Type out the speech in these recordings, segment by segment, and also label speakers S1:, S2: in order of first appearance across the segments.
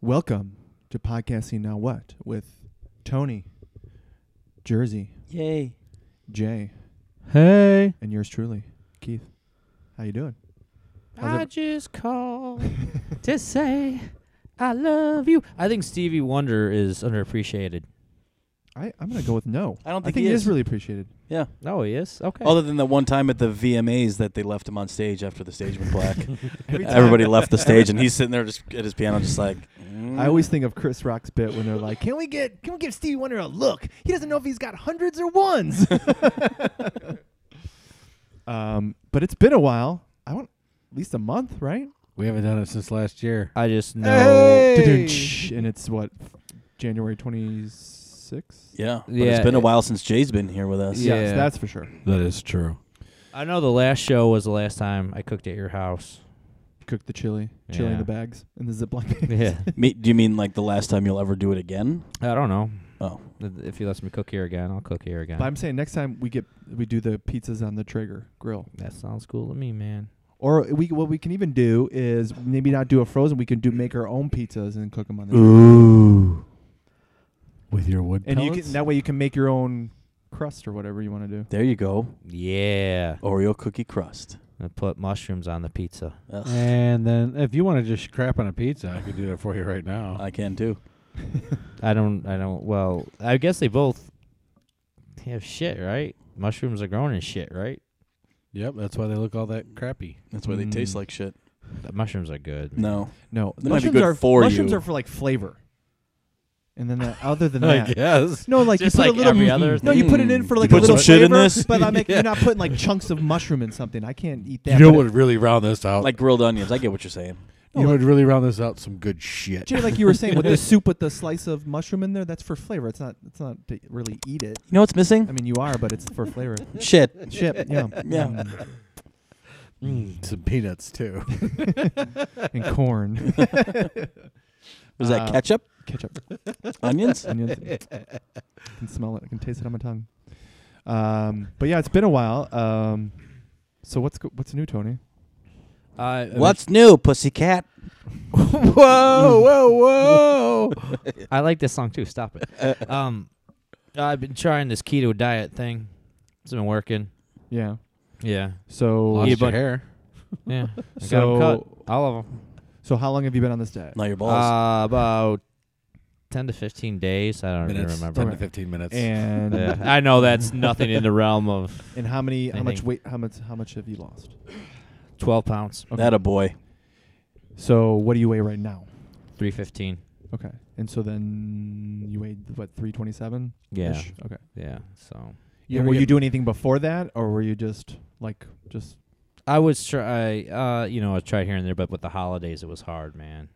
S1: Welcome to Podcasting Now What with Tony, Jersey,
S2: Yay.
S1: Jay,
S3: Hey.
S1: and yours truly, Keith. How you doing? How's
S2: I
S1: it-
S2: just called to say I love you. I think Stevie Wonder is underappreciated.
S1: I, I'm gonna go with no.
S4: I don't
S1: I
S4: think,
S1: think
S4: he, is.
S1: really appreciated.
S4: yeah.
S2: Oh, he is? Okay.
S4: Other than the one time at the VMAs that they left him on stage after the stage went black.
S1: Every time-
S4: Everybody left the stage and he's sitting there just at his piano just like "Mm,
S1: I always think of Chris Rock's bit when they're like, "Can we get can we give Stevie Wonder a look? He doesn't know if he's got hundreds or ones." um, but it's been a while. I want at least a month, right?
S3: We haven't done it since last year.
S2: I just know.
S1: Da-dooch. And it's what January 26th.
S4: Yeah. But
S2: Yeah,
S4: it's been a
S2: it-
S4: while since Jay's been here with us.
S2: Yeah.
S1: Yes, that's for sure.
S3: That is true.
S2: I know the last show was the last time I cooked at your house.
S1: Cook the chili, chili in
S2: Yeah.
S1: the bags, in the Ziploc bags.
S2: yeah.
S4: Me, do you mean like the last time you'll ever do it again?
S2: I don't know.
S4: Oh.
S2: If he lets me cook here again, I'll cook here again.
S1: But I'm saying next time we get we do the pizzas on the Traeger grill.
S2: that sounds cool to me, man.
S1: Or we what we can even do is maybe not do a frozen. We can do make our own pizzas and cook them on the
S3: Ooh. With your wood
S1: and you
S3: pellets?
S1: can that way you can make your own crust or whatever you want to do.
S4: There you go.
S2: Yeah.
S4: Oreo cookie crust.
S2: I put mushrooms on the pizza.
S4: Ugh,
S3: and then if you want to just crap on a pizza, I could do that for you right now.
S4: I can too.
S2: I don't. I don't. Well, I guess they both have shit, right? Mushrooms are grown in shit, right?
S3: yep, that's why they look all that crappy.
S4: That's why they
S1: Mm.
S4: taste like shit.
S2: The mushrooms are good. man.
S4: No.
S1: No,
S4: That might be good
S1: are
S4: for
S1: mushrooms
S4: you.
S1: are for like flavor. And then the, other than
S3: I
S1: that,
S3: guess.
S1: no, like
S2: Just
S1: you put
S2: like
S1: a little.
S2: every other
S1: no, you put it in for
S4: You
S1: like a
S4: put
S1: little
S4: some shit in
S1: flavor,
S4: this?
S1: but I'm like,
S3: Yeah.
S1: you're not putting like chunks of mushroom in something. I can't eat that.
S3: You know
S1: but
S3: what would really round this out?
S4: Like grilled onions. I get what you're saying.
S3: you
S1: oh.
S3: know what would really round this out? Some good shit.
S1: Jay, like you were saying, with the soup with the slice of mushroom in there, that's for flavor. It's not. It's not to really eat it.
S4: You know what's missing?
S1: I mean, you are, but it's for flavor.
S4: Shit.
S1: Chip, yeah,
S4: Yeah.
S1: Mm,
S3: Mm, some peanuts too.
S1: and corn,
S4: Was that
S1: Uh,
S4: ketchup?
S1: ketchup,
S4: Onions?
S1: onions. I can smell it. I can taste it on my tongue. Um, but yeah, it's been a while. Um, so what's go- what's new, Tony?
S2: Uh,
S4: What's new, pussycat?
S3: whoa, whoa, whoa!
S2: I like this song too. Stop it. um, I've been trying this keto diet thing. It's been working.
S1: Yeah.
S2: Yeah.
S1: So
S3: Lost
S2: Yeah,
S3: your
S2: but-
S3: hair.
S2: Yeah. I
S1: So-
S2: got 'em cut. all of them.
S1: so how long have you been on this diet?
S4: Not your balls.
S2: Uh, about ten to fifteen days. I don't even
S3: Minutes,
S2: remember.
S3: ten to
S1: Alright.
S3: fifteen minutes.
S1: And
S2: Yeah. I know that's nothing in the realm of
S1: and how many? How much
S2: Anything.
S1: weight? How much? How much have you lost?
S2: twelve pounds,
S1: okay.
S4: That a boy.
S1: So what do you weigh right now?
S2: three fifteen.
S1: Okay. And so then you weighed what three twenty seven?
S2: Yeah.
S1: Okay.
S2: Yeah. So
S1: and
S3: You ever
S1: were you
S3: get-
S1: doing anything before that, or were you just like just?
S2: I was try, uh, you know, I tried here and there, but with the holidays, it was hard, man.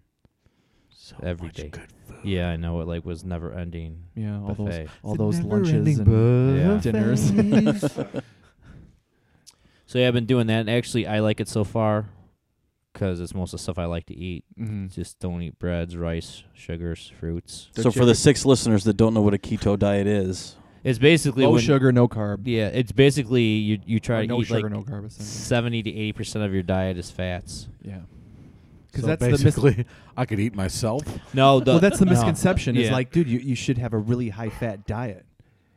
S3: so
S2: every
S3: much
S2: day.
S3: good food.
S2: Yeah, I know it like was never ending.
S1: Yeah, all
S2: Buffet.
S1: those all those lunches and
S2: Yeah.
S1: dinners.
S2: So yeah, I've been doing that. And actually, I like it so far because it's most of the stuff I like to eat.
S1: Mhm.
S2: Just don't eat breads, rice, sugars, fruits.
S4: So
S3: Don't
S4: for
S3: you
S4: the
S3: ever-
S4: six listeners that don't know what a keto diet is,
S2: It's basically
S1: low
S2: when-
S1: sugar, no carb.
S2: Yeah, it's basically you you try
S1: Or
S2: to
S1: no
S2: eat
S1: sugar,
S2: like
S1: no carb. Essentially.
S2: seventy to eighty percent of your diet is fats.
S1: Yeah, because
S3: Because
S1: that's the mis-
S3: basically, I could eat myself.
S2: No, the,
S1: well, that's the
S2: no.
S1: misconception. Is
S2: Yeah.
S1: like, dude, you, you should have a really high fat diet,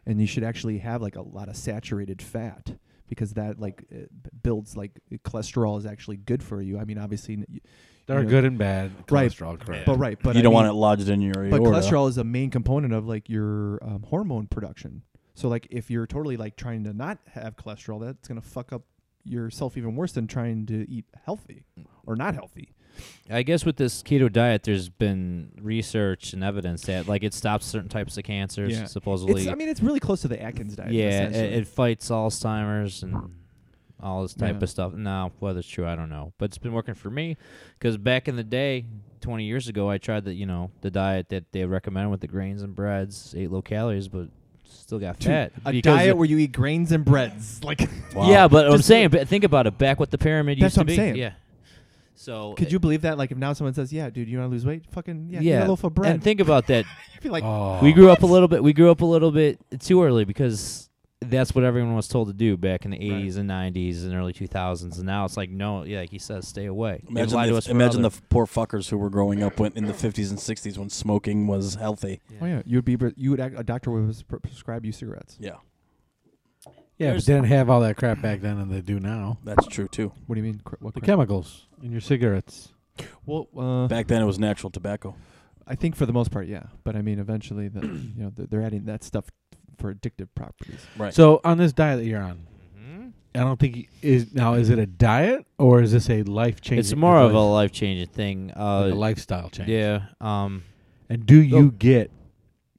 S1: and you should actually have like a lot of saturated fat because that like it b- builds like cholesterol is actually good for you. I mean, obviously, n- y-
S3: They're
S1: you know,
S3: good and bad.
S1: Right,
S3: Cholesterol, crap.
S1: but right, but
S4: you
S1: I
S4: don't
S1: mean-
S4: want it lodged in your
S1: but
S4: aorta.
S1: cholesterol is a main component of like your um, hormone production. So like if you're totally like trying to not have cholesterol, that's gonna fuck up yourself even worse than trying to eat healthy or not healthy.
S2: I guess with this keto diet, there's been research and evidence that like it stops certain types of cancers.
S1: Yeah.
S2: Supposedly,
S1: It's, I mean, it's really close to the Atkins diet.
S2: yeah, it,
S1: essentially.
S2: it fights Alzheimer's and all this type
S1: Yeah.
S2: of stuff. Now, whether it's true, I don't know, but it's been working for me because back in the day, 20 years ago, I tried the you know the diet that they recommend with the grains and breads, ate low calories, but still got
S1: Dude,
S2: fat.
S1: a
S2: because
S1: diet
S2: of-
S1: where you eat grains and breads, like.
S4: Wow.
S2: yeah, but I'm
S1: Just-
S2: saying, but think about it. Back what the pyramid
S1: That's
S2: used to
S1: what I'm
S2: be.
S1: saying.
S2: Yeah. So eh,
S1: Could you believe that? Like, if now someone says, "Yeah, dude, you want to lose weight? Fucking yeah, eat a loaf of bread."
S2: And think about that.
S1: You'd be like,
S3: oh.
S2: we grew up a little bit. We grew up a little bit too early because that's what everyone was told to do back in the
S1: Right.
S2: 80s and 90s and early 2000s. And now it's like, no, yeah, like he says, stay away. They've
S4: Imagine,
S2: lied
S4: the,
S2: to us for
S4: imagine the
S2: other-
S4: f- poor fuckers who were growing up when, in the 50s and 60s when smoking was healthy.
S1: Oh yeah, you would be. You would. Act, a doctor would pres- prescribe you cigarettes.
S4: Yeah,
S3: Yeah,
S2: There's-
S3: but they didn't have all that crap back then, and they do now.
S4: that's true too.
S1: What do you mean? cr- What
S3: The
S1: crap?
S3: chemicals in your cigarettes.
S1: Well, uh,
S4: Back then it was natural tobacco.
S1: I think for the most part, yeah. But I mean, eventually, the, you know, th- they're adding that stuff for addictive properties.
S4: Right.
S3: So on this diet that you're on,
S2: Mhm.
S3: I don't think y- is now is it a diet or is this a life change?
S2: It's more of a life changing thing.
S3: like a
S2: Uh,
S3: lifestyle change.
S2: yeah. Um,
S3: And do you
S1: Oh.
S3: get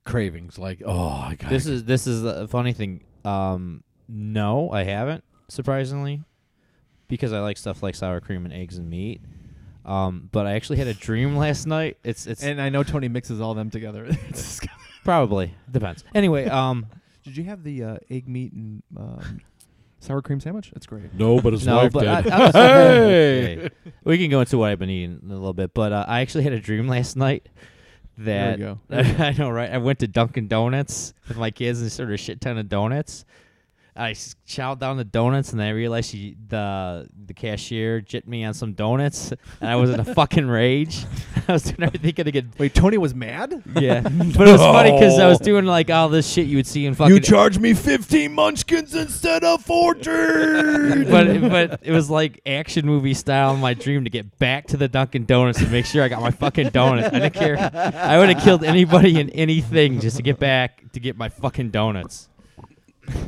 S3: cravings like oh I got
S2: this is this is a funny thing. Um, no, I haven't surprisingly, because I like stuff like sour cream and eggs and meat. Um, but I actually had a dream last night. It's it's
S1: And I know Tony mixes all them together. It's disgusting.
S2: probably depends. Anyway, um,
S1: Did you have the uh, egg meat and um, sour cream sandwich? That's great.
S3: no, but
S2: no, but I, I was- Hey. we can go into what I've been eating in a little bit. But uh, I actually had a dream last night
S1: There
S2: that
S1: we go.
S2: I know, right? I went to Dunkin' Donuts with my kids and started a shit ton of donuts. I s- chowed down the donuts and I realized she, the the cashier jipped me on some donuts and I was in a fucking rage. I was doing everything to get
S1: Wait, Tony was mad.
S2: yeah, but it was funny because I was doing like all this shit you would see in fucking.
S1: charge me fifteen munchkins instead of fourteen.
S2: but but it was like action movie style in my dream to get back to the Dunkin' Donuts and make sure I got my fucking donuts. I didn't care. I would have killed anybody and anything just to get back to get my fucking donuts.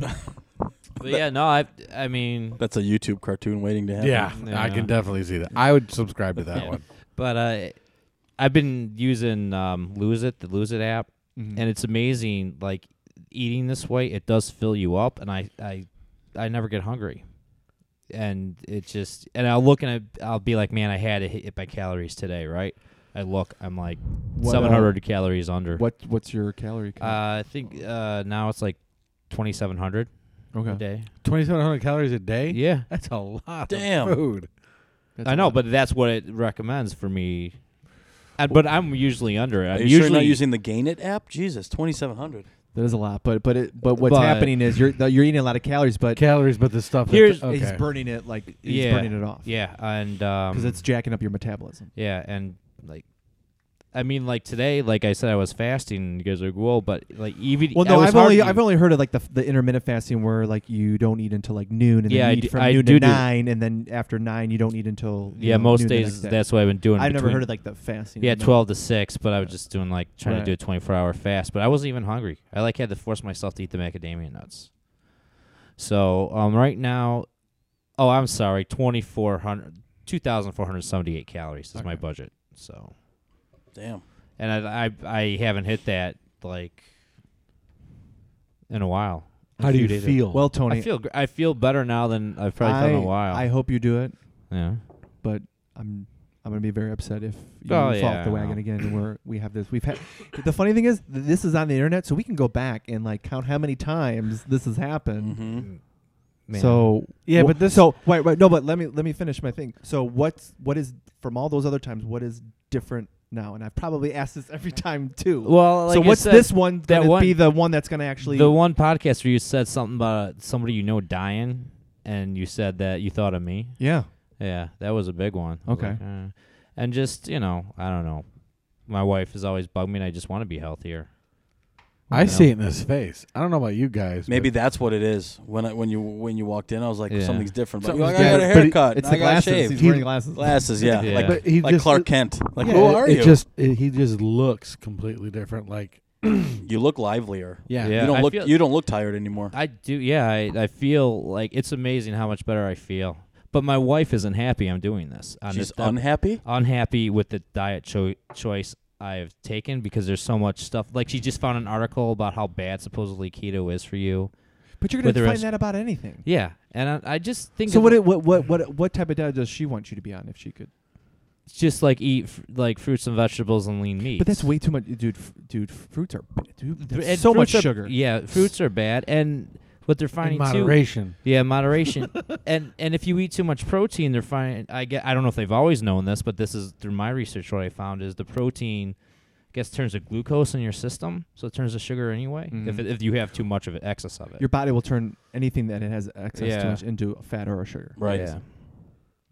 S2: but yeah, no, I I mean,
S4: That's a YouTube cartoon waiting to happen.
S3: yeah, I
S2: Yeah.
S3: can definitely see that. I would subscribe to that
S2: Yeah.
S3: one.
S2: but uh, I've been using um, Lose It, the Lose It app,
S1: Mm-hmm.
S2: and it's amazing. Like eating this way, it does fill you up, and I I I never get hungry, and it just and I'll look and I, I'll be like, man, I had to hit, hit my calories today, right? I look, I'm like
S1: What,
S2: seven
S1: uh,
S2: hundred calories under.
S1: What What's your calorie count?
S2: Uh, I think uh, now it's like twenty seven hundred a
S1: okay,
S2: day.
S3: Twenty seven hundred calories a day.
S2: Yeah,
S3: That's a lot
S4: Damn.
S3: of food.
S1: That's
S2: I
S1: a
S2: know,
S1: lot.
S2: but that's what it recommends for me. And, but I'm usually under it.
S4: Are
S2: I'm
S4: you sure
S2: usually
S4: you're not using the Gain It app? Jesus, 2700.
S1: that is a lot. But but it, but what's
S2: But-
S1: happening is you're you're eating a lot of calories, but
S3: Calories, but the stuff. that-
S2: Here's-
S3: okay.
S1: he's burning it like he's
S2: Yeah.
S1: burning it off.
S2: yeah, and um,
S1: because it's jacking up your metabolism.
S2: Yeah, and like, I mean, like today, like I said, I was fasting. And you guys are like, whoa, but like even
S1: Well,
S2: I
S1: no,
S2: was
S1: I've only
S2: hardly-
S1: I've only heard of like the the intermittent fasting where like you don't eat until like noon and
S2: Yeah,
S1: then
S2: I
S1: you eat
S2: d-
S1: from
S2: I
S1: noon
S2: do
S1: to
S2: do-
S1: nine and then after nine you don't eat until you
S2: yeah
S1: know,
S2: most
S1: noon the
S2: days
S1: next day.
S2: that's what I've been doing.
S1: I've never
S2: between-
S1: heard of like the fasting.
S2: Yeah,
S1: no.
S2: twelve to six, but I was just doing like trying to do
S1: Right.
S2: a twenty-four hour fast. But I wasn't even hungry. I like had to force myself to eat the macadamia nuts. So um, right now, oh, I'm sorry, 2,400, 2,478 calories is my
S1: Okay.
S2: budget. So
S4: Damn.
S2: and I, I I haven't hit that like in a while. A
S3: How do
S2: few
S3: you
S2: days.
S3: feel?
S1: Well, Tony,
S2: I feel gr- I feel better now than I've probably
S1: e- I,
S2: felt in a while.
S1: I hope you do it,
S2: yeah.
S1: but I'm I'm gonna be very upset if you
S2: Oh,
S1: fall
S2: yeah,
S1: off the
S2: I
S1: wagon
S2: know.
S1: again. And we're we have this. We've had the funny thing is th- this is on the internet, so we can go back and like count how many times this has happened.
S4: Mm-hmm.
S2: Man.
S1: So
S3: Yeah,
S1: wh-
S3: but this-
S1: so wait wait no, but let me let me finish my thing. So what's what is from all those other times? What is different now? And I've probably asked this every time too.
S2: well, like
S1: so
S2: I
S1: what's
S2: said,
S1: this one
S2: that
S1: gonna
S2: one-
S1: be the one that's gonna actually
S2: The one podcast where you said something about somebody you know dying, and you said that you thought of me.
S1: yeah
S2: Yeah, that was a big one. I was
S1: Okay.
S2: like, eh. And just you know, I don't know. My wife has always bugged me, and I just want to be healthier.
S3: I
S2: you know?
S3: see it in his face. I don't know about you guys.
S4: Maybe
S3: but
S4: that's what it is. When I, when you when you walked in, I was like,
S2: Yeah.
S4: something's different. But
S3: Something's
S4: I got a
S3: different, but he-
S4: haircut.
S1: it's
S4: I
S1: the
S4: got
S1: glasses
S4: shaved.
S1: he's
S3: He-
S1: wearing glasses
S4: Glasses, yeah.
S2: Yeah.
S4: Like,
S3: but he
S4: like
S3: just,
S4: Clark Kent. Like,
S3: yeah,
S4: who
S3: it-
S4: are
S3: it
S4: you?
S3: Just it, he just looks completely different. Like
S4: you look livelier.
S3: yeah,
S2: Yeah.
S4: You don't
S2: I
S4: look
S2: feel-
S4: you don't look tired anymore.
S2: I do, yeah. I, I feel like it's amazing how much better I feel. But my wife isn't happy. I'm doing this. On
S4: She's
S2: this I'm
S4: unhappy.
S2: unhappy with the diet cho- choice I've taken because there's so much stuff. Like she just found an article about how bad supposedly keto is for you.
S1: but you're gonna
S2: With the
S1: find
S2: rest-
S1: that about anything.
S2: Yeah, and I, I just think
S1: So
S2: of-
S1: what, it, what what what what type of diet does she want you to be on if she could?
S2: Just like eat f- like fruits and vegetables and lean meat.
S1: But that's way too much, dude. F- dude, fruits are b- dude. that's
S2: And
S1: so much
S2: fruits are-
S1: sugar.
S2: Yeah, fruits are bad, and what they're
S3: in
S2: finding too
S3: moderation.
S2: Yeah, moderation. and and if you eat too much protein, they're fine. I get. I don't know if they've always known this, but this is through my research. What I found is the protein gets turns to glucose in your system, so it turns to sugar anyway. If
S1: Mhm.
S4: Mm-hmm.
S2: it, if you have too much of it, excess of it.
S1: Your body will turn anything that it has access
S2: Yeah.
S1: to much into a fat or a sugar.
S4: Right.
S2: Yeah.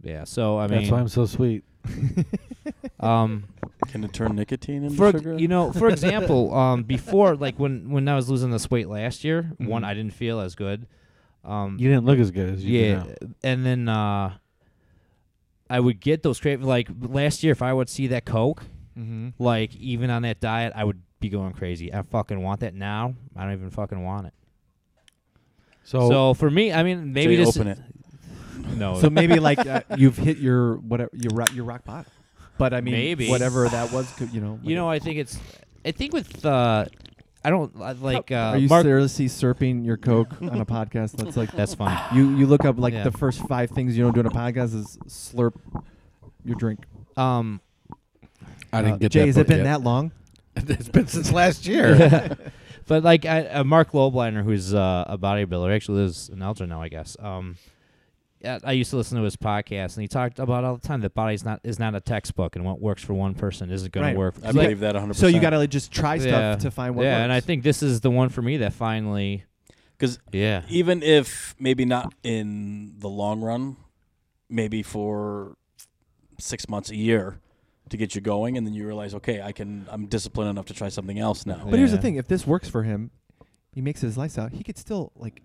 S2: Yeah. So I
S3: That's why
S2: mean,
S3: I'm so sweet.
S2: um,
S4: Can it turn nicotine into
S2: for ex-
S4: sugar?
S2: you know, for example, um, before like when when I was losing this weight last year, one
S1: Mhm.
S4: Mm-hmm.
S2: I didn't feel as good. Um,
S3: You didn't look as good as you
S2: yeah,
S3: do now.
S2: and then uh, I would get those cravings. Like last year, if I would see that Coke,
S1: Mm-hmm.
S2: like even on that diet, I would be going crazy. I fucking want that now. I don't even fucking want it.
S3: So,
S2: So for me, I mean, maybe
S4: so you
S2: just
S4: open it.
S2: Oh, no.
S1: So maybe like uh, you've hit your whatever your rock, your rock bottom. But I mean,
S2: Maybe.
S1: whatever that was, could- you know.
S2: you know, I think it's. I think with uh, I don't I like uh,
S1: are you
S2: Mark.
S1: seriously slurping your coke on a podcast? That's like
S2: That's fine.
S1: you. You look up like
S2: Yeah.
S1: the first five things you don't do in a podcast is slurp your drink.
S2: Um,
S5: I didn't
S1: Uh,
S5: get
S1: Jay,
S5: that.
S1: has it
S5: book
S1: been that long?
S5: yet. it's been since last year.
S2: but like I, uh, Mark Lobliner, who's uh, a bodybuilder, actually lives in Elgin now, I guess. Um, I I used to listen to his podcast, and he talked about all the time that body's not is not a textbook, and what works for one person isn't going
S1: Right.
S2: to work.
S4: I
S2: like-
S4: believe that 100%.
S1: So you got to like just try stuff
S2: Yeah.
S1: to find
S2: yeah,
S1: what works.
S2: and I think this is the one for me that finally,
S4: 'Cause
S2: yeah,
S4: even if maybe not in the long run, maybe for six months, a year to get you going, and then you realize, okay, I can, I'm disciplined enough to try something else now.
S1: But here's the
S2: Yeah.
S1: thing: if this works for him, he makes his lifestyle. He could still like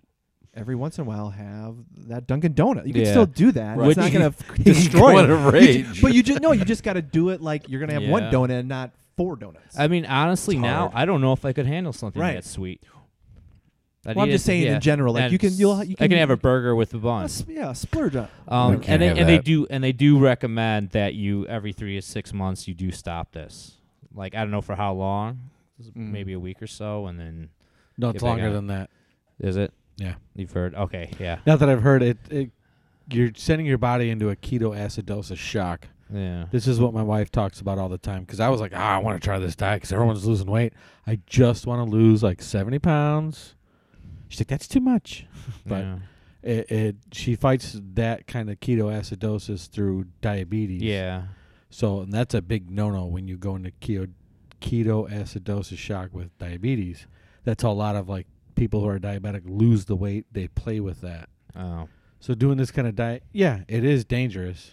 S1: every once in a while have that Dunkin' Donut. You could
S2: Yeah.
S1: still do that.
S4: Right.
S1: It's not
S4: Which-
S1: gonna f- destroy.
S5: What
S1: him.
S5: a
S1: You ju-
S5: rage.
S1: but you just no, you just got to do it like you're gonna have one
S2: Yeah.
S1: donut, and not four donuts.
S2: I mean, honestly,
S4: It's
S2: now
S4: hard.
S2: I don't know if I could handle something
S1: Right.
S2: that sweet. I'd
S1: well, I'm
S2: eat
S1: just
S2: it-
S1: saying
S2: yeah.
S1: in general, like
S2: And
S1: you can you'll you
S2: I can have a burger with the bun.
S1: a s- yeah a splurge on.
S5: We
S2: Um,
S5: can't
S2: and they,
S5: have
S2: and they
S5: that.
S2: do and they do recommend that you every three to six months you do stop this. Like I don't know for how long, maybe a week or so, and then
S3: no,
S2: get
S3: it's
S2: back
S3: longer
S2: on.
S3: than that.
S2: is it?
S5: Yeah.
S2: you've heard. Okay, yeah,
S3: Not that I've heard it, it. You're sending your body into a ketoacidosis shock.
S2: yeah.
S3: This is what my wife talks about all the time because I was like, ah, I want to try this diet because everyone's losing weight. I just want to lose like 70 pounds. She's like, that's too much. but-
S2: yeah.
S3: It, it she fights that kind of ketoacidosis through diabetes.
S2: yeah,
S3: So and that's a big no-no when you go into keto ketoacidosis shock with diabetes. That's how a lot of like people who are diabetic lose the weight. They play with that.
S2: oh,
S3: So doing this kind of diet, yeah, it is dangerous.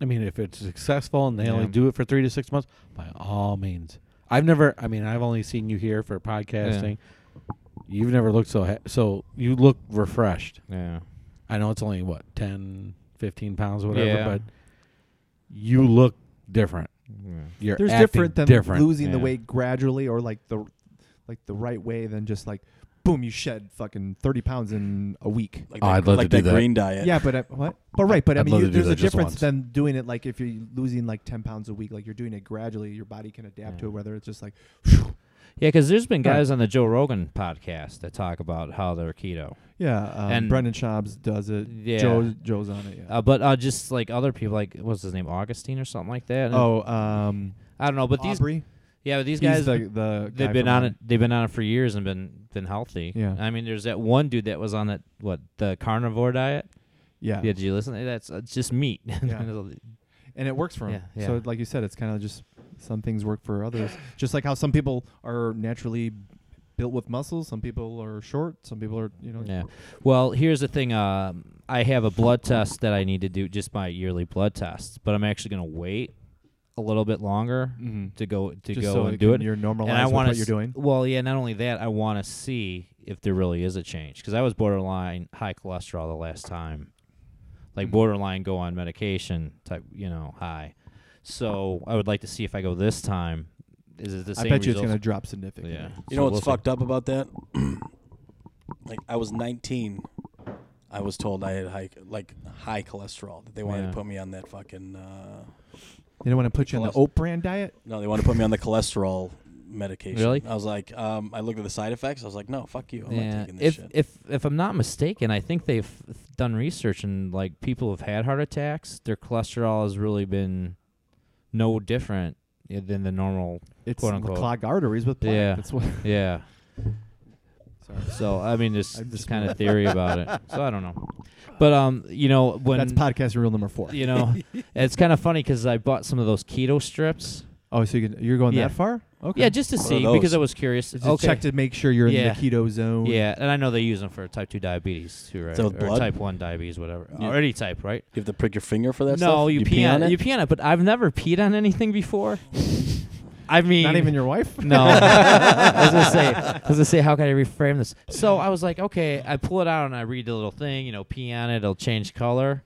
S3: I mean, if it's successful and they only
S2: Yeah.
S3: do it for three to six months, by all means. I've never. I mean, I've only seen you here for podcasting. You've never looked so ha- so. You look refreshed.
S2: yeah,
S3: I know it's only what 10, 15 pounds, or whatever,
S2: Yeah.
S3: but you look different.
S2: yeah.
S3: You're
S1: There's
S3: acting
S1: different than
S3: different.
S1: losing the
S2: Yeah.
S1: weight gradually or like the like the right way than just like boom you shed fucking 30 pounds in a week.
S4: Like
S5: Oh,
S4: that,
S5: I'd love
S4: like
S5: to do that.
S4: green diet.
S1: Yeah, but I, what? But right, but I
S5: I'd
S1: mean,
S5: love
S1: you,
S5: to do
S1: there's a
S5: that just
S1: difference
S5: once.
S1: than doing it like if you're losing like ten pounds a week, like you're doing it gradually. Your body can adapt to
S2: Yeah.
S1: it, whether it's just like
S2: Yeah, because there's been
S1: Right.
S2: guys on the Joe Rogan podcast that talk about how they're keto,
S1: yeah. Um,
S2: And-
S1: Brendan Schaub's does it.
S2: Yeah.
S1: Joe Joe's on it. Yeah.
S2: uh, but uh, just like other people, like what's his name, Augustine or something like that. And
S1: oh, um,
S2: I don't know, but these,
S1: Aubrey,
S2: yeah, but these
S1: these
S2: guys,
S1: guys, the, the guy
S2: they've been
S1: from,
S2: on it. They've been on it for years and been been healthy.
S1: Yeah.
S2: I mean, there's that one dude that was on that what the carnivore diet.
S1: Yeah,
S2: Yeah. Did you listen? That's uh, just meat.
S1: Yeah. and it works for him.
S2: Yeah,
S1: So,
S2: yeah.
S1: like you said, it's kind of just some things work for others. just like how some people are naturally built with muscles, some people are short, some people are you know.
S2: Yeah. Well, here's the thing. Um, I have a blood test that I need to do, just my yearly blood test. But I'm actually going to wait a little bit longer
S1: Mhm.
S2: to go to
S1: Just
S2: go
S1: so
S2: and
S1: it
S2: do
S1: can-
S2: it.
S1: You're normalized
S2: and I
S1: with
S2: want
S1: what you're doing.
S2: Well, yeah. Not only that, I want to see if there really is a change because I was borderline high cholesterol the last time, like
S1: Mhm.
S2: borderline go on medication type, you know, high. So I would like to see if I go this time. Is it the
S1: I
S2: same?
S1: bet you it's
S2: results?
S1: going to drop
S2: Yeah.
S1: significantly.
S4: You know
S2: So
S4: what's
S2: we'll see.
S4: fucked up about that? like I was 19, I was told I had high like high cholesterol. That they wanted
S2: Yeah.
S4: to put me on that fucking. Uh,
S1: They don't want to put you on the
S4: Cholesterol.
S1: oat brand diet.
S4: no, they wanted to put me on the cholesterol medication.
S2: Really?
S4: I was like, um, I looked at the side effects. I was like, no, fuck you. I'm
S2: Yeah.
S4: not taking this
S2: If
S4: shit.
S2: if if I'm not mistaken, I think they've done research and like people have had heart attacks. Their cholesterol has really been no different i- than the normal.
S1: It's
S2: Quote, unquote.
S1: clog arteries with plaque.
S2: Yeah.
S1: That's what.
S2: Yeah.
S1: Sorry.
S2: So I mean, there's
S1: I'm
S2: this
S1: just-
S2: kind of theory about it. So I don't know, but um, you know when
S1: That's podcast rule number four.
S2: you know, it's kind of funny because I bought some of those keto strips
S1: Oh, so you can, you're going
S2: Yeah.
S1: that far? Okay.
S2: Yeah, just to
S4: What are
S2: see because
S4: those?
S2: I was curious.
S1: Just
S2: okay.
S1: check to make sure you're
S2: Yeah.
S1: in the keto zone.
S2: Yeah, and I know they use them for type two diabetes too, right?
S4: So
S2: or
S4: blood?
S2: type one diabetes, whatever.
S4: Yeah.
S2: Or any type, right?
S4: You have to prick your finger for that
S2: no,
S4: stuff?
S2: you, pee on it. You pee on it, but I've never peed on anything before. I mean,
S1: Not even your wife?
S2: No, I was gonna say, I was gonna say, how can I reframe this? So I was like, okay, I pull it out and I read the little thing, you know, pee on it, it'll change color,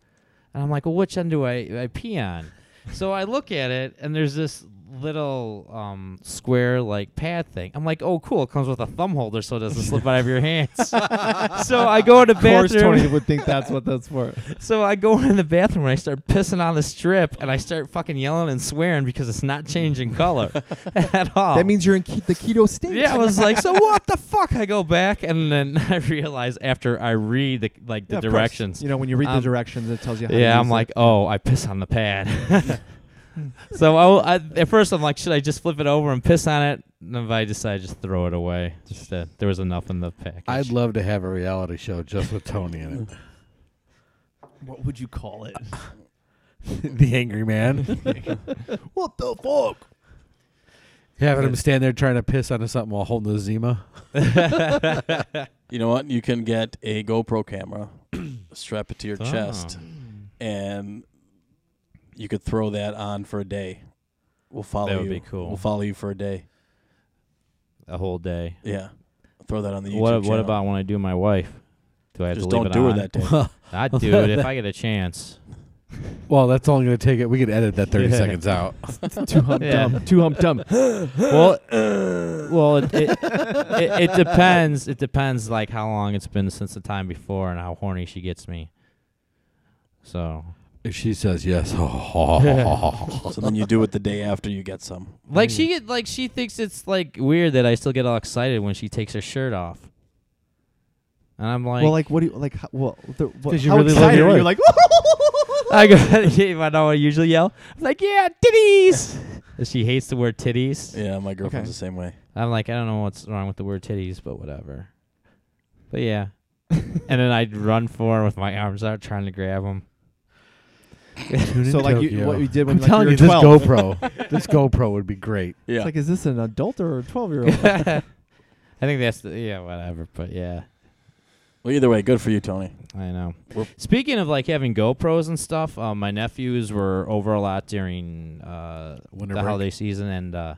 S2: and I'm like, well, which end do I, I pee on? So I look at it and there's this little um, square like pad thing. I'm like, oh, cool, it comes with a thumb holder, so it doesn't slip out of your hands. so I go to
S1: Of course,
S2: bathroom.
S1: Tony would think that's what that's for.
S2: So I go in the bathroom and I start pissing on the strip and I start fucking yelling and swearing because it's not changing color at all.
S1: That means you're in ke- the keto state.
S2: Oh. Yeah, I was like, so what the fuck? I go back and then I realize after I read the like the
S1: Yeah, of course.
S2: directions.
S1: You know, when you read the
S2: Um,
S1: directions, it tells you how to
S2: Yeah,
S1: use
S2: I'm
S1: it.
S2: like, oh, I piss on the pad. so I, will- I, at first I'm like, should I just flip it over and piss on it? And if I decide just throw it away, just uh, there was enough in the package.
S3: I'd love to have a reality show just with Tony in
S1: what would you call it?
S3: it. the angry man.
S1: what the fuck?
S3: Having him stand there trying to piss onto something while holding the Zima.
S4: You know what? You can get a GoPro camera, strap it to your
S2: Oh.
S4: chest,
S1: Hmm.
S4: and you could throw that on for a day. We'll follow
S2: That would
S4: you.
S2: be cool.
S4: We'll follow you for a day.
S2: a whole day.
S4: Yeah. Throw that on the YouTube
S2: What
S4: channel.
S2: what about when I do my wife? Do I have
S4: Just
S2: to
S4: don't
S2: leave it
S4: do
S2: on?
S4: it that day.
S2: I'd do it if I get a chance.
S3: Well, that's only going to take it. We could edit that 30
S2: Yeah.
S3: seconds out.
S1: Too hump
S2: Yeah.
S1: dumb. Too hump dumb.
S2: well, well, it, it, it, it depends. It depends, like how long it's been since the time before and how horny she gets me. So,
S3: If she says yes,
S4: so then you do it the day after you get some.
S2: like she
S1: Hmm.
S2: get, like she thinks it's like weird that I still get all excited when she takes her shirt off. And I'm like,
S1: well, like, what do you like? How, well, the, what,
S3: 'Cause you
S1: how
S3: really love
S1: excited
S3: your
S1: are you?
S3: wife.
S1: Like,
S2: I go, I know what I usually yell. I'm like, yeah, titties. And she hates the word titties.
S4: Yeah, my girlfriend's
S1: Okay.
S4: the same way.
S2: I'm like, I don't know what's wrong with the word titties, but whatever. But yeah. and then I'd run for him with my arms out trying to grab him.
S1: so like, you, what you did when
S3: I'm
S1: like,
S3: telling
S1: you
S3: you,
S1: were 12.
S3: this GoPro, this GoPro would be great.
S4: Yeah.
S1: It's like, is this an adult or a twelve year old?
S2: I think that's the yeah, whatever. But yeah,
S4: well, either way, good for you, Tony.
S2: I know.
S4: We're-
S2: Speaking of like having GoPros and stuff, uh, my nephews were over a lot during uh,
S3: Winter
S2: the
S3: break.
S2: holiday season, and uh,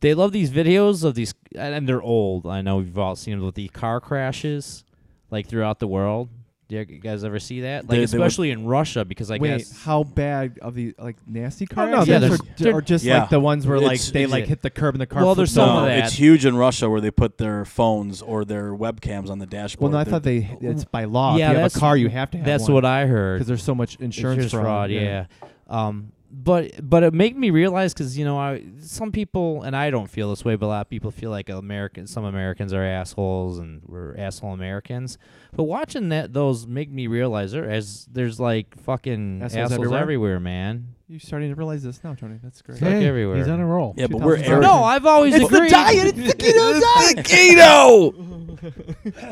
S2: they love these videos of these, and, and they're old. I know we've all seen them with the car crashes, like throughout the world. Do you guys ever see that? Like
S4: They- they would-
S2: especially in Russia, because I
S1: Wait,
S2: guess
S1: how bad of the like nasty car
S2: Oh, no,
S1: accidents,
S2: there's-
S1: or ju-
S2: there-
S1: or, just
S4: Yeah.
S1: like the ones where like
S4: It's-
S1: they
S2: it's-
S1: like hit the curb and the car.
S2: Well,
S1: flips
S2: there's some
S1: over?
S2: of
S4: no,
S2: that.
S4: it's huge in Russia where they put their phones or their webcams on the
S1: Well,
S4: dashboard.
S1: no, I
S4: They're-
S1: thought they it's by law.
S2: Yeah,
S1: if you have
S2: that's-
S1: a car, you have to have
S2: that's
S1: one.
S2: what I heard.
S1: because there's so much insurance,
S2: Insurance fraud. yeah. Um, but but it made me realize because you know I some people and I don't feel this way, but a lot of people feel like American some Americans are assholes and we're asshole Americans. But watching that those make me realize there as there's like fucking
S1: Assholes
S2: assholes,
S1: everywhere?
S2: everywhere. man.
S1: You're starting to realize this now, Tony. That's great.
S2: Fuck
S3: Hey,
S2: everywhere.
S3: He's on a roll.
S4: Yeah, but we're
S1: 2005.
S4: arrogant.
S2: no, I've always agreed.
S5: It's the keto diet. keto.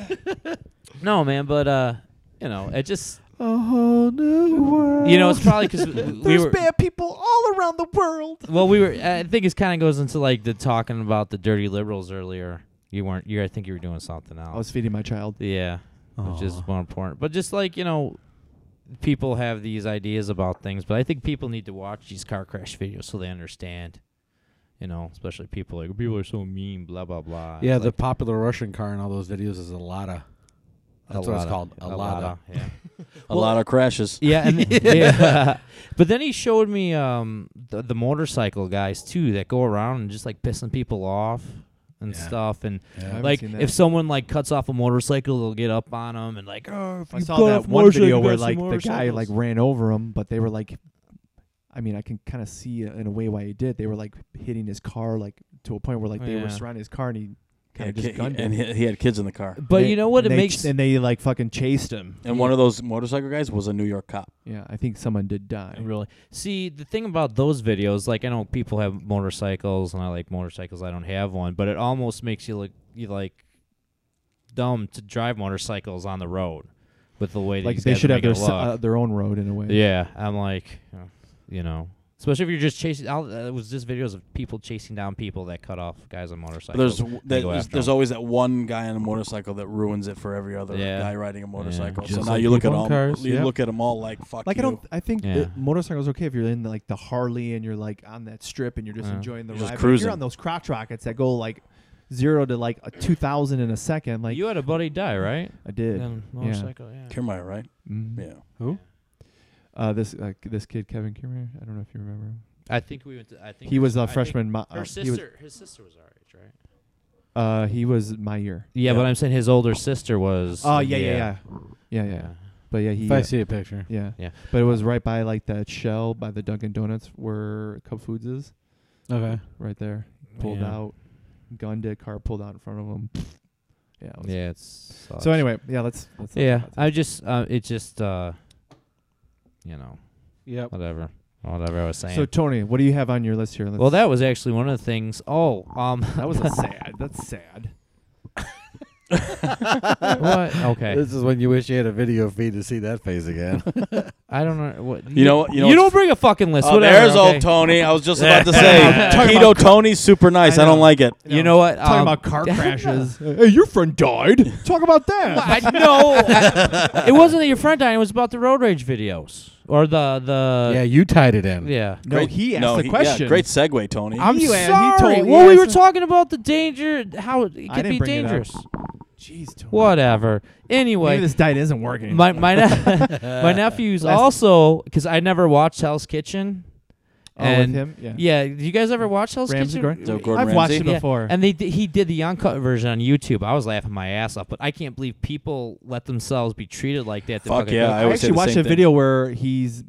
S2: no, man, but uh, you know, it just
S1: A whole new world.
S2: you know it's probably because we were
S1: people all around the world.
S2: well we were i think it kind of goes into like the talking about the dirty liberals earlier you weren't you i think you were doing something else
S1: I was feeding my child.
S2: yeah which is
S3: Aw.
S2: more important but just like you know people have these ideas about things but i think people need to watch these car crash videos so they understand you know especially people like people are so mean blah blah blah
S3: Yeah,
S2: It's
S3: the popular Russian car in all those videos is a lotta.
S2: like
S3: That's what it's
S2: lotta-
S3: called. A, lotta.
S2: lotta, yeah
S4: a lot of crashes.
S2: Yeah, and yeah. But then he showed me um the, the motorcycle guys too that go around and just like pissing people off and
S3: Yeah.
S2: stuff. And
S3: Yeah. I
S1: haven't
S2: like
S1: seen
S2: if
S1: that.
S2: someone like cuts off a motorcycle, they'll get up on them and like, oh, if
S1: I
S2: you
S1: saw
S2: cut
S1: that
S2: off
S1: one
S2: motorcycle,
S1: video
S2: you
S1: where
S2: got some
S1: like the guy
S2: motorcycles."
S1: like ran over him, but they were like, I mean, I can kind of see in a way why he did. They were like hitting his car, like to a point where like
S2: Oh,
S1: they
S2: yeah.
S1: were surrounding his car and he kind
S4: And,
S1: of just gunned
S4: and
S1: him.
S4: he, he had kids in the car.
S2: But
S1: They-
S2: you know what? It
S1: and they
S2: makes
S1: ch- and they like fucking chased him.
S4: And one of those motorcycle guys was a New York cop.
S1: Yeah, I think someone did die.
S2: Really, see the thing about those videos, like I know people have motorcycles, and I like motorcycles. I don't have one, but it almost makes you look you like dumb to drive motorcycles on the road with the way
S1: Like
S2: these
S1: they
S2: guys
S1: should have
S2: make
S1: their uh,
S2: it
S1: s-
S2: look.
S1: uh, their own road in a way.
S2: Yeah, I'm like, uh, you know, Especially if you're just chasing. I'll, uh, it was just videos of people chasing down people that cut off guys on motorcycles.
S4: There's
S2: They
S4: w- there-
S2: go
S4: there's,
S2: after
S4: there's
S2: 'em.
S4: always that one guy on a motorcycle that ruins it for every other
S2: Yeah.
S4: guy riding a motorcycle. So
S3: Just
S4: now
S3: like
S4: you look at
S3: people
S4: all
S3: in cars,
S4: you
S1: yeah.
S4: look at them all like fuck
S1: Like
S4: you.
S1: I don't. I think
S2: Yeah.
S1: the motorcycle's okay if you're in like the Harley and you're like on that strip and you're just
S2: Yeah.
S1: enjoying the
S4: You're just
S1: ride. But if
S4: cruising.
S1: You're on those crotch rockets that go like zero to like a two thousand in a second. Like
S2: you had a buddy die, right?
S1: I did.
S2: On a motorcycle, yeah.
S4: Kiermaier, right?
S1: Mhm.
S4: Yeah.
S1: Uh, this uh, this kid Kevin Kimmerer, I don't know if you remember him.
S2: I think we went. To, I think
S1: He was
S2: I
S1: a
S2: think
S1: freshman. My, uh,
S2: her
S1: He was,
S2: sister. his sister was our age, right?
S1: uh, he was my year.
S2: Yeah,
S4: Yeah.
S2: but I'm saying his older sister was.
S1: Oh yeah, yeah, yeah, yeah, yeah, But yeah, he.
S3: If I see a picture,
S1: yeah,
S2: Yeah.
S1: But it was right by like that shell by the Dunkin' Donuts where Cub Foods is,
S3: okay.
S1: right there. Pulled
S2: Yeah.
S1: out, gunned it. Car pulled out in front of him. Yeah. it was-
S2: Yeah, it's.
S1: So anyway, yeah, let's. let's not
S2: Yeah,
S1: talk about
S2: I just. Uh, it just. Uh, you know,
S3: Yep.
S2: whatever, whatever I was
S1: that.
S2: saying.
S1: So Tony, what do you have on your list here? Let's,
S2: well, that was actually one of the things. Oh, um,
S1: that was a sad. That's sad.
S2: what? Okay,
S3: This is when you wish you had a video feed to see that face again.
S2: I don't know. What
S4: You know what- you know what's-
S2: don't bring a fucking list.
S4: Oh,
S2: whatever.
S4: there's
S2: okay?
S4: old Tony. I was just about to say
S1: Talking
S4: keto Tony's super nice.
S1: I
S4: I, don't
S1: know.
S4: like it.
S2: You know what?
S1: Talking
S2: um,
S1: about car crashes. hey, your friend died. Talk about that.
S2: I know. I- it wasn't that your friend died. It was about the road rage videos or the the.
S3: yeah, you tied it in.
S2: Yeah.
S1: No,
S4: Great-
S1: he asked
S4: no,
S1: the
S4: he- yeah,
S1: question.
S4: great segue, Tony.
S2: I'm
S1: He- and he
S2: sorry.
S1: told-
S2: well,
S1: he
S2: we were
S1: asked-
S2: talking about the danger, how it could
S1: didn't
S2: be
S1: bring it up.
S2: dangerous.
S1: Jeez, Tony.
S2: Whatever. Anyway,
S1: Maybe this diet isn't working.
S2: my my ne- my nephew's
S1: Last-
S2: also because I never watched Hell's Kitchen.
S1: oh,
S2: and
S1: with him, yeah.
S2: Yeah, do you guys ever watch Hell's
S1: Ramsey
S2: Kitchen?
S1: Grant?
S4: So
S2: W-
S4: Gordon
S1: I've watched
S4: Ramsay?
S1: it before.
S2: And they d- he did the uncut version on YouTube. I was laughing my ass off, but I can't believe people let themselves be treated like that. at the
S4: Fuck
S2: fucking
S4: yeah,
S2: Gold
S4: I
S1: I,
S4: would say
S1: actually
S4: the
S1: watched
S4: same
S1: a
S4: thing.
S1: video where he's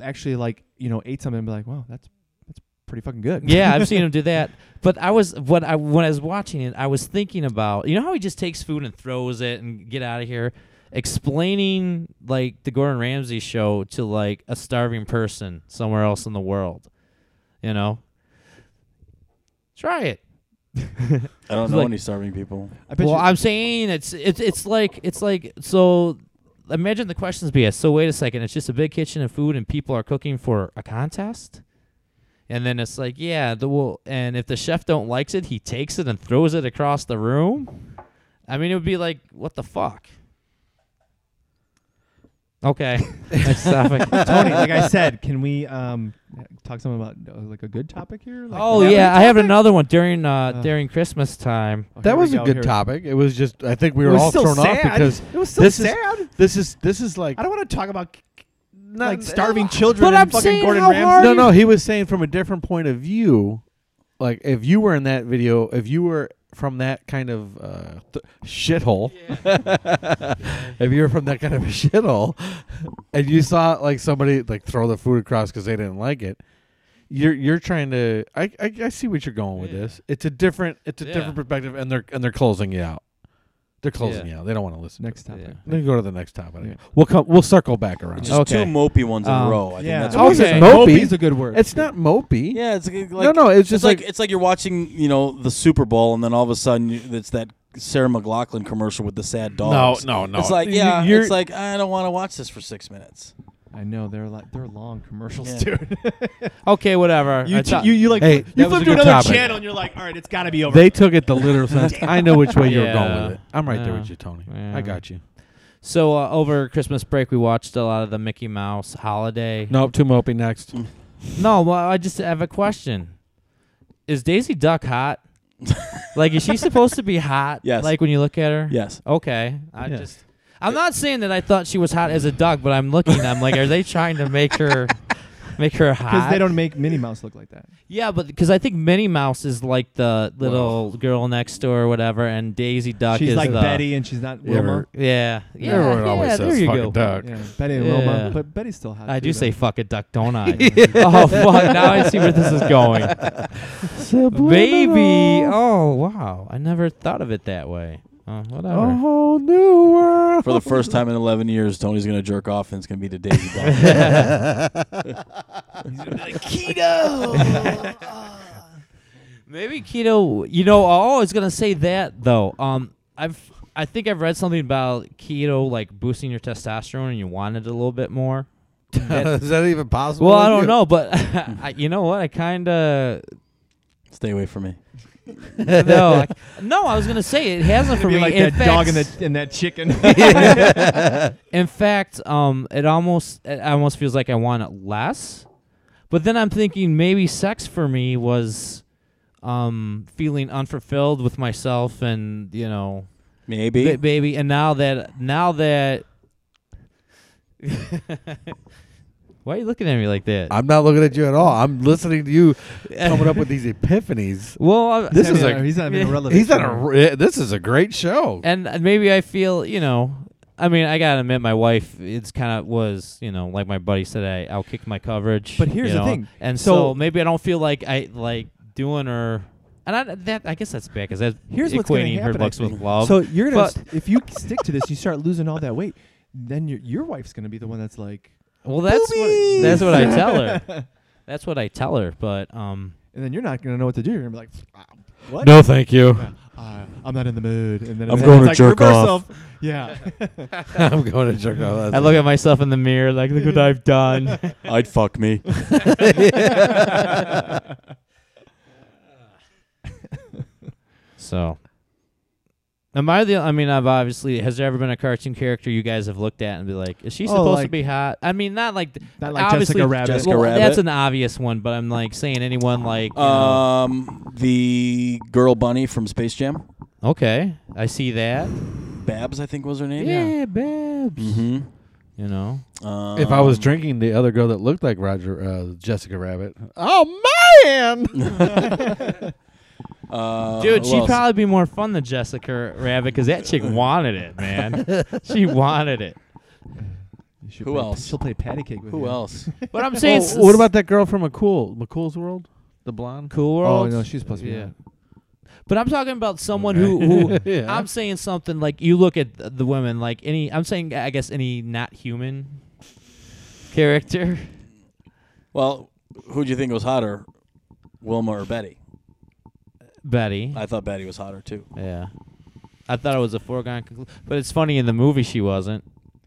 S1: actually like you know ate something and be like, wow, that's that's pretty fucking good.
S2: yeah, I've seen him do that. But I was when I when I was watching it, I was thinking about you know how he just takes food and throws it and get out of here, explaining like the Gordon Ramsay show to like a starving person somewhere else in the world, you know. Try it.
S4: I don't know
S2: like-
S4: any starving people.
S1: I bet
S2: Well,
S1: you,
S2: I'm saying it's it's it's like it's like so. Imagine the questions be so wait a second, it's just a big kitchen of food and people are cooking for a contest, and then it's like yeah, the well, and if the chef don't likes it, he takes it and throws it across the room. I mean, it would be like what the fuck. Okay, next topic.
S1: Tony, like I said, can we um talk something about uh, like a good topic here? Like,
S2: Oh
S1: do we
S2: yeah,
S1: have
S2: I
S1: any
S2: have
S1: topic?
S2: another one during uh,
S1: Uh.
S2: during Christmas time.
S1: Oh, here
S3: That
S1: we
S3: was a
S1: go, here
S3: good
S1: we-
S3: topic. It was just I think we
S1: It
S3: were
S1: was
S3: all
S1: still
S3: thrown off
S1: sad.
S3: because
S1: it was so
S3: this is-
S1: sad.
S3: this is this is like
S1: I don't want to talk about
S3: not-
S1: like starving children
S2: uh, but
S1: and
S2: I'm
S1: fucking
S2: saying
S1: Gordon
S2: how
S1: Ramsay.
S2: hard-
S3: No, no, he was saying from a different point of view. Like if you were in that video, if you were from that kind of uh, th- shithole, if you were from that kind of a shithole, and you saw like somebody like throw the food across because they didn't like it, you're you're trying to. I I, I see what you're going with
S2: Yeah.
S3: this. It's a different it's a
S2: Yeah.
S3: different perspective, and they're and they're closing you out. They're closing
S2: Yeah.
S3: you out. They don't want to listen.
S1: Next
S2: Yeah.
S1: topic.
S3: Then go to the next topic.
S1: Yeah.
S3: We'll come. We'll circle back around.
S4: Just
S2: Okay.
S4: two mopey ones in
S2: Um,
S4: a row. I
S1: yeah.
S4: think that's
S1: Oh,
S4: what
S1: it's
S4: it
S3: okay.
S4: is.
S3: Mopey.
S1: Mopey is a good word.
S3: it's not mopey.
S4: Yeah, it's like
S3: no, no. It's
S4: It's,
S3: just
S4: like,
S3: like
S4: it's like you're watching, you know, the Super Bowl, and then all of a sudden you, it's that Sarah McLaughlin commercial with the sad dogs.
S3: No, no, no.
S4: It's like
S3: You-
S4: yeah,
S3: you're-
S4: it's like I don't want to watch this for six minutes.
S1: I know they're like they're long commercials,
S4: Yeah.
S1: dude.
S2: Okay, whatever. I
S1: you,
S2: thought-
S1: you you like
S3: Hey,
S1: you
S3: that was
S1: flip
S3: a
S1: to
S3: good
S1: another
S3: topic.
S1: channel and you're like, all right, it's got to be over.
S3: they took it the literal sense. I know which way you're going
S2: Yeah.
S3: with it. I'm right there
S2: Yeah.
S3: with you, Tony.
S2: Yeah.
S3: I got you.
S2: So uh, over Christmas break, we watched a lot of the Mickey Mouse holiday.
S3: Nope, too mopey next.
S2: no. Well, I just have a question: Is Daisy Duck hot? like, is she supposed to be hot?
S4: Yes.
S2: Like when you look at her.
S4: Yes,
S2: Okay. I
S3: Yeah.
S2: just. I'm not saying that I thought she was hot as a duck, but I'm looking. I'm like, are they trying to make her, make her hot?
S1: because they don't make Minnie Mouse look like that.
S2: Yeah, but because I think Minnie Mouse is like the little girl next door or whatever, and Daisy Duck
S1: she's
S2: is
S1: like
S3: uh,
S2: the-
S1: Betty and she's not
S3: You ever-
S1: Wilma.
S2: Yeah. Yeah.
S3: Everyone
S2: yeah,
S3: always says
S2: there you
S3: fucking
S2: go.
S3: duck.
S1: Yeah, Betty and Wilma,
S2: Yeah.
S1: but Betty's still hot.
S2: I
S1: too,
S2: do
S1: though.
S2: say fuck a duck, don't I? oh fuck! Now I see where this is going. Maybe. Oh wow! I never thought of it that way. Oh,
S3: A
S2: whatever.
S3: whole new world.
S4: for the first time in 11 years, Tony's gonna jerk off, and it's gonna be to Daisy Duck.
S2: Maybe keto. You know, I was gonna say that though. Um, I've I think I've read something about keto like boosting your testosterone and you want it a little bit more.
S3: Is that even possible?
S2: Well,
S3: with
S2: I don't
S3: you?
S2: know, but I, you know what? I kind of
S4: Stay away from me.
S2: no, I, no. I was gonna say it hasn't for
S1: Be
S2: me.
S1: like
S2: in
S1: that
S2: fact,
S1: dog and that and that chicken.
S2: in fact, um, it almost it almost feels like I want it less. But then I'm thinking maybe sex for me was um feeling unfulfilled with myself and you know
S4: Maybe.
S2: ba- baby and now that now that why are you looking at me like that
S3: I'm not looking at you at all. I'm listening to you coming up with these epiphanies.
S2: well I-
S3: This is
S1: Yeah,
S3: a
S1: he's not even relevant.
S3: he's on a re- this is a great show.
S2: and maybe I feel, you know, I mean, I gotta admit, my wife, it's kind of was, you know, like my buddy said, I outkicked my coverage.
S1: But here's
S2: you
S1: the
S2: know,
S1: thing.
S2: and so,
S1: So-
S2: maybe I don't feel like I like doing her, and I, that I guess that's bad because that's
S1: Here's what's gonna
S2: equating her
S1: happen, I
S2: looks with
S1: think.
S2: love.
S1: So you're gonna
S2: But-
S1: st- if you stick to this, you start losing all that weight. Then your your wife's gonna be the one that's like,
S2: well, that's what, that's what I tell her. That's what I tell her. But um,
S1: and then you're not gonna know what to do. You're gonna be like, "Ah, what?
S3: No, thank you.
S1: Uh, I'm not in the mood. And then
S4: I'm
S1: it's
S4: going
S1: like,
S4: to
S1: "Reverse
S4: jerk off."
S1: self." Yeah.
S3: I'm going to jerk off.
S2: I look at myself in the mirror, like, look what I've done.
S4: I'd fuck me.
S2: So, am I the? I mean, I've obviously. Has there ever been a cartoon character you guys have looked at and be like, "Is she
S1: Oh,
S2: supposed to
S1: like-
S2: be hot?" I mean, not like, th-
S1: Not like
S2: obviously-
S1: Jessica Rabbit.
S4: Jessica
S2: well,
S4: Rabbit.
S2: That's an obvious one, but I'm like saying anyone like, you know,
S4: Um, the girl bunny from Space Jam,
S2: okay, I see that.
S4: Babs, I think was her name.
S2: Yeah, babes.
S4: Mm-hmm.
S2: You know,
S4: Um,
S3: if I was drinking the other girl that looked like Roger uh, Jessica Rabbit. Oh man.
S4: uh,
S2: dude,
S4: who
S2: she'd
S4: else?
S2: probably be more fun than Jessica Rabbit because that chick wanted it, man. she wanted it.
S1: You should
S4: Who
S1: play-
S4: else?
S1: She'll play patty cake with
S4: Who
S1: you.
S4: else?
S2: But I'm saying, s-
S3: Oh, what about that girl from McCool? McCool's World? The blonde?
S2: Cool
S1: Oh
S2: World?
S1: no, she's supposed to be.
S2: Yeah.
S1: hot.
S2: But I'm talking about someone who, who
S3: Yeah.
S2: I'm saying something like you look at th- the women like any I'm saying I guess any not human character.
S4: Well, who do you think was hotter, Wilma or Betty?
S2: Betty.
S4: I thought Betty was hotter too.
S2: yeah. I thought it was a foregone conclusion, but it's funny in the movie she wasn't.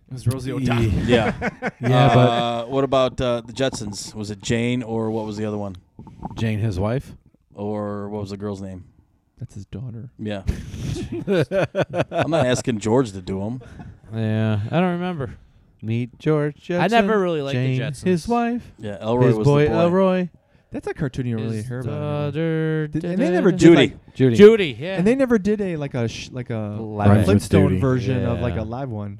S1: It was Rosie O'Donnell.
S4: Yeah.
S3: Yeah,
S4: uh, what about uh, the Jetsons? Was it Jane or what was the other one?
S3: but Jane, his wife.
S4: Or what was the girl's name?
S1: That's his daughter.
S4: Yeah. I'm not asking George to do them.
S2: Yeah, I don't remember.
S3: Meet George Jetson.
S2: I never really liked the
S3: Jane,
S2: Jetsons.
S3: his wife.
S4: Yeah, Elroy
S3: his
S4: was
S3: boy,
S4: the boy.
S3: Elroy.
S1: That's a cartoon you don't really
S2: His
S1: hear about. anymore.
S2: daughter-
S1: Did- and they never did
S4: Judy.
S1: like-
S3: Judy.
S2: Judy, yeah.
S1: and they never did a like a sh- like a
S2: Live action
S1: Flintstone
S3: Judy.
S1: version of like
S2: Yeah.
S1: a live one.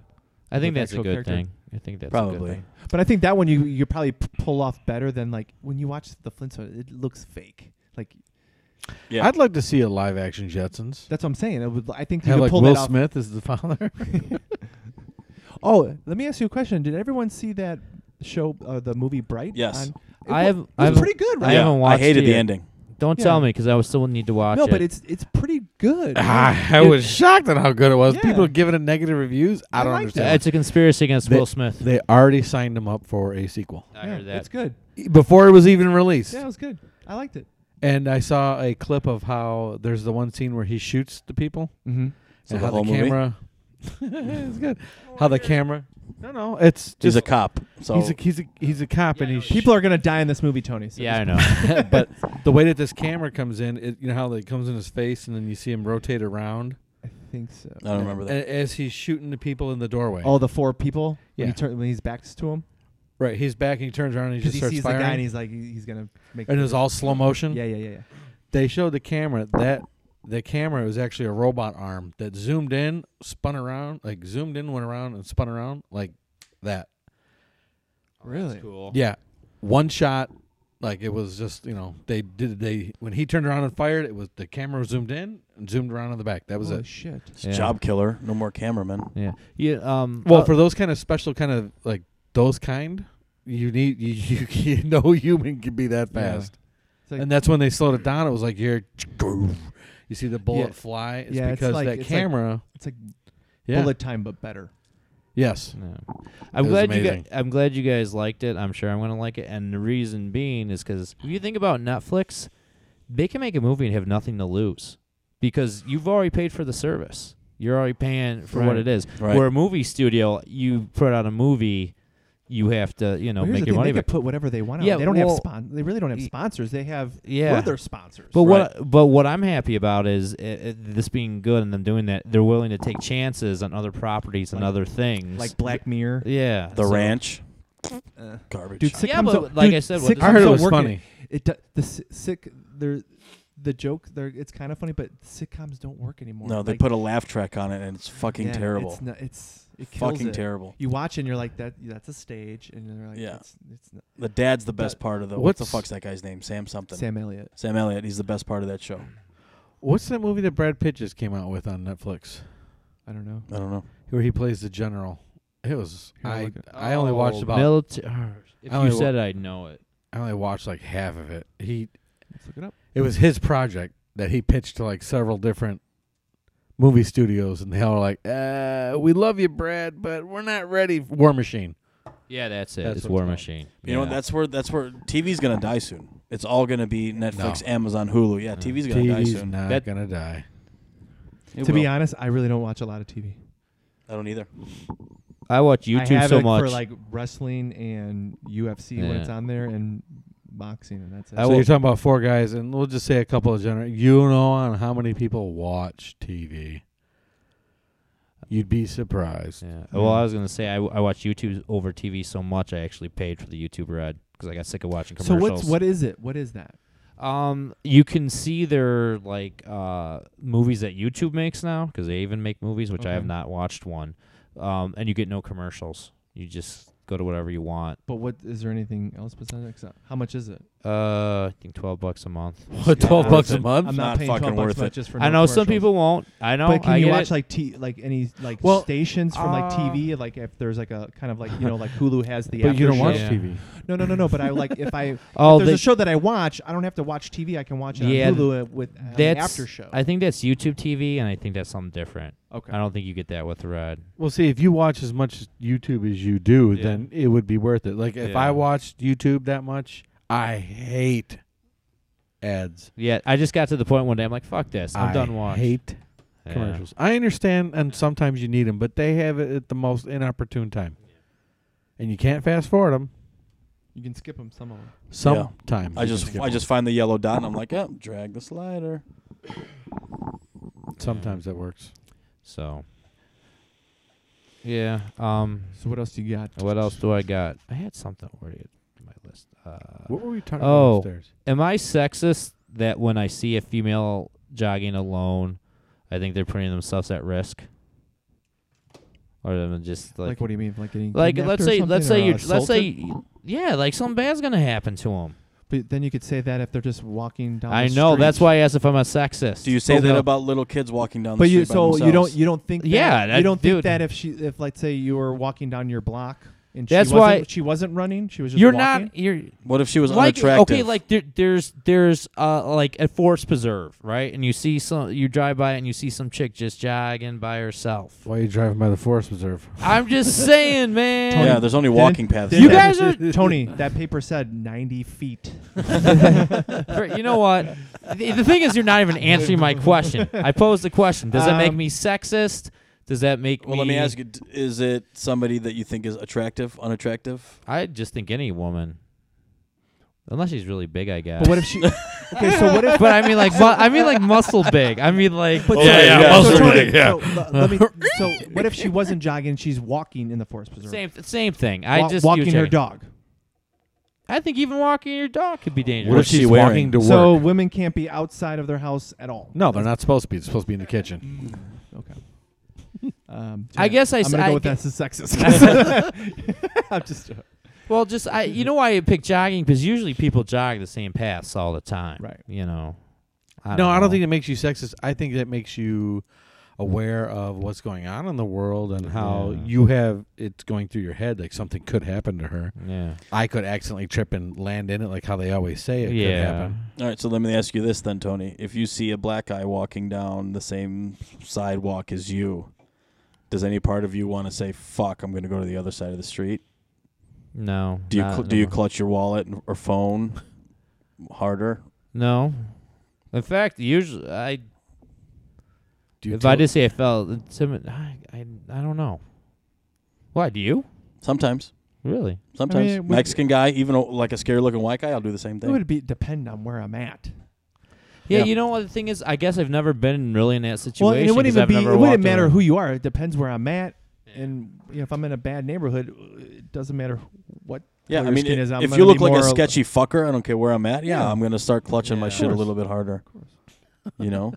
S2: I think
S1: with
S2: that's a
S1: actual
S2: good
S1: character.
S2: thing. I think that's a good
S4: Probably.
S2: thing.
S1: But I think that one you you probably p- pull off better than like when you watch the Flintstone. It looks fake. Like
S4: Yeah.
S3: I'd like to see a live action Jetsons.
S1: that's what I'm saying. It would, I think you
S3: Have
S1: could
S3: like
S1: pull
S3: Will
S1: that off.
S3: Smith as the father.
S1: Oh, let me ask you a question. Did everyone see that show, uh, the movie Bright?
S4: Yes.
S1: on- it
S2: I
S1: wa-
S2: have-
S1: It was
S2: I have-
S1: pretty good,
S2: I
S1: right?
S4: Yeah,
S2: haven't watched
S4: I hated the
S2: it.
S4: ending.
S2: Don't
S1: Yeah.
S2: tell me cuz I still need to watch
S1: no,
S2: it.
S1: but it's it's pretty good.
S3: Ah, I was shocked at how good it was.
S1: Yeah.
S3: People are giving it negative reviews. I,
S1: I
S3: don't
S1: liked
S3: understand.
S2: it's a conspiracy against
S3: They-
S2: Will Smith.
S3: They already signed him up for a sequel
S2: I
S1: Yeah,
S2: heard that.
S1: It's good.
S3: before it was even released.
S1: Yeah, it was good. I liked it.
S3: And I saw a clip of how there's the one scene where he shoots the people.
S1: Mm-hmm.
S4: So
S3: and
S4: the
S3: how
S4: whole
S3: the
S4: movie?
S3: camera. it's good. How the camera. No, no, it's just
S4: He's a cop. So
S3: He's a he's a, he's a cop, and he's
S1: People are gonna die in this movie, Tony. So
S2: Yeah, I
S1: just-
S2: know.
S3: but the way that this camera comes in, it, you know how it comes in his face, and then you see him rotate around
S1: I think so.
S4: I don't remember that.
S3: a- as he's shooting the people in the doorway.
S1: All the four people. When
S3: Yeah.
S1: he turn, when he's backs to him,
S3: right, he's back and he turns around and he
S1: because
S3: just
S1: he
S3: starts
S1: sees
S3: firing,
S1: the guy and
S3: and,
S1: he's like, he- he's gonna make.
S3: it was all slow motion.
S1: yeah, yeah, yeah, yeah.
S3: They showed the camera that the camera was actually a robot arm that zoomed in, spun around, like zoomed in, went around, and spun around like that.
S4: Oh,
S1: Really?
S2: cool.
S3: Yeah, one shot. Like it was just you know they did they when he turned around and fired it was the camera zoomed in and zoomed around in the back that was
S1: Holy
S3: it
S1: shit.
S4: It's
S2: Yeah.
S4: Job killer. No more cameraman.
S2: Yeah. Yeah. Um.
S3: Well,
S2: uh,
S3: for those kind of special kind of like those kind, you need you, you can't- no human can be that
S1: Yeah.
S3: fast.
S1: It's like-
S3: and that's when they slowed it down. It was like you're, you see the bullet
S1: Yeah.
S3: fly. It's
S1: Yeah, it's
S3: because
S1: like-
S3: that
S1: it's like
S3: camera.
S1: it's like
S3: yeah.
S1: bullet time, but better.
S3: Yes.
S2: yeah. I'm
S3: was
S2: glad you guys.
S3: amazing.
S2: I'm glad you guys liked it. I'm sure I'm gonna like it. And the reason being is because if you think about Netflix, they can make a movie and have nothing to lose because you've already paid for the service. You're already paying for what
S1: Right.
S2: it is.
S4: Right.
S2: Where a movie studio, you put out a movie, you have to, you know,
S1: Well, here's
S2: make
S1: the
S2: your
S1: thing,
S2: money
S1: They
S2: back.
S1: could put whatever they want.
S2: Yeah,
S1: out. they don't
S2: well,
S1: have spon- They really don't have
S2: y-
S1: sponsors. They have
S2: yeah.
S1: further sponsors.
S2: But what but what I'm happy about is uh, uh, this being good and them doing that. They're willing to take chances on other properties and
S1: Like-
S2: other things.
S1: like Black Mirror,
S2: yeah,
S4: The
S2: so-
S4: ranch. Garbage.
S1: dude. Sick
S2: Yeah,
S1: comes
S2: but
S1: out-
S2: like
S1: dude,
S2: I said, what
S1: sick
S2: does-
S3: I heard
S1: comes
S3: it
S1: out
S3: was
S1: working.
S3: funny.
S1: It do- the si- sick there, the joke there. It's kind of funny, but sitcoms don't work anymore.
S4: no, they
S1: Like,
S4: put a laugh track on it, and it's fucking
S1: yeah,
S4: terrible.
S1: It's, not, it's it kills
S4: fucking
S1: it.
S4: terrible.
S1: You watch and you're like that. That's a stage, and you're like,
S4: Yeah.
S1: yeah, it's, it's not.
S4: The dad's the best part of the. What the
S3: what's-
S4: fuck's that guy's name? Sam something. Sam,
S1: Sam Elliott.
S4: Elliott. He's the best part of that show.
S3: What's that movie that Brad Pitt just came out with on Netflix,
S1: I don't know.
S4: I don't know.
S3: where he plays the general? It was
S1: Here, I'll
S3: I.
S1: look it-
S3: I only watched
S2: Oh,
S3: about.
S1: uh,
S2: milita- If
S3: I only
S2: you
S3: wa-
S2: said it, I know it.
S3: I only watched like half of it. He.
S1: Let's look it up.
S3: It was his project that he pitched to like several different movie studios, and they all were like, uh, "We love you, Brad, but we're not ready." for War Machine.
S2: Yeah, that's it.
S3: That's
S2: it's
S3: what
S2: War
S3: it's called.
S2: Machine.
S4: You know
S2: Yeah.
S4: that's where that's where TV's gonna die soon. It's all gonna be Netflix, Amazon, Hulu. Yeah, TV's gonna die
S3: TV's
S4: soon.
S3: not
S2: That-
S3: gonna die.
S4: It
S1: to be
S4: will.
S1: honest, I really don't watch a lot of TV.
S4: I don't either.
S2: I watch
S1: I
S2: YouTube
S1: have
S2: so
S1: it
S2: much.
S1: for like wrestling and UFC when it's
S2: Yeah.
S1: on there and boxing and that's it.
S2: I
S3: so
S2: will-
S3: you're talking about four guys, and we'll just say a couple of general. You know, on how many people watch TV? You'd be surprised.
S2: yeah. Well, I was gonna say I, I watch YouTube over TV so much I actually paid for the YouTube Red because I got sick of watching
S1: so
S2: commercials.
S1: what's what is it? What is that?
S2: Um, you can see their like uh movies that YouTube makes now because they even make movies, which I have
S1: Okay.
S2: not watched one. Um, and you get no commercials. You just go to whatever you want.
S1: But what is there anything else besides that? 'Cause, uh, How much is it?
S2: Uh, I think twelve bucks a month.
S3: What,
S1: Yeah,
S3: twelve
S1: I'm
S3: bucks a
S1: not-
S3: month?
S1: I'm not,
S4: not
S1: paying
S4: fucking
S1: 12 bucks
S4: worth
S1: a month
S4: it.
S1: just for
S2: I
S1: no
S2: know some
S1: commercials.
S2: people won't. I know.
S1: But can
S2: I
S1: you
S2: get
S1: watch
S2: it.
S1: like t- like any like
S3: Well,
S1: stations from like
S2: uh,
S1: TV? Like if there's like a kind of like you know like Hulu has the.
S3: but you don't
S1: after
S3: watch
S1: show.
S2: Yeah.
S3: TV.
S1: No, no, no, no. But I like if I if
S2: oh,
S1: there's
S2: they-
S1: a show that I watch, I don't have to watch TV. I can watch it
S2: Yeah,
S1: on Hulu uh, with uh, on the
S2: that's
S1: after show.
S2: I think that's YouTube TV, and I think that's something different.
S1: okay.
S2: I don't think you get that with Red.
S3: Well, see, if you watch as much YouTube as you do,
S2: Yeah.
S3: then it would be worth it. Like if
S2: Yeah.
S3: I watched YouTube that much, I hate ads.
S2: Yeah, I just got to the point one day. I'm like, fuck this. I'm
S3: I
S2: done watching.
S3: Hate
S2: Yeah.
S3: commercials. I understand, and sometimes you need them, but they have it at the most inopportune time, and you can't fast forward them.
S1: you can skip them some of them.
S3: Sometimes
S4: I
S3: you
S4: just
S3: skip
S4: I
S3: 'em.
S4: just find the yellow dot, and I'm like, yeah, drag the slider.
S3: sometimes that works.
S2: So. Yeah. Um.
S1: So what else do you got?
S2: What else do I got? I had something already on my list. Uh,
S3: What were we talking
S2: Oh.
S3: about upstairs?
S2: am I sexist that when I see a female jogging alone, I think they're putting themselves at risk? Or am I just
S1: Like,
S2: like,
S1: what do you mean? Like getting
S2: like,
S1: kidnapped
S2: let's
S1: or
S2: say
S1: something,
S2: let's say
S1: or
S2: you let's say
S1: assaulted?
S2: you- yeah like something bad's gonna happen to them.
S1: But then you could say that if they're just walking down.
S2: I
S1: the
S2: know that's
S1: street.
S2: why I asked if I'm a sexist.
S4: Do you say
S1: Oh,
S4: that
S1: no.
S4: about little kids walking down the
S1: But you
S4: street by
S1: so you don't
S4: themselves?
S1: you don't think that,
S2: Yeah, that-
S1: you don't
S2: dude.
S1: think that if she if let's say you were walking down your block and
S2: That's
S1: she wasn't,
S2: why-
S1: she wasn't running she was just
S2: You're
S1: walking.
S2: not you're
S4: What if she was
S2: like
S4: unattractive?
S2: okay like there, there's there's uh like a forest preserve right and you see some you drive by and you see some chick just jogging by herself.
S3: Why are you driving by the forest reserve?
S2: I'm just saying, man.
S4: yeah, there's only
S1: Didn't-
S4: walking paths.
S2: You
S4: there.
S2: guys are-
S1: Tony. That paper said ninety feet.
S2: For- you know what? The, the thing is, you're not even answering my question. I posed the question. Does that make
S1: Um,
S2: me sexist? Does that make
S4: Well,
S2: me?
S4: let me ask you: d- Is it somebody that you think is attractive, unattractive?
S2: I just think any woman, unless she's really big, I guess.
S1: But what if she? Okay, so what if?
S2: But I mean, like, mu- I mean, like muscle big. I mean, like,
S1: But
S5: Oh, yeah,
S1: so-
S5: yeah,
S1: so
S5: muscle
S1: Tony,
S5: big, yeah.
S1: So, le- let me, so what if she wasn't jogging? She's walking in the forest preserve.
S2: same, same thing. I
S1: Wa-
S2: just
S1: walking
S2: you
S1: her
S2: check-
S1: dog.
S2: I think even walking your dog could be dangerous.
S4: What if she- she's wearing?
S3: walking to work?
S1: So women can't be outside of their house at all.
S3: no, they're not supposed to be. They're supposed to be in the kitchen.
S1: Okay. Um,
S2: I guess I
S1: am
S2: s-
S1: gonna
S2: I
S1: go with
S2: gu-
S1: that's a sexist. I'm just joking.
S2: well, just I, you know, why I pick jogging because usually people jog the same paths all the time,
S1: Right.
S2: You know. I
S3: no, I don't
S2: know.
S3: think it makes you sexist. I think that makes you aware of what's going on in the world and how
S2: Yeah.
S3: you have it's going through your head. Like something could happen to her.
S2: Yeah.
S3: I could accidentally trip and land in it, like how they always say it could
S2: yeah.
S3: happen.
S4: All right, so let me ask you this then, Tony: If you see a black guy walking down the same sidewalk as you, does any part of you want to say "fuck"? I'm going to go to the other side of the street.
S2: No.
S4: Do you
S2: not
S4: cl- do you
S2: anymore.
S4: clutch your wallet and- or phone harder?
S2: No. In fact, usually I
S3: Do you
S2: if I
S3: tell-
S2: did say I felt intimidated, I, I I don't know. Why do you?
S4: Sometimes
S2: Really?
S4: Sometimes
S1: it would-
S4: Mexican guy, even o- like a scary looking white guy, I'll do the same
S1: It
S4: thing.
S1: would be depend on where I'm at.
S2: Yeah,
S4: Yeah.
S2: You know what the thing is? I guess I've never been really in that situation.
S1: Well, and it
S2: 'cause
S1: wouldn't even
S2: I've
S1: be.
S2: never
S1: It
S2: walked
S1: wouldn't matter
S2: around-
S1: who you are. It depends where I'm at, and you know, if I'm in a bad neighborhood, it doesn't matter what.
S4: yeah,
S1: color
S4: I
S1: your
S4: mean,
S1: skin is.
S4: i-
S1: I'm
S4: if
S1: gonna
S4: you look
S1: be
S4: like a
S1: more-
S4: sketchy fucker, I don't care where I'm at. Yeah,
S1: Yeah.
S4: I'm gonna start clutching my
S2: Yeah.
S4: shit a
S1: Course.
S4: little bit harder. You know,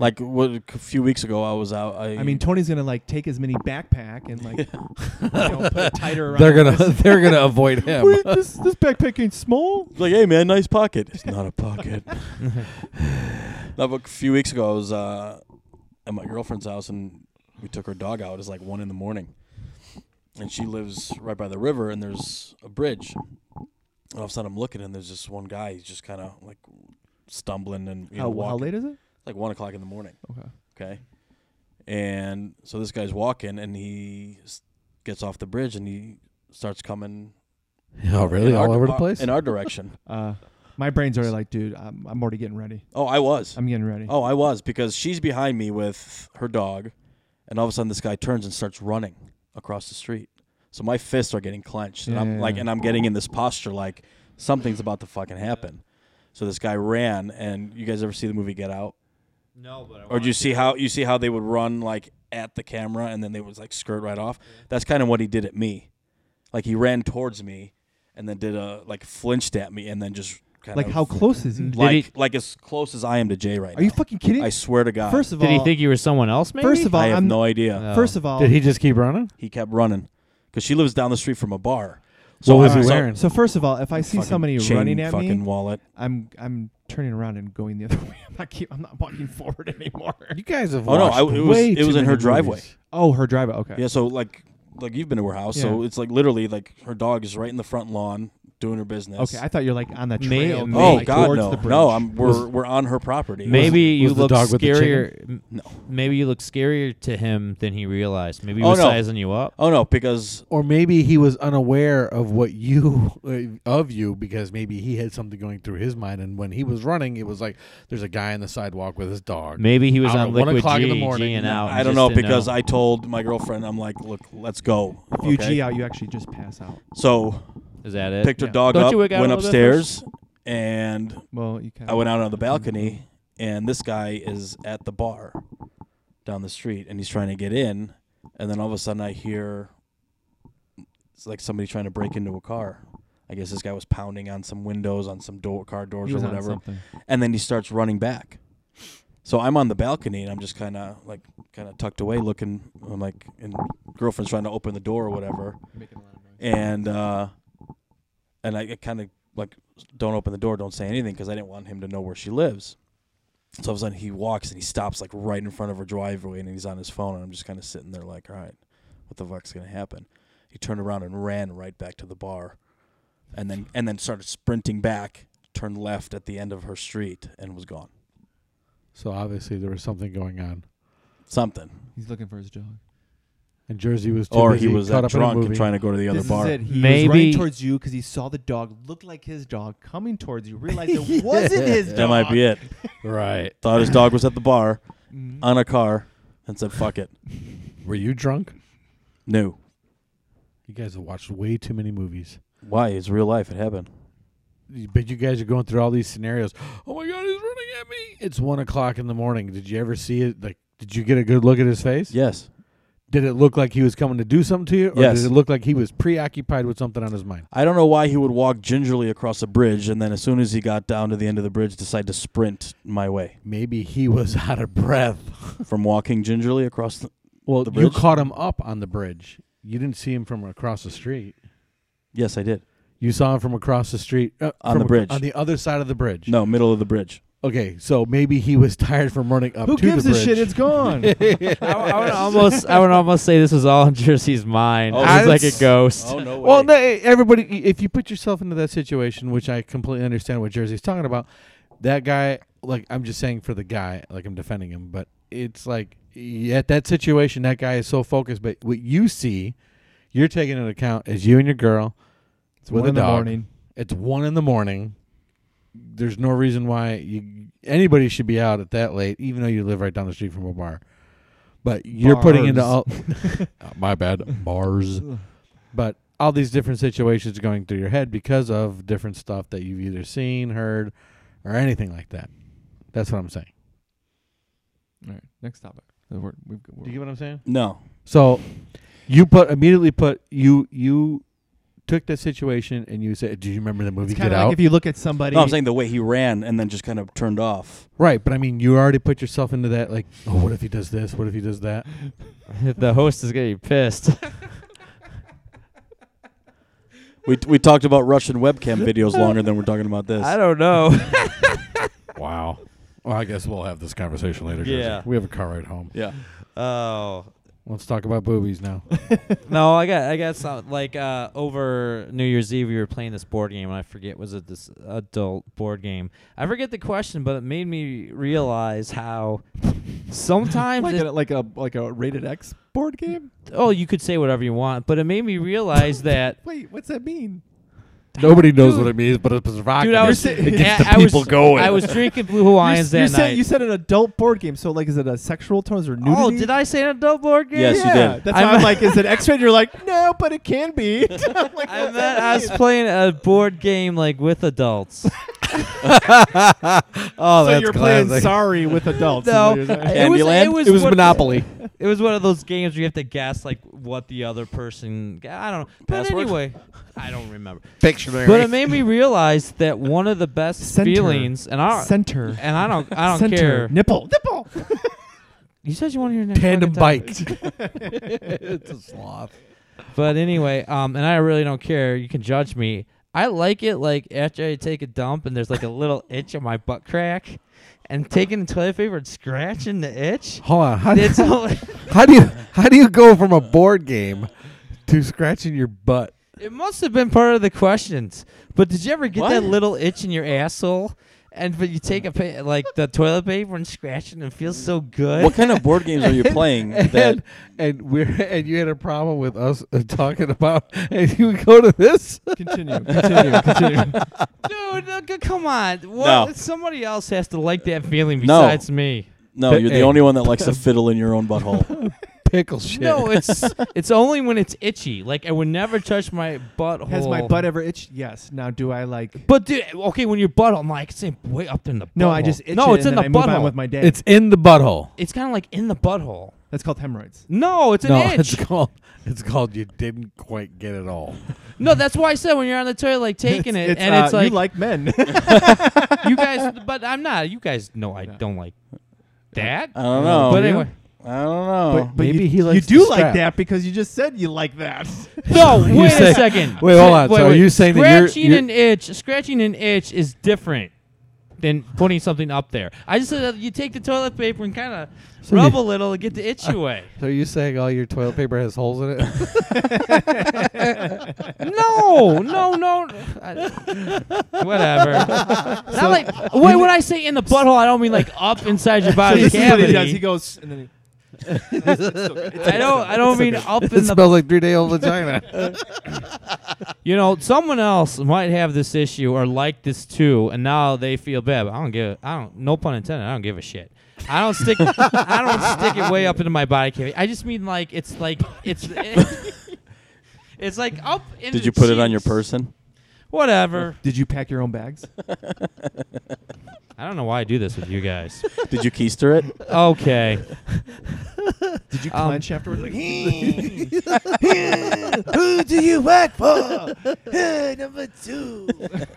S4: like what, a few weeks ago, I was out. I,
S1: I mean, Tony's gonna like take his mini backpack and like you know, put it tighter around.
S3: They're gonna they're gonna avoid him.
S1: Wait, this this backpack ain't small.
S4: It's like, hey man, nice pocket. It's not a pocket. no, but a few weeks ago, I was uh, at my girlfriend's house and we took her dog out. It's like one in the morning, and she lives right by the river, and there's a bridge. And all of a sudden, I'm looking, and there's this one guy. He's just kind of like stumbling and you know,
S1: How, how
S4: walking.
S1: late is it?
S4: Like one o'clock in the morning.
S1: Okay.
S4: Okay. And so this guy's walking, and he s- gets off the bridge, and he starts coming.
S3: Oh really?
S4: in our
S3: All
S4: di-
S3: over the
S4: uh,
S3: place?
S4: in our direction.
S1: Uh, my brain's already like, dude, I'm, I'm already getting ready.
S4: Oh, I was.
S1: I'm getting ready.
S4: Oh, I was because she's behind me with her dog, and all of a sudden this guy turns and starts running across the street. So my fists are getting clenched, and I'm
S1: Yeah.
S4: like, and I'm getting in this posture like something's about to fucking happen. So this guy ran, and you guys ever see the movie Get Out?
S2: No, but I
S4: Or do you see how you see how they would run like at the camera, and then they would like skirt right off? That's kind of what he did at me. Like he ran towards me, and then did a like flinched at me, and then just kind
S1: like
S4: of
S1: how close is he?
S2: Did
S4: like
S2: he-
S4: like as close as I am to Jay right
S1: Are you
S4: now.
S1: fucking kidding?
S4: I swear to God.
S1: first of
S2: Did
S1: all,
S2: he think you were someone else? Maybe.
S1: first of all,
S4: I have
S1: I'm
S4: no idea.
S2: No.
S1: first of all,
S3: Did he just keep running?
S4: He kept running because she lives down the street from a bar.
S3: what was
S4: I-
S3: he
S4: so-
S3: wearing?
S1: so first of all, if I see
S4: fucking
S1: somebody
S4: chain
S1: running at
S4: fucking
S1: me,
S4: wallet.
S1: I'm I'm turning around and going the other way. I'm not keep, I'm not walking forward anymore.
S3: you guys have
S4: Oh, no,
S3: watched
S4: I- it was-
S3: way
S4: it
S3: too
S4: was in
S3: many
S4: her driveway.
S3: movies.
S1: Oh, her driver. Okay.
S4: Yeah, so like, like you've been to her house, so
S1: Yeah.
S4: it's like literally like her dog is right in the front lawn doing her business.
S1: Okay. I thought you're like on the
S2: May-
S1: trail.
S2: may-
S4: oh
S1: like,
S4: God,
S1: towards
S4: no,
S1: the bridge.
S4: no, I'm we're
S3: Was-
S4: we're on her property.
S2: Maybe
S3: was
S2: you
S3: the
S2: look
S3: dog with the
S2: scarier. m-
S4: No.
S2: Maybe you look scarier to him than he realized. Maybe he
S4: Oh,
S2: was
S4: no.
S2: sizing you up.
S4: Oh no, because
S3: Or maybe he was unaware of what you uh, of you because maybe he had something going through his mind, and when he was running, it was like there's a guy on the sidewalk with his dog.
S2: Maybe he was
S3: Out
S2: on
S3: at one
S2: liquid
S3: o'clock
S2: G,
S3: in the morning.
S2: G and out.
S4: I don't know because I told my girlfriend I'm like, look, let's go.
S1: If you
S4: okay?
S1: G out, you actually just pass out.
S4: So
S2: is that it?
S4: picked her
S1: Yeah.
S4: dog
S2: Don't
S4: up,
S2: you wake out
S4: went
S2: a little bit
S4: upstairs, and
S1: Well, you kind
S4: I went out on the balcony, and this guy is at the bar down the street, and he's trying to get in, and then all of a sudden I hear it's like somebody trying to break into a car. I guess this guy was pounding on some windows, on some door, car doors,
S1: He
S4: or
S1: was on
S4: whatever,
S1: something.
S4: and then he starts running back. So I'm on the balcony, and I'm just kind of like kind of tucked away, looking. I'm like, and girlfriend's trying to open the door or whatever, and uh, and I kind of like don't open the door, don't say anything because I didn't want him to know where she lives. So all of a sudden he walks and he stops like right in front of her driveway and he's on his phone and I'm just kind of sitting there like, all right, what the fuck's gonna happen? He turned around and ran right back to the bar, and then and then started sprinting back, turned left at the end of her street and was gone.
S3: So obviously there was something going on,
S4: Something,
S1: He's looking for his dog.
S3: and Jersey was too
S4: or
S3: busy,
S4: he was
S3: caught
S4: that
S3: up
S4: drunk
S3: in a
S4: and
S3: movie.
S4: trying to go to the other
S1: this
S4: bar.
S1: Is it. He was
S2: Maybe-
S1: running towards you because he saw the dog look like his dog coming towards you. Realized it wasn't his dog.
S4: That might be it.
S3: right?
S4: Thought his dog was at the bar
S1: Mhm.
S4: on a car and said, "Fuck it,
S3: Were you drunk?
S4: no."
S3: You guys have watched way too many movies.
S4: Why? It's real life. It happened.
S3: But you guys are going through all these scenarios. Oh my God, he's running at me! It's one o'clock in the morning. Did you ever see it? Like, did you get a good look at his face?
S4: Yes.
S3: Did it look like he was coming to do something to you, or
S4: Yes.
S3: did it look like he was preoccupied with something on his mind?
S4: I don't know why he would walk gingerly across a bridge and then as soon as he got down to the end of the bridge decide to sprint my way
S3: Maybe he was out of breath.
S4: from walking gingerly across the
S3: Well,
S4: The
S3: you
S4: bridge?
S3: caught him up on the bridge. You didn't see him from across the street.
S4: Yes, I did.
S3: You saw him from across the street uh,
S4: On the
S3: from-
S4: bridge.
S3: on the other side of the bridge.
S4: No, middle of the bridge.
S3: Okay, so maybe he was tired from running up.
S1: Who
S3: to
S1: gives
S3: the
S1: a
S3: bridge.
S1: shit? It's gone.
S2: I, I would almost, I would almost say this was all in Jersey's mind.
S4: Oh,
S2: I was like a
S3: it's-
S2: ghost.
S1: Oh,
S4: no
S3: Well, no, eh, everybody, e, if you put yourself into that situation, which I completely understand what Jersey's talking about, that guy, like, I'm just saying for the guy, like, I'm defending him, but it's like, y- at that situation, that guy is so focused, but what you see, you're taking into account is you and your girl.
S1: It's
S3: With
S1: one
S3: a
S1: in the
S3: dog.
S1: morning.
S3: It's one in the morning. There's no reason why you anybody should be out at that late, even though you live right down the street from a bar. But you're putting into all. Uh,
S1: Bars.
S3: my bad, bars. But all these different situations going through your head because of different stuff that you've either seen, heard, or anything like that. That's what I'm saying.
S1: All right, next topic. Uh, We're, we've,
S3: Do
S1: we're,
S3: you get what I'm saying?
S4: No.
S3: So you put immediately put you you took that situation and you said, "Do you remember the movie
S1: it's
S3: Get
S1: kind of
S3: Out?"
S1: like if you look at somebody.
S4: No, I'm saying the way he ran and then just kind of turned off.
S3: right, but I mean, you already put yourself into that. Like, oh, what if he does this? What if he does that?
S2: the host is gonna be pissed.
S4: We, we talked about Russian webcam videos longer than we're talking about this.
S2: I don't know.
S3: Wow. Well, I guess we'll have this conversation later.
S2: Yeah.
S3: we have a car ride home.
S4: yeah.
S2: Oh
S3: Let's talk about boobies now.
S2: no, I got I got some like uh, over New Year's Eve we were playing this board game and I forget was it this adult board game. I forget the question, but it made me realize how sometimes
S1: like
S2: it-
S1: a, like a like a rated X board game.
S2: oh you could say whatever you want, but it made me realize that
S1: Wait, what's that mean?
S3: Nobody knows
S2: Dude.
S3: what it means, but it's provocative.
S2: Dude, I was,
S1: It gets
S2: I-
S1: the
S2: I was-
S5: people going.
S2: I was drinking Blue Hawaiians
S1: you,
S2: that
S1: said,
S2: night.
S1: you said an adult board game. So like, is it a sexual tone? Is there nudity?
S2: oh, did I say an adult board game?
S4: Yes, you
S1: yeah,
S4: did.
S1: that's
S2: I
S1: why I'm
S2: meant-
S1: like, is it X-rated? You're like, no, but it can be. I'm like,
S2: I
S1: what's
S2: meant
S1: that
S2: I was
S1: mean?
S2: playing a board game like with adults.
S3: oh,
S1: so you're playing sorry with adults. is
S2: no,
S1: what you're saying.
S2: it was,
S4: Candyland?
S2: it was
S3: It was
S2: one-
S3: Monopoly.
S2: It was one of those games where you have to guess like what the other person. I don't know. But
S4: Password?
S2: anyway, I don't remember.
S5: Pictionary.
S2: But it made me realize that one of the best
S1: Center.
S2: feelings, and I
S1: Center.
S2: and I don't, I don't
S1: Center.
S2: care.
S1: Nipple. Nipple.
S2: You said you want to hear next
S3: tandem
S2: fucking topic.
S3: bike. it's a sloth.
S2: But anyway, um, and I really don't care. You can judge me. I like it like after I take a dump and there's like a little itch on my butt crack, and taking the toilet paper and scratching the itch.
S3: Hold on. How do,
S2: It's
S3: you,
S2: all,
S3: how do you how do you go from a board game to scratching your butt?
S2: it must have been part of the questions. But did you ever get that
S4: What?
S2: little itch in your asshole? And but you take a pa- like the toilet paper and scratch it and it feels so good.
S4: What kind of board games are you playing that
S3: And, and we're and you had a problem with us uh, talking about and you go to this.
S1: Continue. Continue. Continue.
S2: Dude, look, come on. What?
S4: No.
S2: Somebody else has to like that feeling
S4: No.
S2: besides me.
S4: No,
S3: But,
S4: you're
S3: hey.
S4: the only one that likes to fiddle in your own butthole.
S3: Pickle shit.
S2: No, it's it's only when it's itchy. Like I would never touch my butthole.
S1: Has my butt ever itched? Yes. Now, do I like?
S2: Oh. But dude, okay, when your butt, I'm like, it's in- way up in the. Butthole.
S1: no, I just itch
S2: no,
S1: it
S2: it's
S1: and
S2: in
S1: then
S2: the
S1: I move on
S2: butthole.
S1: with my day.
S3: It's in the butthole.
S2: it's kind of like in the butthole.
S1: that's called hemorrhoids.
S2: No, it's an
S3: no,
S2: itch.
S3: it's called it's called you didn't quite get it all.
S2: no, that's why I said when you're on the toilet, like taking
S1: It's-
S2: it,
S1: it's,
S2: and
S1: uh,
S2: it's like
S1: you like men.
S2: you guys. But I'm not. You guys know I
S1: No.
S2: don't like that.
S4: I don't know.
S2: but anyway,
S4: I don't
S2: Oh,
S4: know.
S3: Maybe
S1: you,
S3: he likes
S1: You
S3: the
S1: do like
S3: strap.
S1: that because you just said you like that.
S2: no.
S3: You
S2: Wait
S3: say-
S2: a second.
S3: Wait, hold on.
S2: Wait,
S3: so are
S2: wait.
S3: you saying that you're,
S2: scratching
S3: you're-
S2: an itch, scratching an itch is different than putting something up there. I just said that you take the toilet paper and kind of
S3: So
S2: rub
S3: you-
S2: a little and get the itch away.
S3: so are you saying all your toilet paper has holes in it?
S2: no, no, no. I- whatever. Not like wait, when I say in the butthole, I don't mean like up inside your
S1: So
S2: body
S1: this is what he does. He
S2: cavity.
S1: goes and then he.
S2: I don't. I don't mean up
S3: it
S2: in the.
S3: smells like three day old vagina.
S2: You know, someone else might have this issue or like this too, and now they feel bad. But I don't give. I don't. No pun intended. I don't give a shit. I don't stick. I don't stick it way up into my body cavity. I just mean like it's like it's. it's like up. into
S4: Did
S2: the
S4: you put it on your
S2: cheeks.
S4: person?
S2: Whatever.
S1: Did you pack your own bags?
S2: I don't know why I do this with you guys.
S4: Did you keister it?
S2: Oh. Okay.
S1: Did you
S2: Um,
S1: clench afterwards? Like,
S5: Who do you work for? Number two.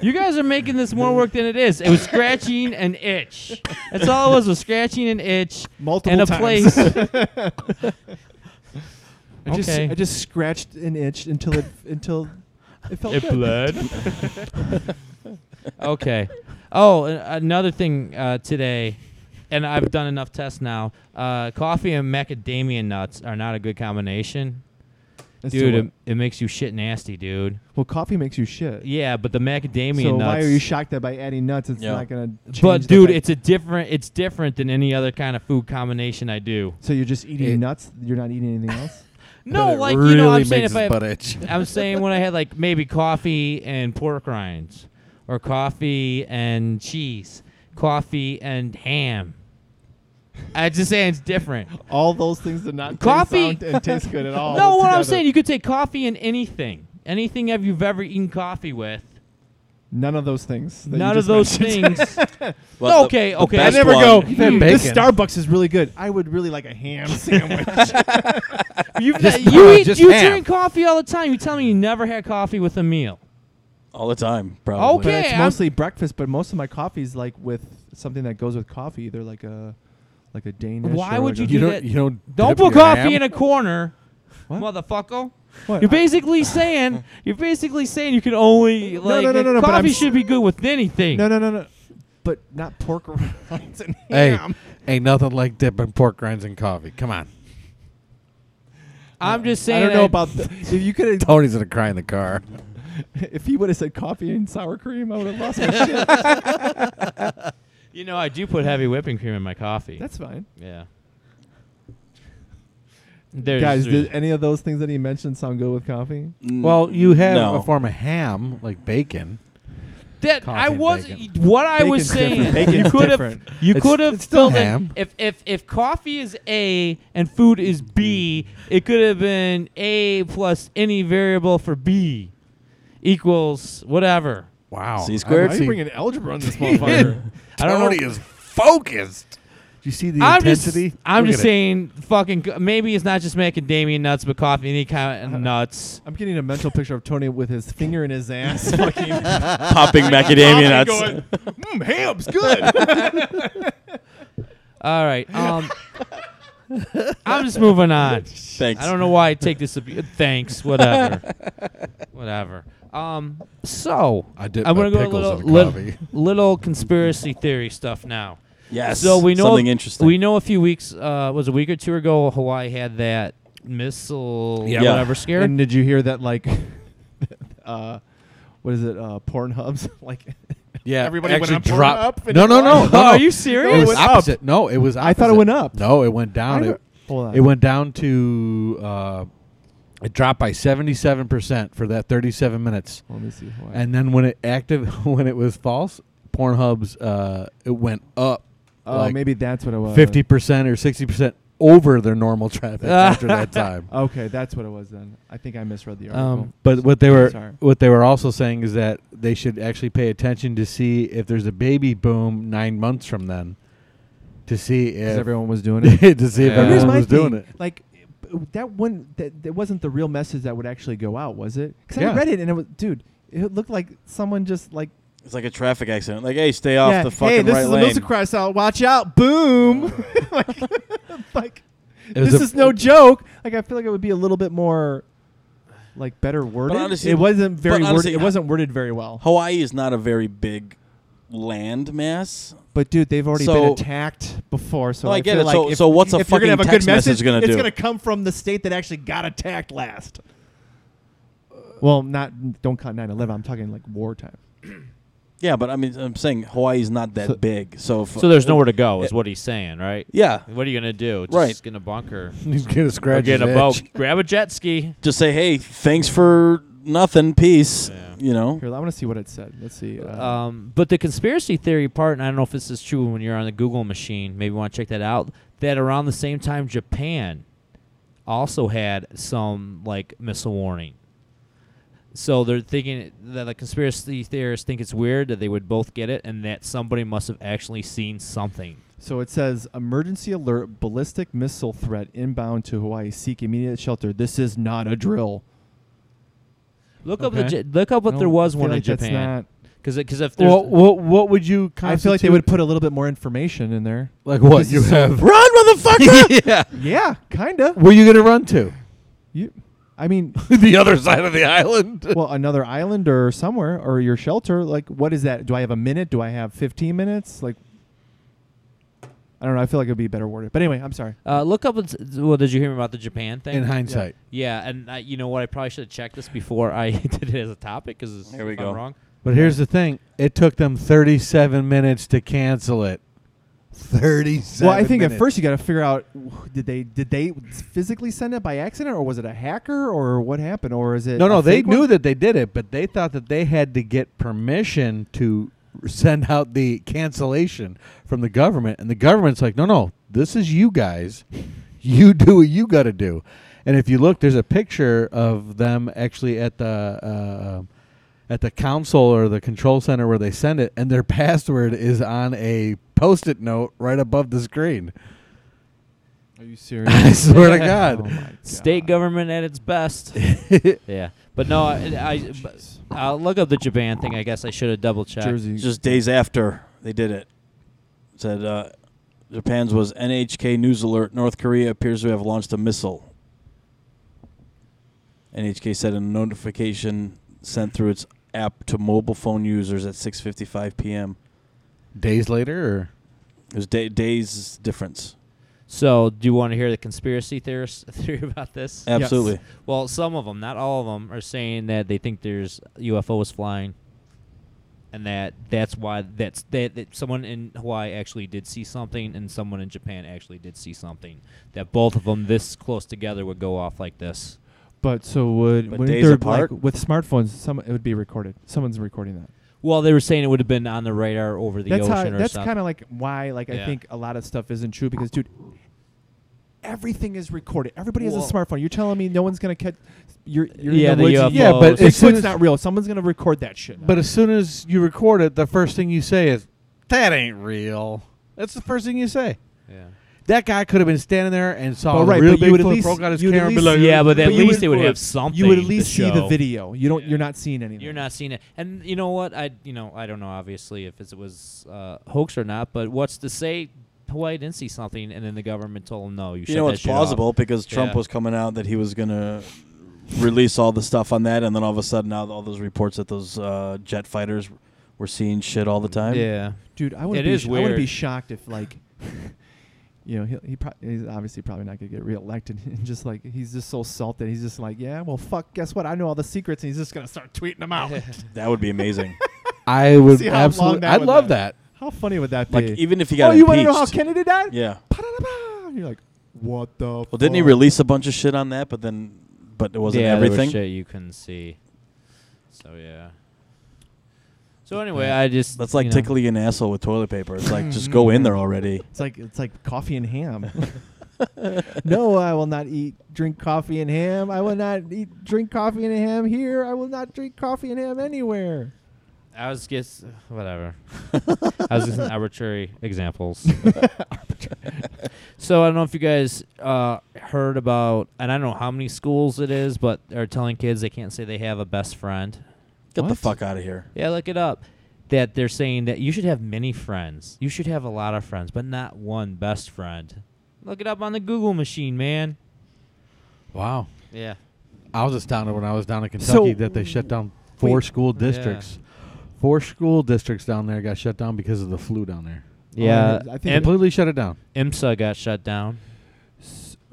S2: You guys are making this more work than it is. It was scratching an itch. That's all it was was scratching an itch
S1: multiple
S2: and a
S1: times.
S2: place.
S1: I just
S2: Okay.
S1: I just scratched an itch until it until it felt good.
S2: okay. Oh, a- another thing uh, today, and I've done enough tests now. Uh, coffee and macadamia nuts are not a good combination,
S1: That's
S2: dude.
S1: the
S2: It,
S1: one.
S2: it makes you shit nasty, dude.
S1: well, coffee makes you shit.
S2: Yeah, but the macadamia
S1: so
S2: nuts.
S1: why are you shocked that by adding nuts it's
S4: Yeah.
S1: not gonna? Change
S2: but
S1: the
S2: dude,
S1: fact-
S2: it's a different. It's different than any other kind of food combination I do.
S1: so you're just eating
S3: it-
S1: nuts. You're not eating anything else.
S2: No,
S3: But it
S2: like
S3: really
S2: you know, I'm
S3: makes
S2: saying
S3: his
S2: if I
S3: butt itch.
S2: I'm saying when I had like maybe coffee and pork rinds, or coffee and cheese, coffee and ham. I just saying it's different.
S1: All those things did not
S2: Coffee-
S1: taste sound and taste good at all.
S2: no, what I'm
S1: together.
S2: saying, you could take coffee and anything. Anything have you've ever eaten coffee with?
S1: None of those things. that you
S2: None of
S1: just
S2: those
S1: mentioned.
S2: things.
S4: Well, the-
S2: okay,
S4: the
S2: okay.
S4: best
S2: I
S1: never
S4: one-
S1: go.
S3: You've had
S1: "Hmm, This
S3: bacon."
S1: Starbucks is really good. I would really like a ham sandwich.
S2: You've
S3: Just-
S2: you
S3: uh,
S2: eat,
S3: just
S2: you
S3: ham.
S2: drink coffee all the time. You tell me you never had coffee with a meal.
S4: All the time, probably.
S1: but
S2: Okay.
S1: it's
S2: I'm-
S1: mostly breakfast. But most of my coffee is like with something that goes with coffee, either like a like a Danish.
S2: Why
S1: or
S2: would
S1: like
S2: you
S1: a,
S2: do
S3: don't.
S2: that-
S3: You don't.
S2: Don't
S3: dip
S2: put
S3: your
S2: coffee
S3: ham?
S2: in a corner,
S1: What?
S2: motherfucker.
S1: What?
S2: You're basically saying you're basically saying you can only like
S1: no, no, no, no, but I'm
S2: coffee
S1: s-
S2: should be good with anything.
S1: No, no, no, no. But not pork rinds and
S3: Hey,
S1: ham.
S3: ain't nothing like dipping pork rinds in coffee. Come on,
S2: I'm just
S1: I
S2: saying.
S1: don't know about
S2: that-
S1: th- if you could
S3: Tony's gonna cry in the car.
S1: if he would have said coffee and sour cream, I would have lost my shit.
S2: you know I do put heavy whipping cream in my coffee.
S1: That's fine,
S2: yeah. There's,
S1: guys. uh,
S2: there's-
S1: Did any of those things that he mentioned sound good with coffee?
S4: Mm,
S3: Well, you have
S4: no.
S3: a form of ham like bacon.
S2: that
S3: coffee
S2: I
S3: and
S2: was
S3: bacon.
S2: what I
S1: Bacon's
S2: was
S1: different.
S2: saying.
S1: Bacon's
S2: you could have
S1: different.
S2: you
S3: It's-
S2: could have
S3: it's still
S2: filled in-
S3: ham.
S2: if if if coffee is A and food is B, it could have been A plus any variable for B equals whatever.
S3: Wow.
S4: C squared?
S3: I
S1: Why
S3: might
S1: are you
S3: see-
S1: bringing algebra on this motherfucker?
S2: I don't know.
S3: Tony is focused. Do you see the
S2: I'm
S3: intensity?
S2: just, I'm
S3: Look
S2: just
S3: at it.
S2: saying, fucking. co- Maybe it's not just making Damien nuts, but coffee, any kind of nuts.
S1: I'm getting a mental picture of Tony with his finger in his ass, fucking
S4: popping macadamia nuts.
S1: going, mm, ham's good.
S2: All right. Um, I'm just moving on.
S4: Thanks.
S2: I don't know why I take this. Abu- thanks. Whatever. whatever. Um. So
S3: I did.
S2: I'm gonna
S3: my
S2: go a
S3: pickles
S2: little
S3: in
S2: little,
S3: coffee.
S2: little conspiracy theory stuff now.
S4: Yes.
S2: So we know
S4: something interesting.
S2: We know a few weeks uh, was a week or two ago Hawaii had that missile
S4: Yeah.
S2: whatever scare.
S1: and did you hear that? Like, uh, what is it? Uh, Pornhub's like.
S3: Yeah,
S1: Everybody went
S3: actually
S1: on Pornhub
S3: dropped.
S1: and
S3: no,
S1: it
S3: no, no, no.
S1: went-
S2: Oh, are
S3: no.
S2: you
S3: It
S2: serious?
S3: was opposite. No, it was. Opposite.
S1: I thought it went up.
S3: No, it went down.
S1: I
S3: It,
S1: Hold on.
S3: it went down to. Uh, it dropped by seventy-seven percent for that thirty-seven minutes,
S1: Let me see. Hawaii.
S3: and then when it active, when it was false, Pornhub's uh, it went up
S1: oh,
S3: like
S1: maybe that's what it was.
S3: fifty percent or sixty percent over their normal traffic after that time.
S1: Okay, that's what it was then. I think I misread the article.
S2: Um,
S3: But what they were
S1: Sorry.
S3: what they were also saying is that they should actually pay attention to see if there's a baby boom nine months from then, to see
S1: Because
S3: if
S1: everyone was doing it.
S3: to see if
S2: Yeah.
S1: Here's
S3: everyone
S1: my
S3: was
S1: thing.
S3: doing it.
S1: Like b- that one. That, that wasn't the real message that would actually go out, was it? Because I
S3: Yeah.
S1: read it and it was, dude. It looked like someone just like
S4: it's like a traffic accident. Like, hey, stay off
S1: yeah,
S4: the fucking
S1: hey, this
S4: right
S1: is a
S4: lane.
S1: missile crash out. Watch out! Boom! like, like
S3: It was
S1: this
S3: a-
S1: is no joke. Like I feel like it would be a little bit more, like better worded.
S4: honestly-
S1: it wasn't very
S4: but honestly,
S1: worded. It wasn't worded very well.
S4: Hawaii is not a very big land mass.
S1: But dude, they've already been
S4: So-
S1: attacked before. So
S4: Well, I get
S1: feel
S4: it.
S1: Like
S4: So-
S1: if,
S4: so what's a
S1: if you're gonna have
S4: fucking
S1: a good
S4: text
S1: message,
S4: message gonna
S1: It's
S4: do?
S1: gonna come from the state that actually got attacked last. Well, not don't count 9/11. I'm talking like wartime.
S4: Yeah, but I mean, I'm saying Hawaii's not that
S2: So-
S4: big. So, if,
S2: so there's nowhere to go, is what he's saying, right?
S4: Yeah,
S2: What are you gonna do? Just
S4: Right.
S2: in a bunker.
S3: He's gonna
S2: Or
S3: scratch
S2: get
S3: his
S2: a
S3: itch.
S2: boat. Grab a jet ski.
S4: just say, hey, thanks for nothing, peace.
S2: Yeah.
S4: You know,
S1: Here, I want to see what it said. Let's see. Uh,
S2: Um, but the conspiracy theory part, and I don't know if this is true when you're on the Google machine, maybe want to check that out, that around the same time Japan also had some like missile warning. So they're thinking that the conspiracy theorists think it's weird that they would both get it and that somebody must have actually seen something.
S1: so it says emergency alert: ballistic missile threat inbound to Hawaii. Seek immediate shelter. This is not a drill.
S2: Look up
S1: Okay.
S2: the J- look up what
S1: No,
S2: there was
S1: I
S2: one
S1: feel
S2: in
S1: like that's
S2: Japan
S1: not-
S2: because because if there's
S3: Well, what what would you?
S1: I feel like they would put a little bit more information in there.
S3: like what
S1: This
S3: you
S1: is so-
S3: have.
S4: run, motherfucker!
S3: yeah.
S1: Yeah, kinda.
S3: Where you gonna run to?
S1: You, I mean,
S3: the other side of the island.
S1: well, another island or somewhere or your shelter. Like, what is that? Do I have a minute? Do I have 15 minutes? Like, I don't know. I feel like it'd be better worded. But anyway, I'm sorry.
S2: uh, look up what's- well did you hear about the Japan thing
S3: In hindsight,
S2: Yeah, and I, you know what? I probably should have checked this before I did it as a topic because
S4: Here we
S2: if
S4: go.
S2: I'm wrong.
S3: but here's the thing: it took them 37 minutes to cancel it. 37.
S1: well, I think at
S3: minutes.
S1: first you got to figure out wh- did they did they physically send it by accident or was it a hacker or what happened or is it
S3: No,
S1: a
S3: no, they
S1: fake
S3: knew
S1: one?
S3: that they did it, but they thought that they had to get permission to send out the cancellation from the government, and the government's like, "No, no, this is you guys. You do what you got to do." And if you look, there's a picture of them actually at the uh, um, at the council or the control center where they send it, and their password is on a post-it note right above the screen.
S1: Are you serious?
S3: I swear to
S1: Oh
S3: God.
S1: my
S2: State
S1: God.
S2: government at its best. yeah, but no, I, I
S1: Jeez.
S2: I'll look up the Japan thing. I guess I should have double checked.
S1: Jersey.
S4: It's just days after they did it. It Said uh, Japan's was NHK news alert: North Korea appears to have launched a missile. NHK said in a notification sent through its app to mobile phone users at 6:55 p.m.
S3: Days later, or
S4: It was day, days difference.
S2: So, do you want to hear the conspiracy theorist theory about this?
S4: Absolutely.
S2: Well, some of them, not all of them, are saying that they think there's UFOs flying, and that that's why that's that, that someone in Hawaii actually did see something, and someone in Japan actually did see something. That both of them this close together would go off like this.
S1: But so would
S4: But
S1: wouldn't
S4: days
S1: there,
S4: apart?
S1: like, with smartphones. Some it would be recorded. Someone's recording that.
S2: Well, they were saying it would have been on the radar over the
S1: that's
S2: ocean
S1: how.
S2: or
S1: That's
S2: something.
S1: kind of like why. Like I
S2: Yeah.
S1: think a lot of stuff isn't true because, dude, everything is recorded. Everybody has
S2: Well-
S1: a smartphone. You're telling me no one's gonna catch. You're, you're
S2: Yeah,
S1: in
S2: the
S1: the, woods.
S2: UFOs.
S1: Yeah, but
S3: As soon
S1: Bigfoot's
S3: as-
S1: not real. Someone's gonna record that shit. now.
S3: but as soon as you record it, the first thing you say is, "That ain't real." That's the first thing you say.
S2: yeah.
S3: That guy could have been standing there and saw
S1: But
S3: a
S1: right,
S3: real
S1: but you would at
S3: Bigfoot,
S1: least-
S3: broke out his
S1: you would
S3: camera,
S1: at
S3: and be
S1: least-
S3: like,
S2: Yeah, but at
S1: you
S2: least they would have something.
S1: you would at
S2: to
S1: least see the
S2: show.
S1: video. You don't.
S2: Yeah.
S1: You're not seeing anything.
S2: You're not seeing it, and you know what? I you know I don't know obviously if it was uh, hoax or not, but what's to say Hawaii didn't see something, and then the government told them no, you,
S4: You
S2: shut
S4: know
S2: that
S4: it's
S2: shit off."
S4: plausible because Trump
S2: Yeah.
S4: was coming out that he was gonna release all the stuff on that, and then all of a sudden now all those reports that those uh, jet fighters were seeing shit all the time.
S2: Yeah,
S1: dude. I wouldn't
S2: It
S1: be.
S2: is
S1: sh- I wouldn't be
S2: weird.
S1: shocked if like. You know, he, he pro- he's obviously probably not going to get reelected. And just like, he's just so salted. He's just like, yeah, well, fuck, guess what? I know all the secrets. And he's just going to start tweeting them out.
S4: That would be amazing.
S3: "I would
S1: See how long
S3: absolutely,
S1: that
S3: I'd
S1: would
S3: love
S1: last.
S3: that."
S1: How funny would that
S4: like
S1: be?
S4: even if he
S1: oh,
S4: got
S1: you
S4: impeached.
S1: want to know how Kennedy died?
S4: yeah.
S1: Pa-da-da-ba. You're like, what the
S4: Well, didn't he release a bunch of shit on that? But then, but it wasn't
S2: yeah, there was
S4: everything.
S2: shit you couldn't see. So yeah. So anyway, I just
S4: That's like
S2: you know,
S4: tickling an asshole with toilet paper. It's like just go in there already.
S1: It's like, it's like coffee and ham. no, I will not eat, drink coffee and ham. I will not eat, drink coffee and ham here. I will not drink coffee and ham anywhere.
S2: I was just whatever. I was using arbitrary examples. so I don't know if you guys uh, heard about, and I don't know how many schools it is, but are telling kids they can't say they have a best friend.
S4: Get the
S1: What?
S4: fuck out of here.
S2: Yeah, look it up. That they're saying that you should have many friends. You should have a lot of friends, but not one best friend. Look it up on the Google machine, man.
S3: Wow,
S2: Yeah.
S3: I was astounded when I was down in Kentucky
S1: So-
S3: that they shut down four
S1: Wait.
S3: school districts. Four school districts down there got shut down because of the flu down there.
S2: Yeah.
S1: I think
S2: Im-
S3: Completely shut it down.
S2: IMSA got shut down.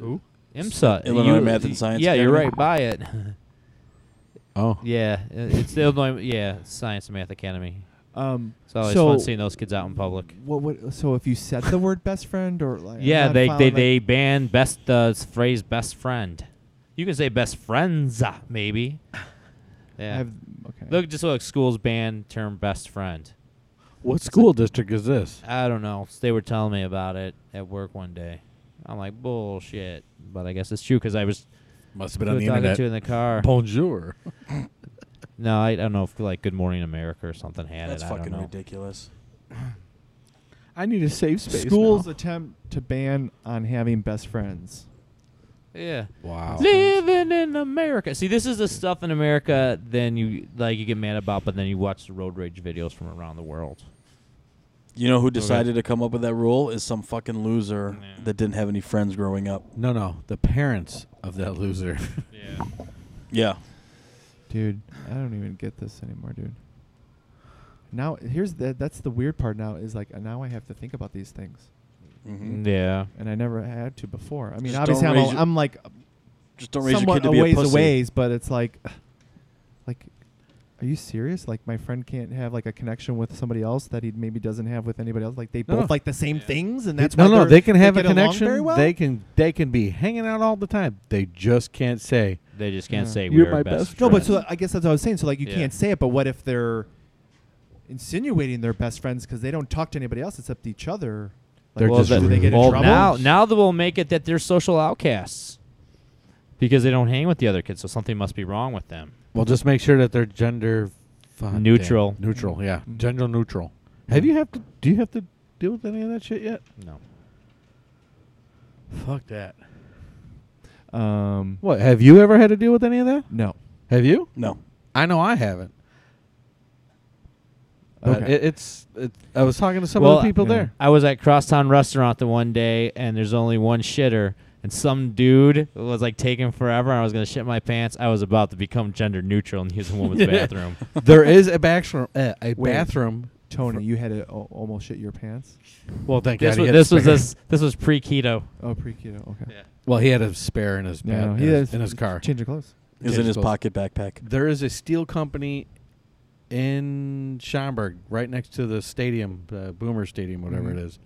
S1: Ooh.
S2: IMSA.
S4: Illinois Math and Science
S2: Yeah, you're
S4: Academy?
S2: right. Buy it.
S3: Oh,
S2: yeah, i- it's the Illinois. Yeah, Science and Math Academy.
S1: Um,
S2: It's always
S1: so
S2: fun seeing those kids out in public.
S1: What would so if you said the word best friend or like I'm
S2: Yeah,
S1: not
S2: they they,
S1: following,
S2: they
S1: like-
S2: banned best the s- phrase best friend. You can say best friends uh, maybe.
S1: I
S2: Yeah.
S1: have, okay.
S2: Look, just look. Schools ban term best friend.
S3: what school district is this?
S2: I don't know. They were telling me about it at work one day. I'm like bullshit, but I guess it's true because I was
S3: Must have
S2: who was talking to in the car.
S3: Bonjour.
S2: No, I, I don't know if like Good Morning America or something had
S4: That's
S2: it. I
S4: fucking
S2: don't know.
S4: ridiculous.
S3: I need a safe space.
S1: schools
S3: now.
S1: attempt to ban on having best friends.
S2: Yeah.
S3: Wow.
S2: Living in America. See, this is the stuff in America. Then you like you get mad about, but then you watch the road rage videos from around the world.
S4: You know who decided to come up with that rule is some fucking loser
S2: Yeah.
S4: that didn't have any friends growing up.
S3: No, no, the parents of that loser.
S2: Yeah.
S4: Yeah.
S1: Dude, I don't even get this anymore, dude. Now here's the that's the weird part now is like uh, now I have to think about these things
S4: hmm
S2: Yeah.
S1: and I never had to before. I mean,
S4: Just
S1: obviously
S4: don't
S1: I'm,
S4: raise
S1: a,
S4: your-
S1: I'm like
S4: Just don't raise your
S1: somewhat
S4: kid to
S1: a
S4: be a
S1: ways
S4: pussy.
S1: aways, but it's like like are you serious? Like my friend can't have like a connection with somebody else that he maybe doesn't have with anybody else. Like they
S3: No,
S1: both
S3: no.
S1: like the same things, and that's
S3: no,
S1: why
S3: no.
S1: they're-
S3: They can have a
S1: get along
S3: connection.
S1: Very well?
S3: They can, they can be hanging out all the time. They just can't say.
S2: They just can't
S1: Yeah.
S2: say
S3: You're
S2: we're
S3: my
S2: best.
S3: best
S1: No, but
S2: friends.
S1: so I guess that's what I was saying. So like you
S2: Yeah.
S1: can't say it, but what if they're insinuating they're best friends because they don't talk to anybody else except each other? Like,
S3: They're
S1: do
S3: just
S1: they
S3: rude.
S1: get in
S2: well,
S1: trouble?
S2: now now they will make it that they're social outcasts. because they don't hang with the other kids, so something must be wrong with them.
S3: Well, just make sure that they're gender fuck, damn.
S2: Neutral. Mm-hmm.
S3: Neutral, yeah,
S1: Mhm.
S3: gender neutral.
S1: Mm-hmm.
S3: Have you have to? Do you have to deal with any of that shit yet?
S2: No.
S3: Fuck that.
S1: Um,
S3: What? Have you ever had to deal with any of that?
S1: no.
S3: Have you?
S4: No.
S3: I know I haven't. But
S1: Okay.
S3: uh, it, it's. It, I was talking to some of
S2: Well,
S3: the people
S1: yeah.
S3: there.
S2: I was at Crosstown Restaurant the one day, and there's only one shitter, and some dude was like taking forever, and I was gonna shit my pants. I was about to become gender neutral and use a woman's bathroom.
S3: there is a bathroom. Uh, a
S1: Wait.
S3: bathroom.
S1: Tony, you had to al- almost shit your pants.
S3: Well, thank
S2: This
S3: God.
S2: was this was this this was pre keto.
S1: Oh, pre keto. Okay. Yeah.
S3: Well, he had a spare in his
S1: No,
S3: bath-
S1: he
S3: in,
S1: has
S3: his, in his car.
S1: Change of clothes.
S4: It was
S3: Okay,
S4: in his
S3: so-
S4: pocket backpack.
S3: There is a steel company in Schaumburg, right next to the stadium, uh, Boomer Stadium, whatever it
S1: Mhm.
S3: is.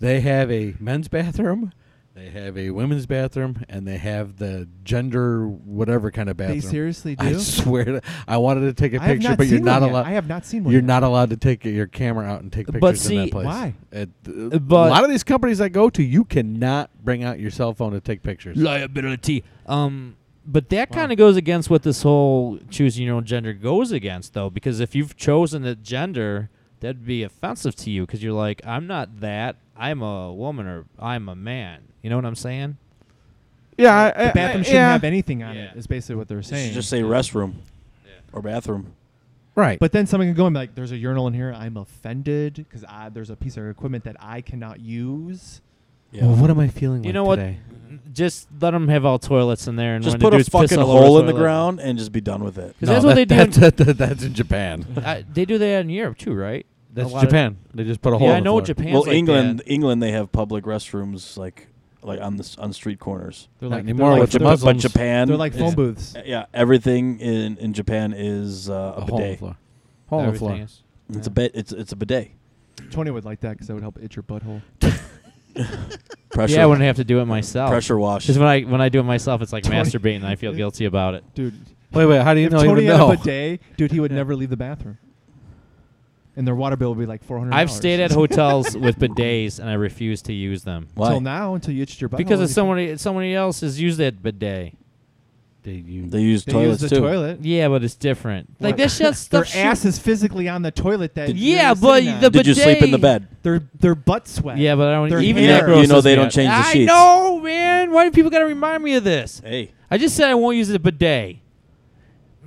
S3: They have a men's bathroom, they have a women's bathroom, and they have the gender whatever kind of bathroom.
S1: They seriously do.
S3: I swear, to, I wanted to take a
S1: I have
S3: picture,
S1: not
S3: but you're
S1: seen one
S3: not
S1: yet.
S3: allowed.
S1: I have not seen one.
S3: You're
S1: yet.
S3: not allowed to take your camera out and take
S2: But
S3: pictures in
S2: see,
S3: that place.
S1: why?
S3: It, uh,
S2: But-
S3: a lot of these companies I go to, you cannot bring out your cell phone to take pictures.
S2: liability. Um, but that
S1: Wow.
S2: kind of goes against what this whole choosing your own gender goes against, though, because if you've chosen a gender, that'd be offensive to you because you're like, I'm not that. I'm a woman or I'm a man. You know what I'm saying?
S3: Yeah, I,
S1: The bathroom shouldn't have anything on
S2: Yeah.
S1: it. Is basically what they're
S4: You should
S1: saying.
S4: just say restroom or bathroom.
S3: right.
S1: But then someone can go and be like, "There's a urinal in here. I'm offended because there's a piece of equipment that I cannot use."
S4: Yeah.
S3: Well, what am I feeling?
S2: You
S3: like
S2: know what?
S3: Today?
S2: Just let them have all toilets in there and
S4: just
S2: when
S4: put
S2: the
S4: a
S2: dudes piss
S4: fucking
S2: all over
S4: hole in the
S2: toilet.
S4: ground and just be done with it.
S2: 'Cause that's what they do in-
S3: That's, that, that, that's in Japan.
S2: I, they do that in Europe too, right?
S3: That's
S2: A lot of-
S3: Japan. they just put a hole.
S2: yeah,
S3: in
S2: I
S3: the
S2: know
S3: floor.
S2: Japan's
S4: well,
S2: like
S4: England,
S2: that.
S4: England, they have public restrooms like like on the s- on street corners.
S1: They're
S3: Not
S1: like
S3: anymore
S1: they're
S3: with
S1: like,
S3: the
S1: they're,
S4: but
S3: Muslims.
S4: Japan,
S1: they're like phone
S4: is- Uh,
S1: booths.
S4: Yeah, everything in, in Japan is uh, a,
S3: A hole in the
S4: bidet.
S3: floor. Hole in the
S2: Everything
S3: floor.
S2: is-
S4: It's a bit. It's it's a bidet.
S1: Tony would like that because that would help itch your butthole.
S4: Pressure.
S2: Yeah, I wouldn't have to do it myself.
S4: pressure wash.
S2: Because when I when I do it myself, it's like
S1: Tony-
S2: masturbating, and I feel guilty about it.
S1: Dude,
S3: Wait, wait. How do you
S1: if
S3: know?
S1: Tony
S3: even
S1: had
S3: know?
S1: a bidet, dude, he would never leave the bathroom, and their water bill would be like four hundred.
S2: I've stayed at hotels with bidets, and I refuse to use them
S4: Why?
S1: until now until you itched your butthole.
S2: because
S1: and
S2: if
S1: you-
S2: somebody if somebody else has used that bidet.
S3: Did you?
S4: They use
S1: they use
S4: toilets
S1: the
S4: too.
S1: toilet,
S2: Yeah, but it's different.
S1: What?
S2: Like that shit
S1: their
S2: stuff.
S1: ass is physically on the toilet. That you're
S2: Yeah, but
S1: sitting on.
S2: the
S4: Did you sleep in the
S2: bidet.
S4: bed?
S1: their their butt sweat.
S2: yeah, but I don't
S1: Their
S2: even
S1: hair.
S2: that
S1: You
S2: grosses
S4: know they
S2: me
S4: don't
S2: out.
S4: change the
S2: I
S4: sheets.
S2: know, man. Why do people gotta remind me of this?
S4: Hey,
S2: I just said I won't use the bidet.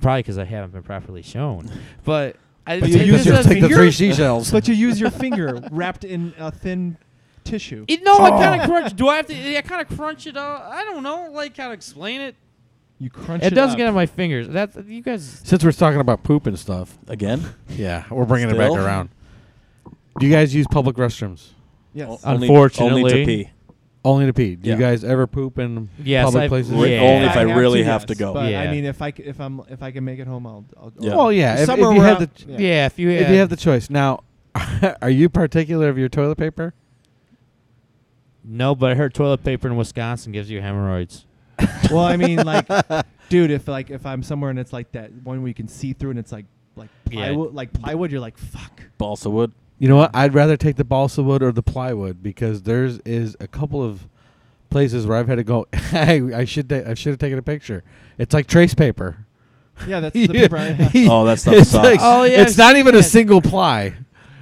S2: Probably because I haven't been properly shown. But I
S1: But
S2: it
S1: you use
S2: just
S1: your
S2: doesn't-
S1: take the three
S3: seashells.
S1: but you use your finger wrapped in a thin tissue.
S2: It, no, I kind of crunch. Do I have to? I kind of crunch it up. I don't know, like how to explain it.
S1: you crunch it.
S2: It does
S1: up.
S2: get on my fingers. That's you guys.
S3: Since we're talking about poop and stuff,
S4: again?
S3: yeah, we're bringing it back
S4: Still?
S3: around. Do you guys use public restrooms?
S1: Yes.
S4: O- only- only
S2: Unfortunately.
S4: to pee.
S3: Only to pee. Do
S4: Yeah.
S3: you guys ever poop in
S2: Yes,
S3: public
S2: I've-
S3: places?
S2: Re- Yeah.
S4: Only if I
S1: have
S4: really
S1: to,
S4: have
S1: yes,
S4: to go.
S1: But I
S2: Yeah.
S1: mean, if I c- if I'm if I can make it home, I'll. I'll, I'll
S4: Yeah.
S3: Well, yeah. If, if
S1: Somewhere
S3: you
S1: where
S3: had the
S1: I'm-
S2: Yeah.
S3: ch-
S1: Yeah.
S2: if you had,
S3: if you have the choice now, are you particular of your toilet paper?
S2: no, but I heard toilet paper in Wisconsin gives you hemorrhoids.
S1: well, I mean, like, dude, if like if I'm somewhere and it's like that one where you can see through and it's like like
S2: Yeah.
S1: plywood, like plywood, you're like fuck.
S4: Balsa wood.
S3: You know what? I'd rather take the balsa wood or the plywood because there's is a couple of places where I've had to go. I, I should ta- I should have taken a picture. It's like trace paper.
S1: Yeah, that's the paper. I-
S4: Oh, that stuff
S3: it's
S4: sucks.
S3: Like,
S2: Oh, yeah,
S3: it's not even a
S2: shit.
S3: single ply.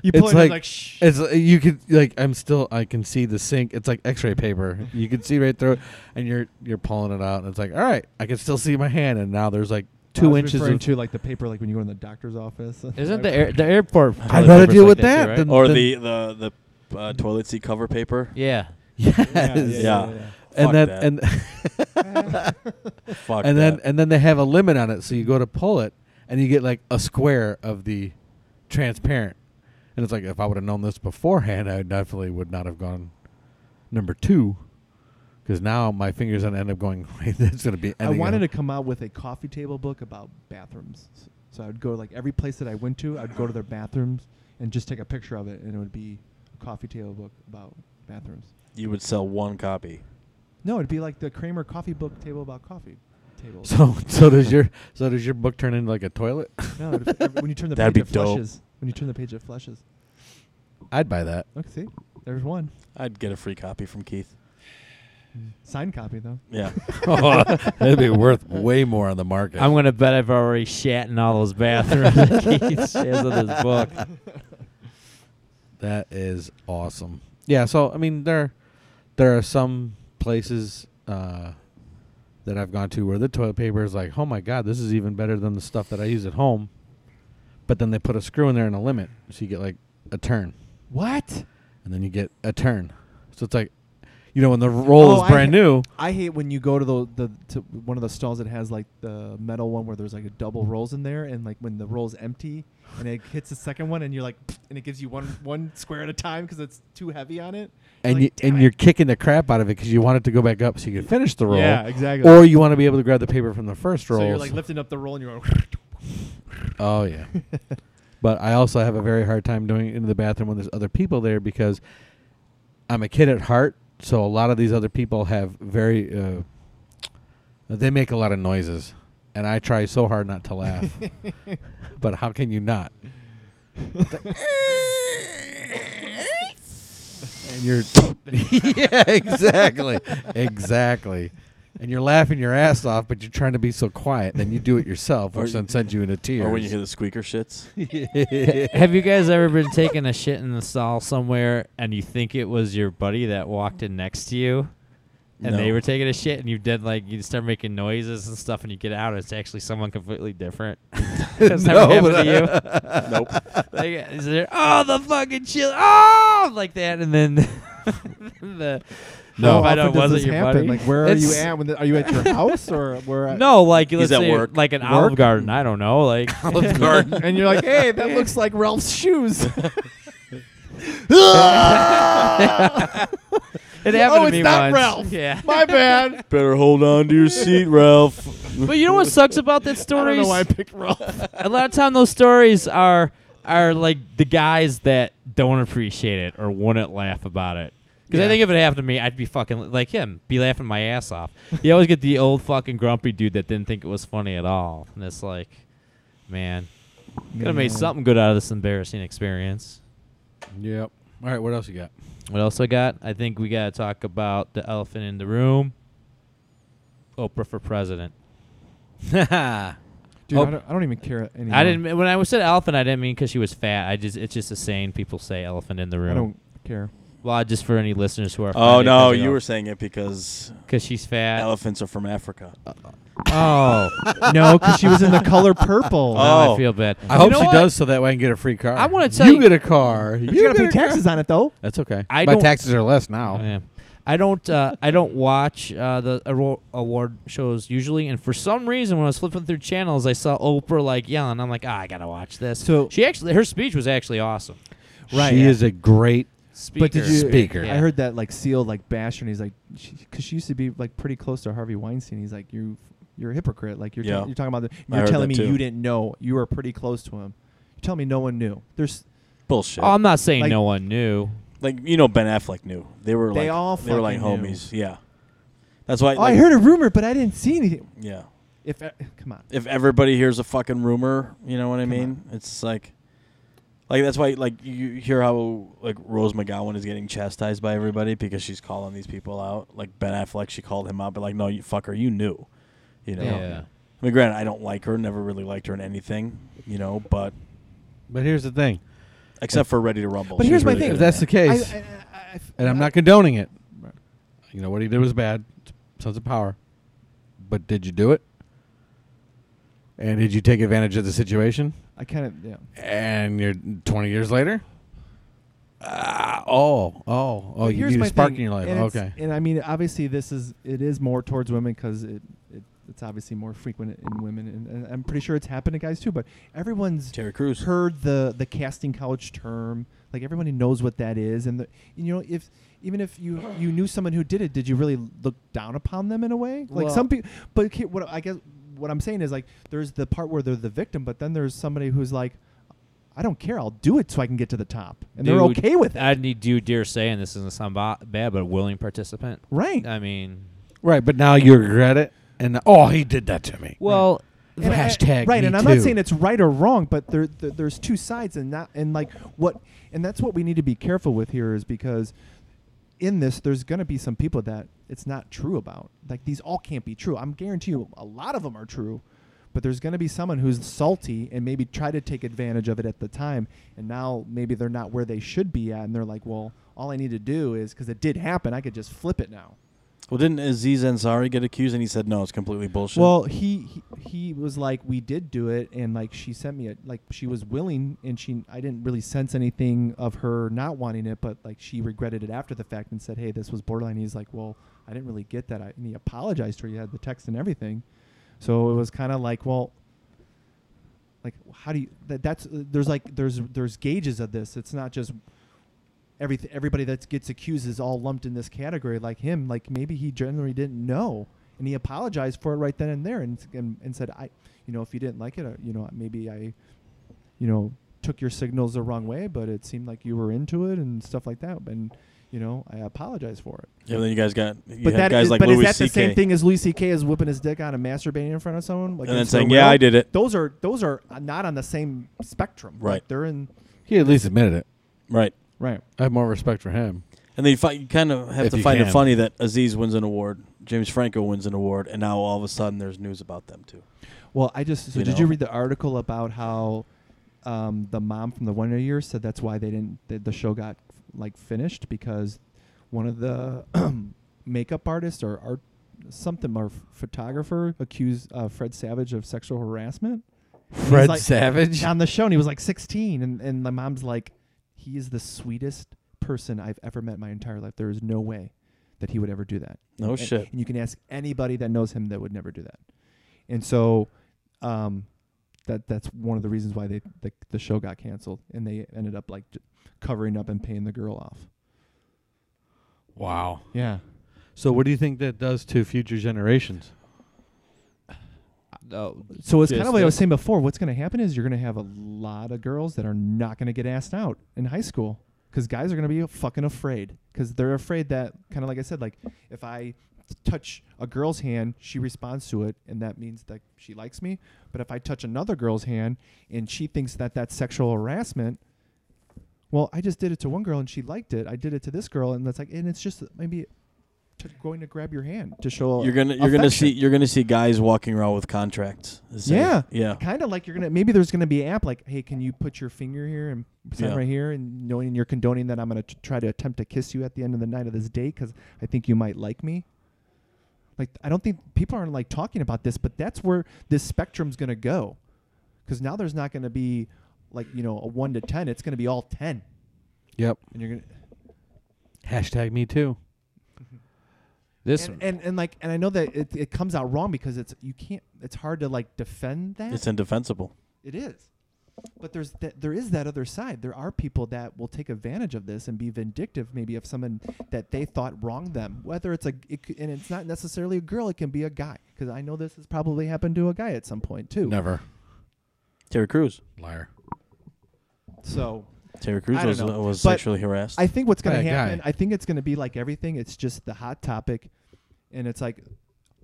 S1: you pull
S3: It's
S1: it
S3: like-
S1: and like shh.
S3: It's uh, you could like I'm still I can see the sink. It's like X-ray paper. You can see right through it, and you're you're pulling it out, and it's like all right, I can still see my hand, and now there's like
S1: I
S3: two
S1: was
S3: inches
S1: referring
S3: of.
S1: to like the paper, like when you go in the doctor's office.
S2: Isn't the air, the airport?
S3: I'd
S2: toilet
S3: rather
S2: paper's
S3: deal
S2: like
S3: with
S2: that,
S3: that
S2: too, right?
S3: than-
S4: Or the the the uh, toilet seat cover paper.
S2: yeah.
S3: yes.
S1: Yeah, yeah, yeah,
S4: Yeah.
S1: yeah.
S3: and
S4: Fuck
S3: then
S4: that.
S3: and
S4: Fuck
S3: and then
S4: that.
S3: and then they have a limit on it, so you go to pull it, and you get like a square of the transparent, and it's like if I would have known this beforehand, I definitely would not have gone number two, because now my fingers gonna end up going. That's gonna be.
S1: I wanted to come out with a coffee table book about bathrooms. S- So I would go like every place that I went to, I'd go to their bathrooms and just take a picture of it, and it would be a coffee table book about bathrooms.
S4: you would sell one copy.
S1: No, it'd be like the Kramer coffee book table about coffee tables.
S3: So so does your so does your book turn into like a toilet?
S1: no, it'd- every- when you turn the
S4: That'd
S1: page,
S4: be
S1: it
S4: dope.
S1: flushes. When you turn the page, it flushes.
S3: I'd buy that.
S1: Look, see, there's one.
S4: I'd get a free copy from Keith.
S1: Signed copy though.
S4: Yeah.
S3: Oh, That'd be worth way more on the market.
S2: I'm gonna bet I've already shat in all those bathrooms that he has in his book.
S3: That is awesome. Yeah, so I mean there there are some places uh that I've gone to where the toilet paper is like, "Oh my god, this is even better than the stuff that I use at home." But then they put a screw in there and a limit, so you get like a turn,
S1: What?
S3: and then you get a turn. So it's like you know when the roll
S1: Oh,
S3: is brand
S1: I-
S3: new,
S1: I hate when you go to the the to one of the stalls that has like the metal one where there's like a double rolls in there, and like when the roll's empty and it hits the second one, and you're like, and it gives you one one square at a time because it's too heavy on it.
S3: and
S1: like,
S3: you
S1: "Damn
S3: and
S1: it."
S3: you're kicking the crap out of it because you want it to go back up so you can finish the roll,
S1: Yeah, exactly.
S3: or you want to be able to grab the paper from the first roll.
S1: so you're like lifting up the roll and you're. Going
S3: Oh yeah. but I also have a very hard time doing it into the bathroom when there's other people there because I'm a kid at heart, so a lot of these other people have very uh, they make a lot of noises and I try so hard not to laugh. but how can you not? and you're Yeah, exactly. exactly. And you're laughing your ass off, but you're trying to be so quiet. Then you do it yourself,
S4: Or
S3: which
S4: you-
S3: then sends you into tears.
S4: Or when you hear the squeaker shits.
S2: Have you guys ever been taking a shit in the stall somewhere and you think it was your buddy that walked in next to you? And they
S4: No.
S2: were taking a shit, and you did like you start making noises and stuff, and you get out, and it's actually someone completely different. Has that
S3: No,
S2: ever happened
S3: but-
S2: to you?
S4: Nope.
S2: like is there oh the fucking chill oh like that and then the "Oh,
S1: How
S2: I
S1: often
S2: don't
S1: does
S2: wasn't
S1: this
S2: your
S1: happen?
S2: buddy
S1: Like, where are you
S2: It's-
S1: at? When the, are you at your house or where? at-
S2: no like let's
S4: at
S2: say
S4: work.
S2: like an Olive Garden I don't know like
S3: Olive Garden.
S1: And you're like, hey, that looks like Ralph's shoes.
S2: it happened
S1: Oh,
S2: to
S1: it's
S2: me
S1: not
S2: once
S1: Ralph.
S2: yeah
S1: My bad.
S4: Better hold on to your seat, Ralph.
S2: but you know what sucks about that
S1: I
S2: story
S1: don't know why I picked Ralph.
S2: a lot of time those stories are are like the guys that don't appreciate it or wouldn't laugh about it. Because I
S1: Yeah.
S2: think if it happened to me, I'd be fucking like him, be laughing my ass off. You always get the old fucking grumpy dude that didn't think it was funny at all, and it's like, man, could have made
S1: Man.
S2: something good out of this embarrassing experience.
S3: Yep. All right, what else you got?
S2: What else I got? I think we gotta talk about the elephant in the room. Oprah for president.
S1: Dude,
S2: Oh.
S1: I, don't, I don't even care anymore.
S2: I didn't when I was said elephant, I didn't mean because she was fat. I just it's just a saying people say elephant in the room.
S1: I don't care.
S2: Well, just for any listeners who are.
S4: Oh no, you were saying it because
S2: because she's fat.
S4: elephants are from Africa.
S2: oh,
S1: No, because she was in the color purple.
S2: now I
S4: Oh.
S2: feel bad.
S3: I
S2: You
S3: hope
S2: know
S3: she
S2: what?
S3: does so that way I can get a free car.
S2: I wanna tell you-
S3: get a car. You,
S1: you gotta
S3: get
S1: pay
S3: a car.
S1: taxes on it though.
S3: That's okay.
S2: I
S3: My
S2: don't-
S3: taxes are less now.
S2: Oh, yeah. I don't. Uh, I don't watch uh, the aro- award shows usually, and for some reason, when I was flipping through channels, I saw Oprah like yelling. I'm like, ah, I gotta watch this.
S1: So-
S2: she actually, her speech was actually awesome.
S1: Right,
S3: She
S1: yeah.
S3: is a great.
S2: Speaker.
S1: But did you?
S3: Speaker.
S1: I heard that like Seal like bashed her, and he's like, because she, used to be like pretty close to Harvey Weinstein. He's like, you, you're a hypocrite. Like you're,
S4: Yeah.
S1: ta- you're talking about, the,
S4: I
S1: you're
S4: heard
S1: telling me
S4: that too.
S1: you didn't know you were pretty close to him. You're telling me no one knew. There's
S4: Bullshit.
S2: Oh, I'm not saying
S1: Like-
S2: no one knew.
S4: like you know, Ben Affleck knew. They were
S1: They
S4: like
S1: all
S4: they were like
S1: fucking knew.
S4: homies. Yeah. That's why.
S1: Oh,
S4: like,
S1: I heard a rumor, but I didn't see anything.
S4: Yeah.
S1: If I, come on,
S4: If everybody hears a fucking rumor, you know what I mean? It's like. Like that's why, like you hear how like Rose McGowan is getting chastised by everybody because she's calling these people out. Like Ben Affleck, she called him out, but like, no, you fucker, you knew, you know. I mean, granted, I don't like her, never really liked her in anything, you know, but
S3: But here's the thing.
S4: except for Ready to Rumble.
S1: But
S4: she
S1: here's my
S4: was really
S1: thing.
S4: good
S3: If
S4: in
S3: that's
S4: that.
S3: the
S1: I,
S3: case,
S1: I, I,
S3: and I'm not condoning it. You know what he did was bad. Sons of power. But did you do it? And did you take advantage of the situation?
S1: I kind of yeah.
S3: And you're 20 years later. Ah, oh, oh, oh!
S1: But
S3: You
S1: here's
S3: need
S1: my
S3: a spark
S1: thing,
S3: in your life.
S1: and it's-
S3: okay.
S1: And I mean, obviously, this is it is more towards women because it, it it's obviously more frequent in women, and, and I'm pretty sure it's happened to guys too. But everyone's
S4: Terry Crews.
S1: heard the the casting couch term. Like everybody knows what that is, and the, you know if even if you you knew someone who did it, did you really look down upon them in a way? Like
S2: Well-
S1: some people, but ki- what I guess what I'm saying is like there's the part where they're the victim, but then there's somebody who's like, I don't care, I'll do it so I can get to the top, and they're
S2: Dude,
S1: okay with it,
S2: I need you, dare say, and this doesn't sound ba- bad, but a willing participant.
S1: right?
S2: I mean,
S3: Right, but now you regret it, and oh, he did that to me.
S2: Well,
S1: And I-
S3: Hashtag
S1: right,
S3: me
S1: and I'm
S3: too.
S1: not saying it's right or wrong, but there, there there's two sides, and that and like what, and that's what we need to be careful with here is because in this, there's going to be some people that it's not true about. Like these all can't be true. I'm guarantee you a lot of them are true, but there's going to be someone who's salty and maybe try to take advantage of it at the time. And now maybe they're not where they should be at. And they're like, well, all I need to do is because it did happen, I could just flip it now.
S4: Well, didn't Aziz Ansari get accused, and he said no, it's completely bullshit.
S1: Well, he, he he was like, we did do it, and like she sent me a like she was willing, and she I didn't really sense anything of her not wanting it, but like she regretted it after the fact and said, hey, this was borderline. He's like, well, I didn't really get that, I, and he apologized to her. He had the text and everything, so it was kind of like, well, like how do you that, that's uh, there's like there's there's gauges of this. It's not just every everybody that gets accused is all lumped in this category like him like maybe he generally didn't know and he apologized for it right then and there and, and, and said i you know if you didn't like it uh, you know maybe i you know took your signals the wrong way but it seemed like you were into it and stuff like that and you know i apologize for it
S4: yeah, then you guys got you
S1: but
S4: had
S1: that
S4: guys
S1: is-
S4: like
S1: but
S4: Louis
S1: is that the
S4: C.K.
S1: same thing as louis ck is whipping his dick out and masturbating in front of someone like
S4: and then
S1: it's for
S4: saying, "Yeah,
S1: real?
S4: I did it."
S1: those are those are uh, not on the same spectrum Like,
S4: Right.
S1: they're in
S3: He at least admitted it.
S4: Right.
S1: right
S3: I have more respect for him.
S4: And then you, fi- you kind of have
S3: If
S4: to
S3: you
S4: find it
S3: can.
S4: funny that Aziz wins an award, James Franco wins an award, and now all of a sudden there's news about them too.
S1: Well, I just so
S4: You
S1: did
S4: know?
S1: you read the article about how um, the mom from the Wonder Years said that's why they didn't that the show got like finished because one of the makeup artists or art something or photographer accused uh, Fred Savage of sexual harassment
S3: Fred
S1: like-
S3: Savage.
S1: on the show, and he was like 16, and and the mom's like, he is the sweetest person I've ever met in my entire life. There is no way that he would ever do that.
S4: No
S1: And-
S4: shit.
S1: And you can ask anybody that knows him that would never do that. And so, um, that that's one of the reasons why they the, the show got canceled, and they ended up like j- covering up and paying the girl off.
S3: Wow.
S1: Yeah.
S3: So what do you think that does to future generations?
S2: Oh,
S1: So it's kind
S2: Just
S1: of like I
S2: that-
S1: was saying before. What's going to happen is you're going to have a lot of girls that are not going to get asked out in high school because guys are going to be fucking afraid because they're afraid that kind of like I said, like if I touch a girl's hand, she responds to it, and that means that she likes me. But if I touch another girl's hand and she thinks that that's sexual harassment, well, I just did it to one girl and she liked it. I did it to this girl, and that's like, and it's just maybe t- going to grab your hand to show
S4: You're gonna you're gonna
S1: affection.
S4: see you're gonna see guys walking around with contracts. Is that-
S1: Yeah.
S4: yeah.
S1: kind of like you're gonna maybe there's gonna be an app like hey can you put your finger here and sign
S4: Yeah.
S1: right here and knowing you're condoning that i'm gonna t- try to attempt to kiss you at the end of the night of this date because i think you might like me like i don't think people aren't like talking about this but that's where this spectrum's gonna go because now there's not gonna be like you know a one to ten it's gonna be all ten
S3: Yep.
S1: and you're gonna
S3: Hashtag me too.
S2: this
S1: and, and and like and i know that it, it comes out wrong because it's you can't it's hard to like defend that
S4: It's indefensible.
S1: It is. But there's that there is that other side. There are people that will take advantage of this and be vindictive, maybe of someone that they thought wronged them. Whether it's a it, c- and it's not necessarily a girl, it can be a guy. Because I know this has probably happened to a guy at some point too.
S3: Never.
S4: Terry Crews.
S3: Liar.
S1: So
S4: Terry Crews
S1: I don't
S4: was,
S1: know.
S4: was
S1: But
S4: sexually harassed.
S1: I think what's going
S3: Bad
S1: to
S3: guy.
S1: happen. I think it's going to be like everything. It's just the hot topic, and it's like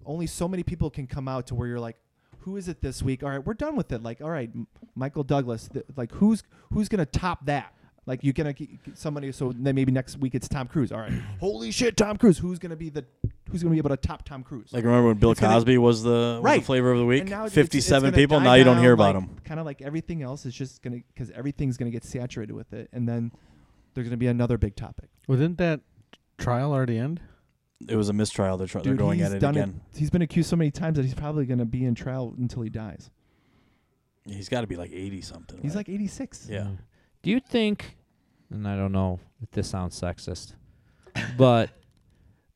S1: only so many people can come out to where you're like, who is it this week? All right, we're done with it. Like, all right, M- Michael Douglas. Th- like, who's who's going to top that? Like, you're gonna g- g- somebody. So then maybe next week it's Tom Cruise. All right, holy shit, Tom Cruise. Who's going to be the who's going to be able to top Tom Cruise?
S4: like remember when Bill
S1: it's gonna-
S4: Cosby was the, was the
S1: Right.
S4: flavor of the week?
S1: And now it's- it's- it's
S4: Fifty seven
S1: gonna
S4: people.
S1: die
S4: Now you don't
S1: down,
S4: hear about
S1: like,
S4: them.
S1: Kind of like everything else is just gonna because everything's gonna get saturated with it, and then there's gonna be another big topic.
S3: Well, didn't that trial already end?
S4: It was a mistrial. They're trying. They're
S1: Dude,
S4: going
S1: he's
S4: at it
S1: done
S4: again.
S1: He's been accused so many times that he's probably going to be in trial until he dies.
S4: He's got to be like eighty something.
S1: He's
S4: right?
S1: like 86.
S4: yeah.
S2: Do you think, and I don't know if this sounds sexist, but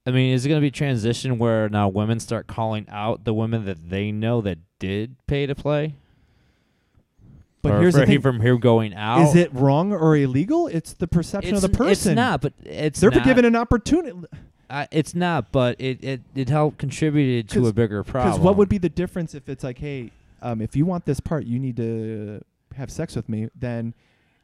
S2: I mean, is it going to be a transition where now women start calling out the women that they know that did pay to play?
S1: But
S2: Or
S1: here's
S2: for
S1: the
S2: he-
S1: thing:
S2: from here going out.
S1: is it wrong or illegal? It's the perception
S2: It's,
S1: of the person.
S2: it's not, but it's
S1: They're
S2: not,
S1: given an opportunity.
S2: I, it's not, but it it it helped contributed to
S1: 'Cause-
S2: a bigger problem.
S1: Because what would be the difference if it's like, hey, um, if you want this part, you need to have sex with me. Then,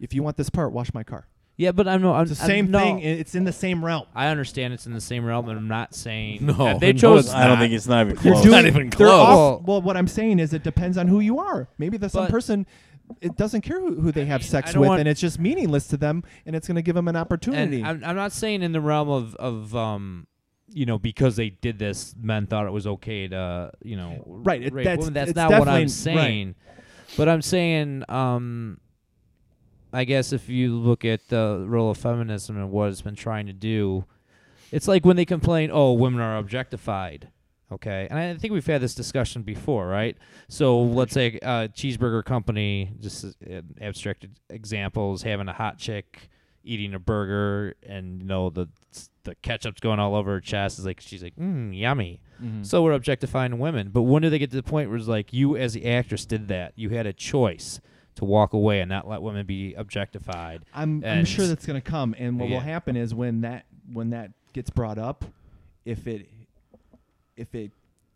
S1: if you want this part, wash my car.
S2: Yeah, but I'm no. I'm,
S1: It's the same
S2: I'm- Uh, no.
S1: thing. It's in the same realm.
S2: I understand it's in the same realm, and I'm not saying
S3: No,
S2: that
S3: no,
S2: they
S3: it's
S2: chose.
S4: I don't think it's not even
S1: You're
S4: close.
S1: doing- they're
S2: close.
S1: off- well, what I'm saying is, it depends on who you are. Maybe the some
S2: But-
S1: person it doesn't care who, who they have
S2: mean, I
S1: sex
S2: don't
S1: with,
S2: want-
S1: and it's just meaningless to them, and it's going to give them an opportunity.
S2: And I'm, I'm not saying in the realm of of um, you know, because they did this, men thought it was okay to you know,
S1: Right, it-
S2: rape
S1: that's-
S2: women. That's
S1: it's
S2: not what
S1: definitely-
S2: I'm
S1: right.
S2: saying. But I'm saying, um, I guess if you look at the role of feminism and what it's been trying to do, it's like when they complain, "Oh, women are objectified." Okay, and I think we've had this discussion before, right? So let's say a cheeseburger company, just as an abstract example, is having a hot chick eating a burger, and you know the the ketchup's going all over her chest. Is like she's like, mm, yummy. So we're objectifying women, but when do they get to the point where it's like you, as the actress, did that? You had a choice to walk away and not let women be objectified.
S1: I'm, I'm
S2: And-
S1: sure that's going to come, and what
S2: Yeah.
S1: will happen is when that when that gets brought up, if it if it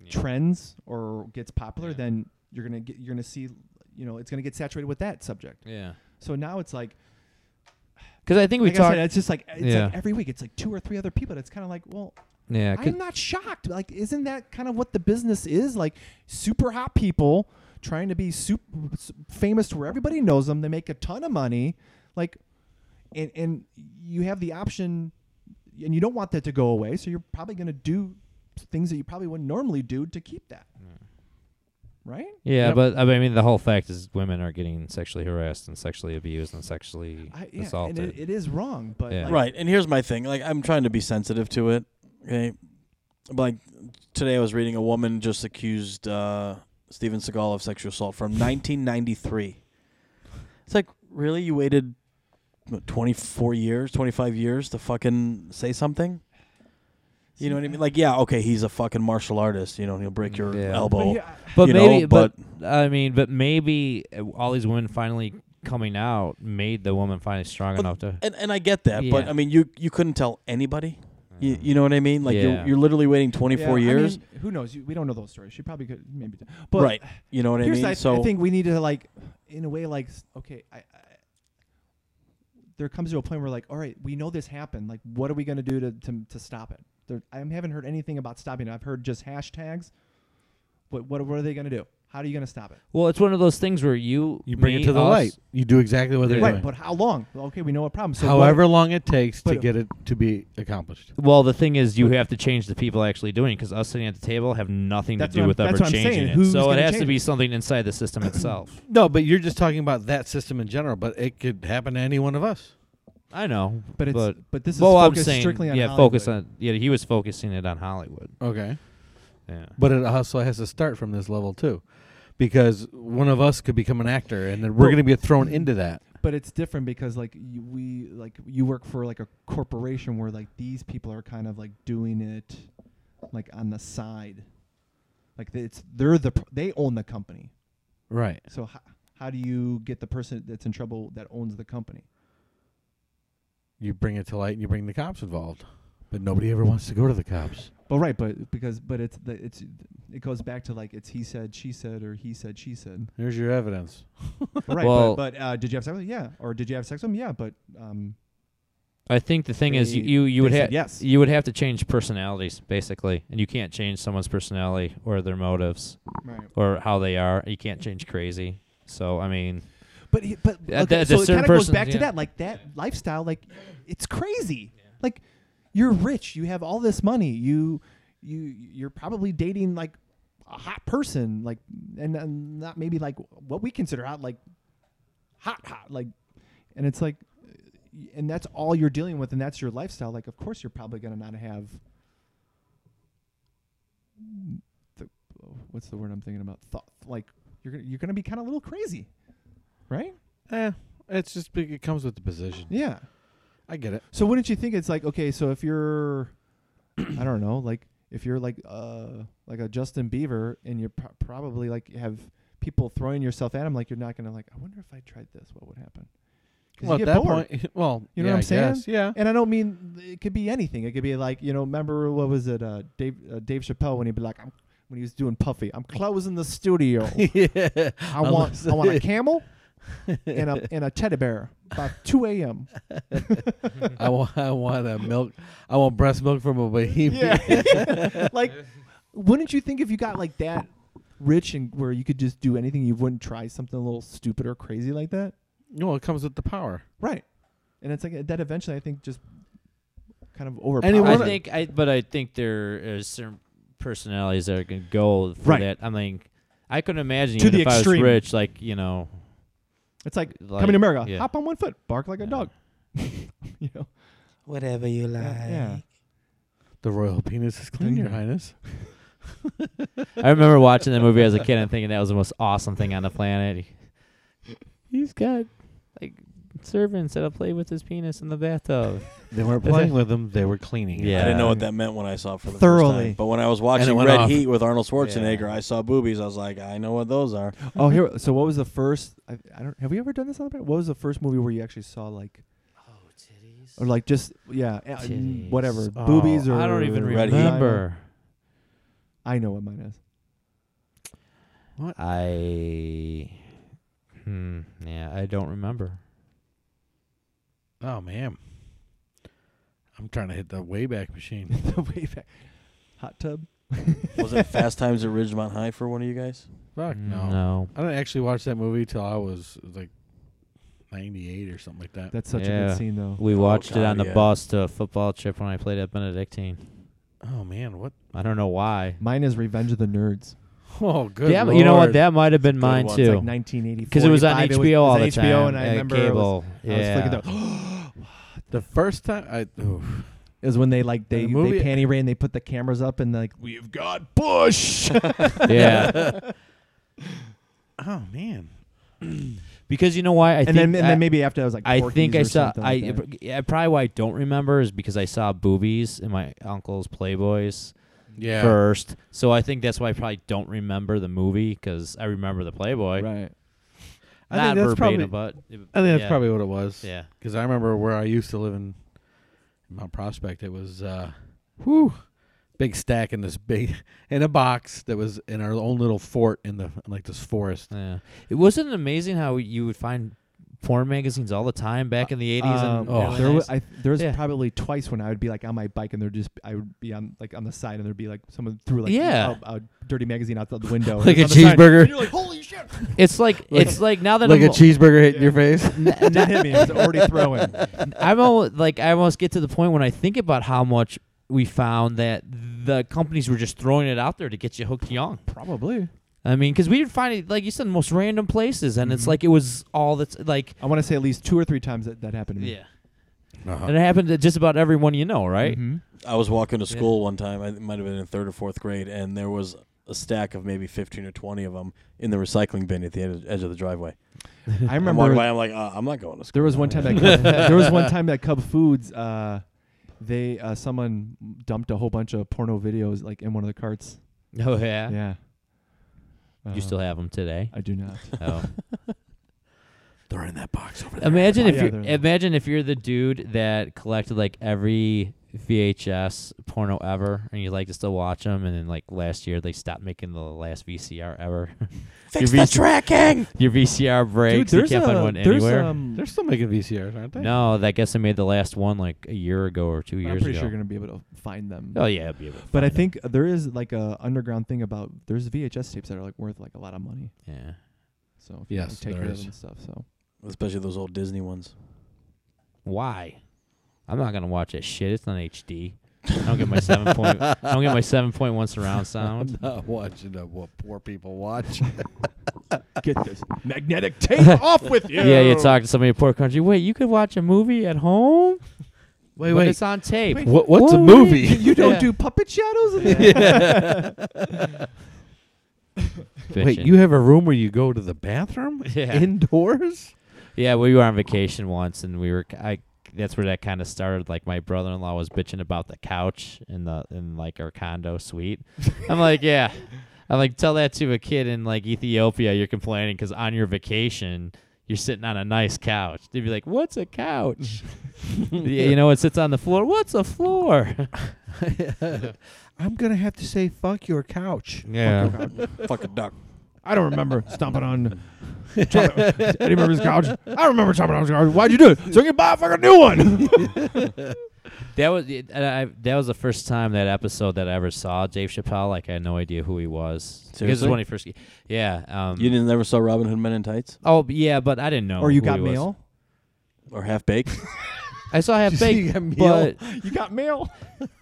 S1: trends or gets popular,
S2: Yeah.
S1: then you're gonna get you're gonna see you know it's gonna get saturated with that subject.
S2: Yeah,
S1: So now it's like
S2: because I think we
S1: like I
S2: talked.
S1: said, it's just like it's
S2: Yeah.
S1: like every week it's like two or three other people. That's kind of like well.
S2: yeah, 'cause-
S1: I'm not shocked. Like, isn't that kind of what the business is? Like, super hot people trying to be super famous to where everybody knows them. They make a ton of money. Like, and and you have the option, and you don't want that to go away. So you're probably going to do things that you probably wouldn't normally do to keep that. Right?
S2: Yeah,
S1: Yep.
S2: but I mean, the whole fact is women are getting sexually harassed and sexually abused and sexually
S1: I, yeah, and
S2: assaulted.
S1: it, it is wrong, but
S2: Yeah.
S1: like,
S4: Right. And here's my thing. Like I'm trying to be sensitive to it. Okay. Like today I was reading a woman just accused uh Steven Seagal of sexual assault from 1993. It's like, really you waited what, 24 years, 25 years to fucking say something? You know what I mean? Like, yeah, okay, he's a fucking martial artist, you know, he'll break your
S2: Mm, Yeah.
S1: But
S4: elbow.
S1: yeah,
S2: but
S4: you know,
S2: maybe, but I mean, but maybe uh, all these women finally coming out made the woman finally strong
S4: But-
S2: enough to.
S4: And and I get that, but
S2: Yeah.
S4: I mean, you you couldn't tell anybody. You, you know what I mean? Like
S2: Yeah.
S4: you're you're literally waiting
S1: yeah,
S4: 24
S1: I
S4: years.
S1: mean, who knows? You- We don't know those stories. She probably could, maybe. But
S4: right. You know what I
S1: Here's
S4: mean?
S1: the- I,
S4: so
S1: I think we need to like, in a way, like, s- okay, I, I, there comes to a point where like, all right, we know this happened. Like, what are we going to do to, to to stop it? There, I haven't heard anything about stopping it. I've heard just hashtags. But what what are they going to do? How are you going to stop it?
S2: Well, it's one of those things where you
S3: You bring
S2: me,
S3: it to the
S2: us-
S3: light. You do exactly what they're
S2: Yeah.
S1: Right,
S3: doing.
S1: but how long? Well, Okay, we know a problem. So what-
S3: However long it takes to
S1: but-
S3: get it to be accomplished.
S2: Well, the thing is, you have to change the people actually doing it because us sitting at the table have nothing
S1: That's
S2: to do
S1: what I'm-
S2: with ever
S1: that's what I'm
S2: changing
S1: saying.
S2: it.
S1: Who's
S2: so it
S1: gonna
S2: has to
S1: change
S2: be
S1: it?
S2: something inside the system itself.
S3: No, but you're just talking about that system in general, but it could happen to any one of us.
S2: I know,
S1: but it's
S2: but
S1: but, this is
S2: well, I'm
S1: focused
S2: saying
S1: strictly on
S2: yeah,
S1: Hollywood.
S2: focus on yeah. He was focusing it on Hollywood.
S3: Okay.
S2: Yeah.
S3: But it also has to start from this level too. Because one of us could become an actor and then we're
S1: Well-
S3: gonna get thrown into that.
S1: but it's different because like you, we like you work for like a corporation where like these people are kind of like doing it like on the side like th- it's they're the pr- they own the company
S3: Right.
S1: so how, how do you get the person that's in trouble that owns the company
S3: You bring it to light and you bring the cops involved. But nobody ever wants to go to the cops.
S1: but right but because but it's the, it's it goes back to like it's he said she said or he said she said
S3: Here's your evidence.
S1: right
S2: Well-
S1: but, but uh, did you have sex with him? yeah or did you have sex with him yeah but um
S2: I think the thing is, you
S1: They-
S2: you, you would
S1: they
S2: have
S1: said yes.
S2: you would have to change personalities basically, and you can't change someone's personality or their motives
S1: right
S2: or how they are. You can't change crazy. So I mean,
S1: But he, but
S2: Yeah,
S1: okay,
S2: that-
S1: so
S2: that
S1: it
S2: certain
S1: kind of goes
S2: persons,
S1: back
S2: yeah.
S1: to that, like that lifestyle, like it's crazy. Like you're rich, you have all this money, you you you're probably dating like a hot person, like and, and not maybe like what we consider hot, like hot hot, like, and it's like, and that's all you're dealing with, and that's your lifestyle. Like, of course, you're probably gonna not have. The, what's the word I'm thinking about? Thought like you're gonna, you're gonna be kind of a little crazy, right?
S3: Eh, it's just big- it comes with the position.
S1: Yeah.
S3: I get it.
S1: So wouldn't you think it's like okay, so if you're, I don't know, like if you're like uh like a Justin Bieber and you're pro- probably like have people throwing yourself at him, like you're not gonna like. I wonder if I tried this, what would happen? 'Cause
S3: Well,
S1: you
S3: at
S1: get
S3: that
S1: bored.
S3: point, well,
S1: You know
S3: yeah,
S1: what I'm
S3: I
S1: saying?
S3: guess, Yeah.
S1: And I don't mean it could be anything. It could be like you know, remember what was it, uh, Dave uh, Dave Chappelle when he'd be like, I'm, when he was doing Puffy, I'm closing the studio.
S3: yeah.
S1: I want I want a camel and a and a teddy bear by two a.m.
S3: I want I want a milk I want breast milk from a baby.
S1: Yeah. like, wouldn't you think if you got like that rich and where you could just do anything, you wouldn't try something a little stupid or crazy like that.
S3: No, it comes with the power.
S1: Right. And it's like uh, that eventually I think just kind of overpowered.
S3: Anyone-
S2: I
S3: wanna-
S2: think I, but I think there is certain personalities that are gonna go for
S1: Right.
S2: that. I mean, I couldn't imagine
S1: To
S2: even
S1: the
S2: if
S1: extreme.
S2: I was rich, like you know,
S1: it's like,
S2: like
S1: coming to America,
S2: yeah.
S1: hop on one foot, bark like a
S2: Yeah.
S1: dog. you know.
S5: Whatever you like.
S1: yeah.
S3: The royal penis is clean, Your
S1: Clean.
S3: Highness.
S2: I remember watching that movie as a kid and thinking that was the most awesome thing on the planet. He's got like servants that'll play with his penis in the bathtub.
S3: They weren't playing with them; they were cleaning. it.
S2: Yeah.
S4: I didn't know what that meant when I saw it for the first
S1: Thoroughly.
S4: time. But when I was
S3: And it
S4: watching
S3: went
S4: Red
S3: off.
S4: Heat with Arnold Schwarzenegger, I saw boobies. I was like, I know what those are.
S1: oh, here. So what was the first? I, I don't. Have we ever done this on the podcast? What was the first movie where you actually saw like, or like just yeah, uh, mm, whatever,
S3: Titties.
S1: boobies
S3: Oh,
S1: or
S2: I don't even
S4: Red Heat.
S2: remember.
S1: I know what mine is.
S2: I hmm, yeah, I don't remember.
S3: Oh man, I'm trying to hit the wayback machine.
S1: the way back. Hot tub.
S4: Was it Fast Times at Ridgemont High for one of you guys?
S3: Fuck no.
S2: No.
S3: I didn't actually watch that movie till I was like 98 or something like that.
S1: That's such a
S2: Yeah.
S1: good scene though.
S2: We
S4: Oh,
S2: watched it
S4: God,
S2: on the
S4: yeah.
S2: bus to a football trip when I played at Benedictine.
S3: Oh man, what?
S2: I don't know why.
S1: Mine is Revenge of the Nerds.
S3: Oh good.
S2: Yeah, but you know what?
S3: Lord.
S2: That might have been
S4: Good
S2: mine
S4: one. It's
S2: too.
S1: Like 1984.
S2: Because it was on
S1: 85, it
S2: HBO
S1: was, it was
S2: all
S1: on
S2: the
S1: HBO,
S2: time.
S1: and I
S2: at
S1: remember
S2: cable.
S1: It, was, I was
S2: yeah.
S1: flicking through.
S3: the first time I. oof.
S1: it was when they like they
S3: The movie-
S1: they panty ran, they put the cameras up, and like we've got Bush.
S2: yeah.
S3: Oh man.
S2: Because you know why? I
S1: and
S2: think
S1: then and
S2: I,
S1: then maybe after that was like
S2: I
S1: Porky's
S2: think I
S1: or
S2: saw.
S1: something
S2: I
S1: like that.
S2: yeah, probably why I don't remember is because I saw boobies in my uncle's Playboys
S3: Yeah.
S2: first. So I think that's why I probably don't remember the movie because I remember the Playboy.
S1: right.
S3: I
S2: Not
S3: think that's
S2: verbatim,
S3: probably.
S2: but
S3: I think that's
S2: yeah.
S3: probably what it was.
S2: yeah.
S3: Because I remember where I used to live in Mount Prospect. It was, uh, whew, big stack in this big in a box that was in our own little fort in the in like this forest.
S2: Yeah. It wasn't it amazing how you would find porn magazines all the time back in the eighties
S1: Um,
S2: and
S3: oh,
S2: early
S1: there was
S2: 90s?
S1: I, there was
S2: Yeah.
S1: probably twice when I would be like on my bike and there'd just I would be on like on the side and there'd be like someone threw like
S2: Yeah.
S1: a, a dirty magazine out the window and
S3: Like a
S1: it's on the side.
S3: cheeseburger.
S1: And you're like holy shit
S2: it's like,
S3: Like-
S2: it's like now that
S3: like
S2: I'm
S3: a cheeseburger hitting your face.
S1: it didn't hit me it was already throwing
S2: I'm almost, like I almost get to the point when I think about how much we found that the companies were just throwing it out there to get you hooked young.
S1: probably
S2: I mean, because we did find it like you said, the most random places, and it's like it was all that's like
S1: I want to say at least two or three times that that happened to me
S2: yeah,
S3: Uh-huh.
S2: and it happened to just about everyone you know, right?
S1: Mhm.
S4: I was walking to school one time. I it might have been in third or fourth grade, and there was a stack of maybe fifteen or twenty of them in the recycling bin at the edge, edge of the driveway.
S1: I
S4: I'm walking
S1: remember
S4: by. I'm like, uh, I'm not going to school.
S1: There was one time that Cub, there was one time that Cub Foods, uh, they uh, someone dumped a whole bunch of porno videos like in one of the carts.
S2: Oh yeah,
S1: Yeah, Uh,
S2: you still have them today.
S1: I do not.
S2: Oh.
S3: They're in that box over there.
S2: imagine
S1: Oh,
S2: if
S1: yeah,
S2: you
S1: they're-
S2: imagine if you're the dude that collected like every VHS porno ever, and you like to still watch them, and then like last year they stopped making the last VCR ever.
S5: Fix
S2: Your
S5: the
S2: VC
S5: tracking.
S2: Your VCR breaks.
S1: there's
S2: you can't
S1: a-
S2: find one
S1: there's,
S2: anywhere.
S1: um,
S3: They're still making VCRs, aren't they?
S2: no, I guess I made the last one like a year ago or two
S1: I'm
S2: years
S1: pretty
S2: ago.
S1: sure you're gonna be able to find them.
S2: oh yeah, I'll be able to
S1: but I
S2: find 'em.
S1: think there is like a underground thing about there's VHS tapes that are like worth like a lot of money.
S2: yeah.
S1: So if
S3: Yes,
S1: you take
S3: there
S1: care
S3: is.
S1: of them and stuff. So
S4: especially those old Disney ones.
S2: Why? I'm not gonna watch that shit. It's not HD. I don't get my seven point. I don't get my seven point one surround sound.
S3: I'm not watching that what poor people watch.
S1: get this magnetic tape off with you.
S2: Yeah, you talk to somebody in poor country. Wait, you could watch a movie at home.
S3: wait,
S2: but
S3: wait.
S2: it's on tape.
S3: What, what's a
S2: What?
S1: You,
S3: movie?
S1: you don't
S2: Yeah.
S1: do puppet shadows. In there?
S3: Wait, you have a room where you go to the bathroom
S2: Yeah.
S3: indoors?
S2: Yeah, we were on vacation once, and we were. I that's where that kind of started. Like my brother-in-law was bitching about the couch in the in like our condo suite. I'm like, yeah. I'm like, tell that to a kid in like Ethiopia. You're complaining because on your vacation you're sitting on a nice couch. They'd be like, what's a couch? yeah, you know, it sits on the floor. What's a floor?
S3: I'm gonna have to say fuck your couch.
S2: Yeah.
S4: Fuck a duck.
S1: I don't remember stomping on Eddie Murphy's couch. I don't remember stomping on his couch. Why'd you do it? So I can buy a fucking new one.
S2: That was it- and I, that was the first time that episode that I ever saw Dave Chappelle. Like I had no idea who he was. This is
S4: Seriously?
S2: when he first. Yeah. Um,
S4: You didn't never saw Robin Hood Men in Tights
S2: oh yeah, but I didn't know.
S1: or you
S2: who
S1: got
S2: he was.
S1: mail?
S4: or Half Baked?
S2: I saw Half
S3: You
S2: Baked,
S3: got mail?
S2: but
S1: You got mail.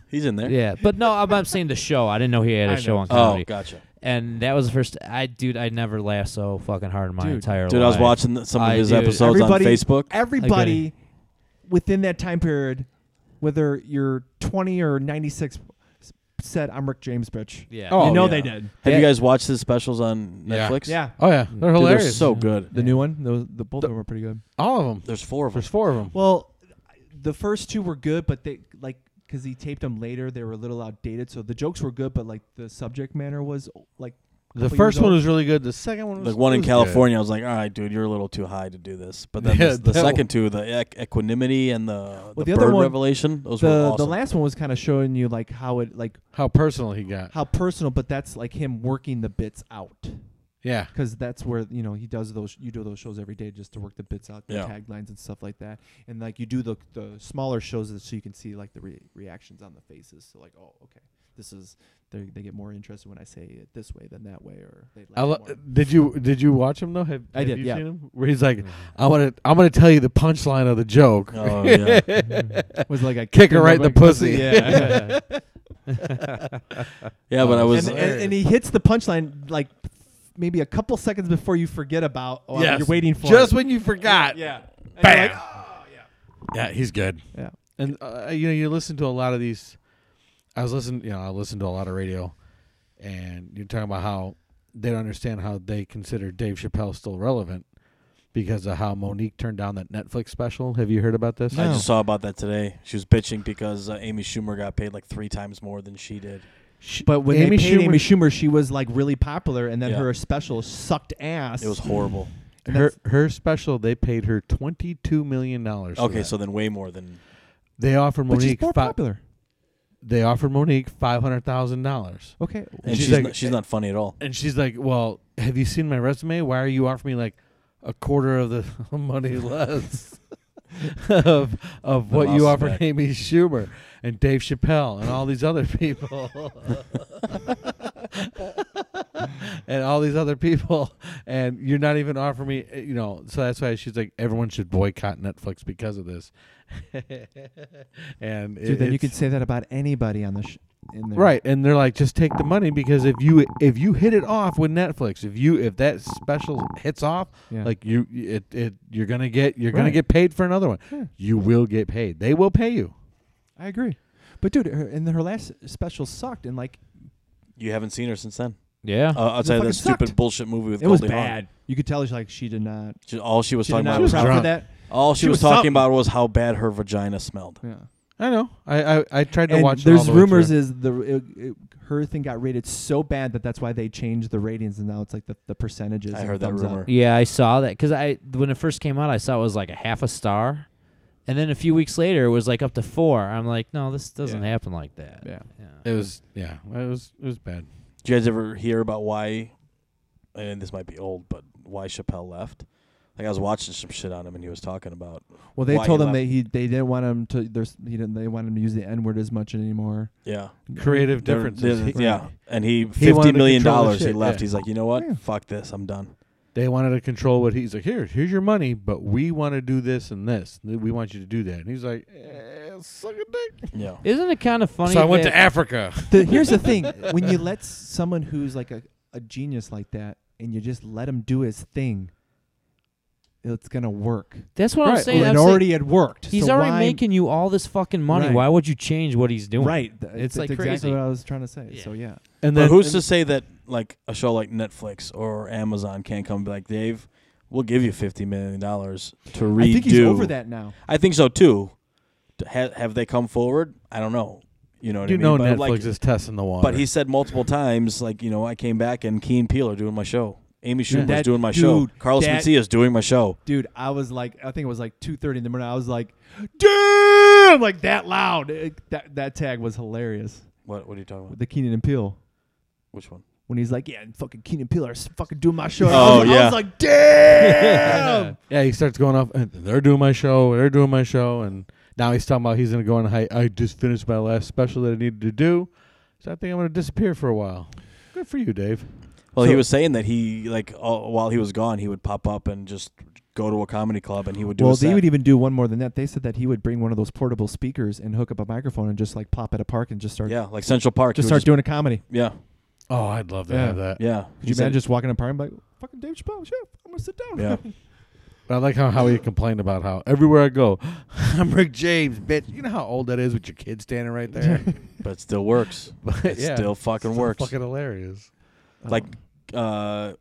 S4: He's in there.
S2: yeah, but no, I'm, I'm saying the show. I didn't know he had a
S1: I
S2: show
S1: know.
S2: on
S4: Oh,
S2: comedy,
S4: gotcha.
S2: and that was the first. I dude, I never laughed so fucking hard in my
S1: Dude.
S2: entire life.
S4: Dude, I was watching th- some of
S2: I-
S4: his
S2: dude,
S4: episodes on
S1: everybody-
S4: Facebook.
S1: Everybody within that time period, whether you're 20 or 96, s- said, I'm Rick James, bitch.
S2: Yeah.
S3: Oh,
S1: you know
S4: yeah.
S1: they did.
S4: Have you
S2: Yeah.
S4: guys watched his specials on
S3: Yeah.
S4: Netflix?
S1: Yeah.
S3: Oh yeah, they're
S4: Dude,
S3: hilarious.
S4: they're so good.
S1: The new one, those, the both of them were pretty good.
S3: all of them.
S4: There's four of them.
S3: There's four of them.
S1: Well, the first two were good, but they like because he taped them later, they were a little outdated. So the jokes were good, but like the subject matter was like
S3: The
S1: couple
S3: first
S1: years
S3: one
S1: old.
S3: was really good. The second one was
S4: Like one in
S3: was good.
S4: California, I was like, "All right, dude, you're a little too high to do this." But then
S3: Yeah,
S4: the, the
S3: that
S4: second two, the equ- equanimity and the, the,
S1: the
S4: bird
S1: other one-
S4: revelation, those
S1: the
S4: were awesome.
S1: the last one was kind of showing you like how it like
S3: How personal he got.
S1: how personal, but that's like him working the bits out
S3: Yeah.
S1: because that's where you know he does those you do those shows every day just to work the bits out, the
S4: Yeah.
S1: taglines and stuff like that, and like you do the the smaller shows so you can see like the re- reactions on the faces. So like, oh, okay, this is they they get more interested when I say it this way than that way, or they like
S3: I
S1: it
S3: lo-
S1: more.
S3: did you did you watch him though? Have,
S1: I
S3: have
S1: did,
S3: You
S1: yeah.
S3: Seen him? Where he's like, I want to I'm gonna tell you the punchline of the joke.
S4: oh yeah,
S1: was like a
S3: Kick her right in the pussy.
S1: Yeah.
S4: yeah.
S3: Oh,
S4: But I was
S1: and, and, and he hits the punchline like maybe a couple seconds before you forget about. Oh,
S3: Yes.
S1: you're waiting for
S3: just
S1: it.
S3: when you forgot.
S1: yeah.
S3: Bam. yeah, he's good.
S1: "Oh, Yeah.
S3: And uh, you know, you listen to a lot of these. I was listening, you know, I listened to a lot of radio, and you're talking about how they don't understand how they consider Dave Chappelle still relevant because of how Monique turned down that Netflix special. Have you heard about this?
S4: I just saw about that today. She was bitching because uh, Amy Schumer got paid like three times more than she did.
S1: But when
S3: Amy
S1: they paid
S3: Schumer-
S1: Amy Schumer, she was like really popular, and then
S4: Yeah.
S1: her special sucked ass.
S4: It was horrible.
S1: and
S3: her
S1: that's-
S3: her special. They paid her twenty two million dollars.
S4: Okay, so then way more than
S3: they offered
S1: but she's
S3: Monique.
S1: more
S3: fi-
S1: popular.
S3: they offered Monique five hundred thousand dollars.
S1: Okay,
S4: and
S3: She's
S4: she's
S3: like-
S4: not, she's not funny at all.
S3: And she's like, "Well, have you seen my resume? Why are you offering me like a quarter of the money less of of
S4: The
S3: what
S4: mouse is
S3: you offered
S4: back.
S3: Amy Schumer and Dave Chappelle and all these other people?" and all these other people and you're not even offering me eh, you know so that's why she's like everyone should boycott netflix because of this and
S1: dude, then you
S3: it's-
S1: could say that about anybody on the sh- in there.
S3: Right, and they're like, just take the money because if you if you hit it off with Netflix, if you if that special hits off,
S1: Yeah.
S3: like you it, it you're gonna get you're gonna
S1: Right.
S3: get paid for another one.
S1: Yeah.
S3: You will get paid. They will pay you.
S1: I agree. But dude, her, and her last special sucked, and like
S4: You haven't seen her since then.
S2: yeah.
S4: Uh, outside of
S1: fucking
S4: that stupid
S1: sucked.
S4: bullshit movie with
S1: it was
S4: Goldie Hawn.
S1: bad. You could tell she like she did not.
S4: She- all she was
S1: She did
S4: talking
S1: not
S4: about was
S1: prep
S3: drunk.
S1: for that.
S4: all she,
S1: She
S4: was,
S1: was
S4: talking
S1: something.
S4: about was how bad her vagina smelled.
S1: Yeah.
S3: I know. I I, I tried to
S1: and
S3: watch. it all
S1: there's
S3: the way
S1: rumors
S3: through.
S1: is the it, it, her thing got rated so bad that that's why they changed the ratings and now it's like the, the percentages.
S4: I
S1: and
S4: heard that
S1: thumbs up.
S4: rumor.
S2: Yeah, I saw that because I when it first came out, I saw it was like a half a star, and then a few weeks later, it was like up to four. I'm like, no, this doesn't
S1: Yeah.
S2: happen like that.
S1: Yeah.
S3: it was yeah it was it was bad.
S4: Did you guys ever hear about why? And this might be old, but why Chappelle left? Like I was watching some shit on him, and he was talking about
S1: Well, they
S4: Why
S1: told
S4: he
S1: him
S4: left.
S1: that he they didn't want him to. There's he didn't they want him to use the n word as much anymore.
S4: yeah,
S3: Creative
S4: There-
S3: differences.
S4: there- yeah. And he
S3: wanted
S4: fifty
S3: to
S4: million
S3: control the
S4: dollars. He
S3: shit,
S4: left.
S3: yeah.
S4: He's like, you know what?
S1: Yeah.
S4: Fuck this. I'm done.
S3: They wanted to control what he's like. Here, here's your money, but we want to do this and this. We want you to do that. And he's like, eh, suck a dick.
S4: Yeah.
S2: Isn't it kind of funny?
S3: So I went to
S2: that-
S3: Africa.
S1: The, here's the thing: when you let someone who's like a, a genius like that, and you just let him do his thing, it's gonna work.
S2: That's what I'm
S3: Right,
S2: saying.
S1: Well,
S2: I'm
S1: it
S2: saying
S1: already had worked.
S2: he's
S1: so
S2: already
S1: why-
S2: making you all this fucking money.
S1: Right.
S2: Why would you change what he's doing?
S1: right. th-
S2: It's,
S1: that's
S2: like
S1: exactly
S2: crazy.
S1: what I was trying to say.
S2: Yeah.
S1: So yeah,
S3: And
S4: But
S3: then
S4: who's
S3: and-
S4: to say that like a show like Netflix or Amazon can't come and be like, Dave, we'll give you fifty million dollars to redo.
S1: I think he's over that now.
S4: I think so too. To ha- have they come forward? I don't know. You know what
S3: You
S4: I mean?
S3: know
S4: But,
S3: Netflix
S4: like,
S3: is testing the water.
S4: But he said multiple times, like, you know, I came back and Keen Peele are doing my show. Amy Schumer's
S1: That
S4: doing my
S1: dude,
S4: show. Carlos
S1: that-
S4: Mencia is doing my show.
S1: Dude, I was like, I think it was like two thirty in the morning. I was like, damn, like that loud. It- that that tag was hilarious.
S4: What What are you talking about?
S1: The Keenan and Peele.
S4: Which one?
S1: when he's like, "Yeah, and fucking Keenan Peele are s- fucking doing my show."
S4: Oh,
S1: I was, I
S4: yeah.
S1: was like, "Damn!"
S3: yeah, he starts going off. And they're doing my show. They're doing my show, and Now he's talking about he's going to go on a hike. I just finished my last special that I needed to do, so I think I'm going to disappear for a while. Good for you, Dave.
S4: Well, he
S3: So-
S4: was saying that he like all, while he was gone, he would pop up and just go to a comedy club and he would do.
S1: well, E.
S4: a
S1: they
S4: set.
S1: would even do one more than that. They said that he would bring one of those portable speakers and hook up a microphone and just like pop at a park and just start
S4: yeah, like Central Park.
S1: just
S4: he
S1: start
S4: would
S1: doing a comedy.
S4: yeah,
S3: Oh, I'd love to
S1: Yeah.
S3: have that.
S4: yeah.
S1: Could
S4: He
S1: you
S4: said-
S1: imagine just walking in a park and be like, fucking Dave Chappelle, shit, I'm gonna sit down.
S4: Yeah.
S3: But I like how, how he complained about how everywhere I go, I'm Rick James, bitch. You know how old that is with your kid standing right there.
S4: but it still works.
S3: But
S4: It still fucking
S3: Still
S4: works.
S3: Fucking hilarious.
S4: Like-
S1: Oh,
S4: uh,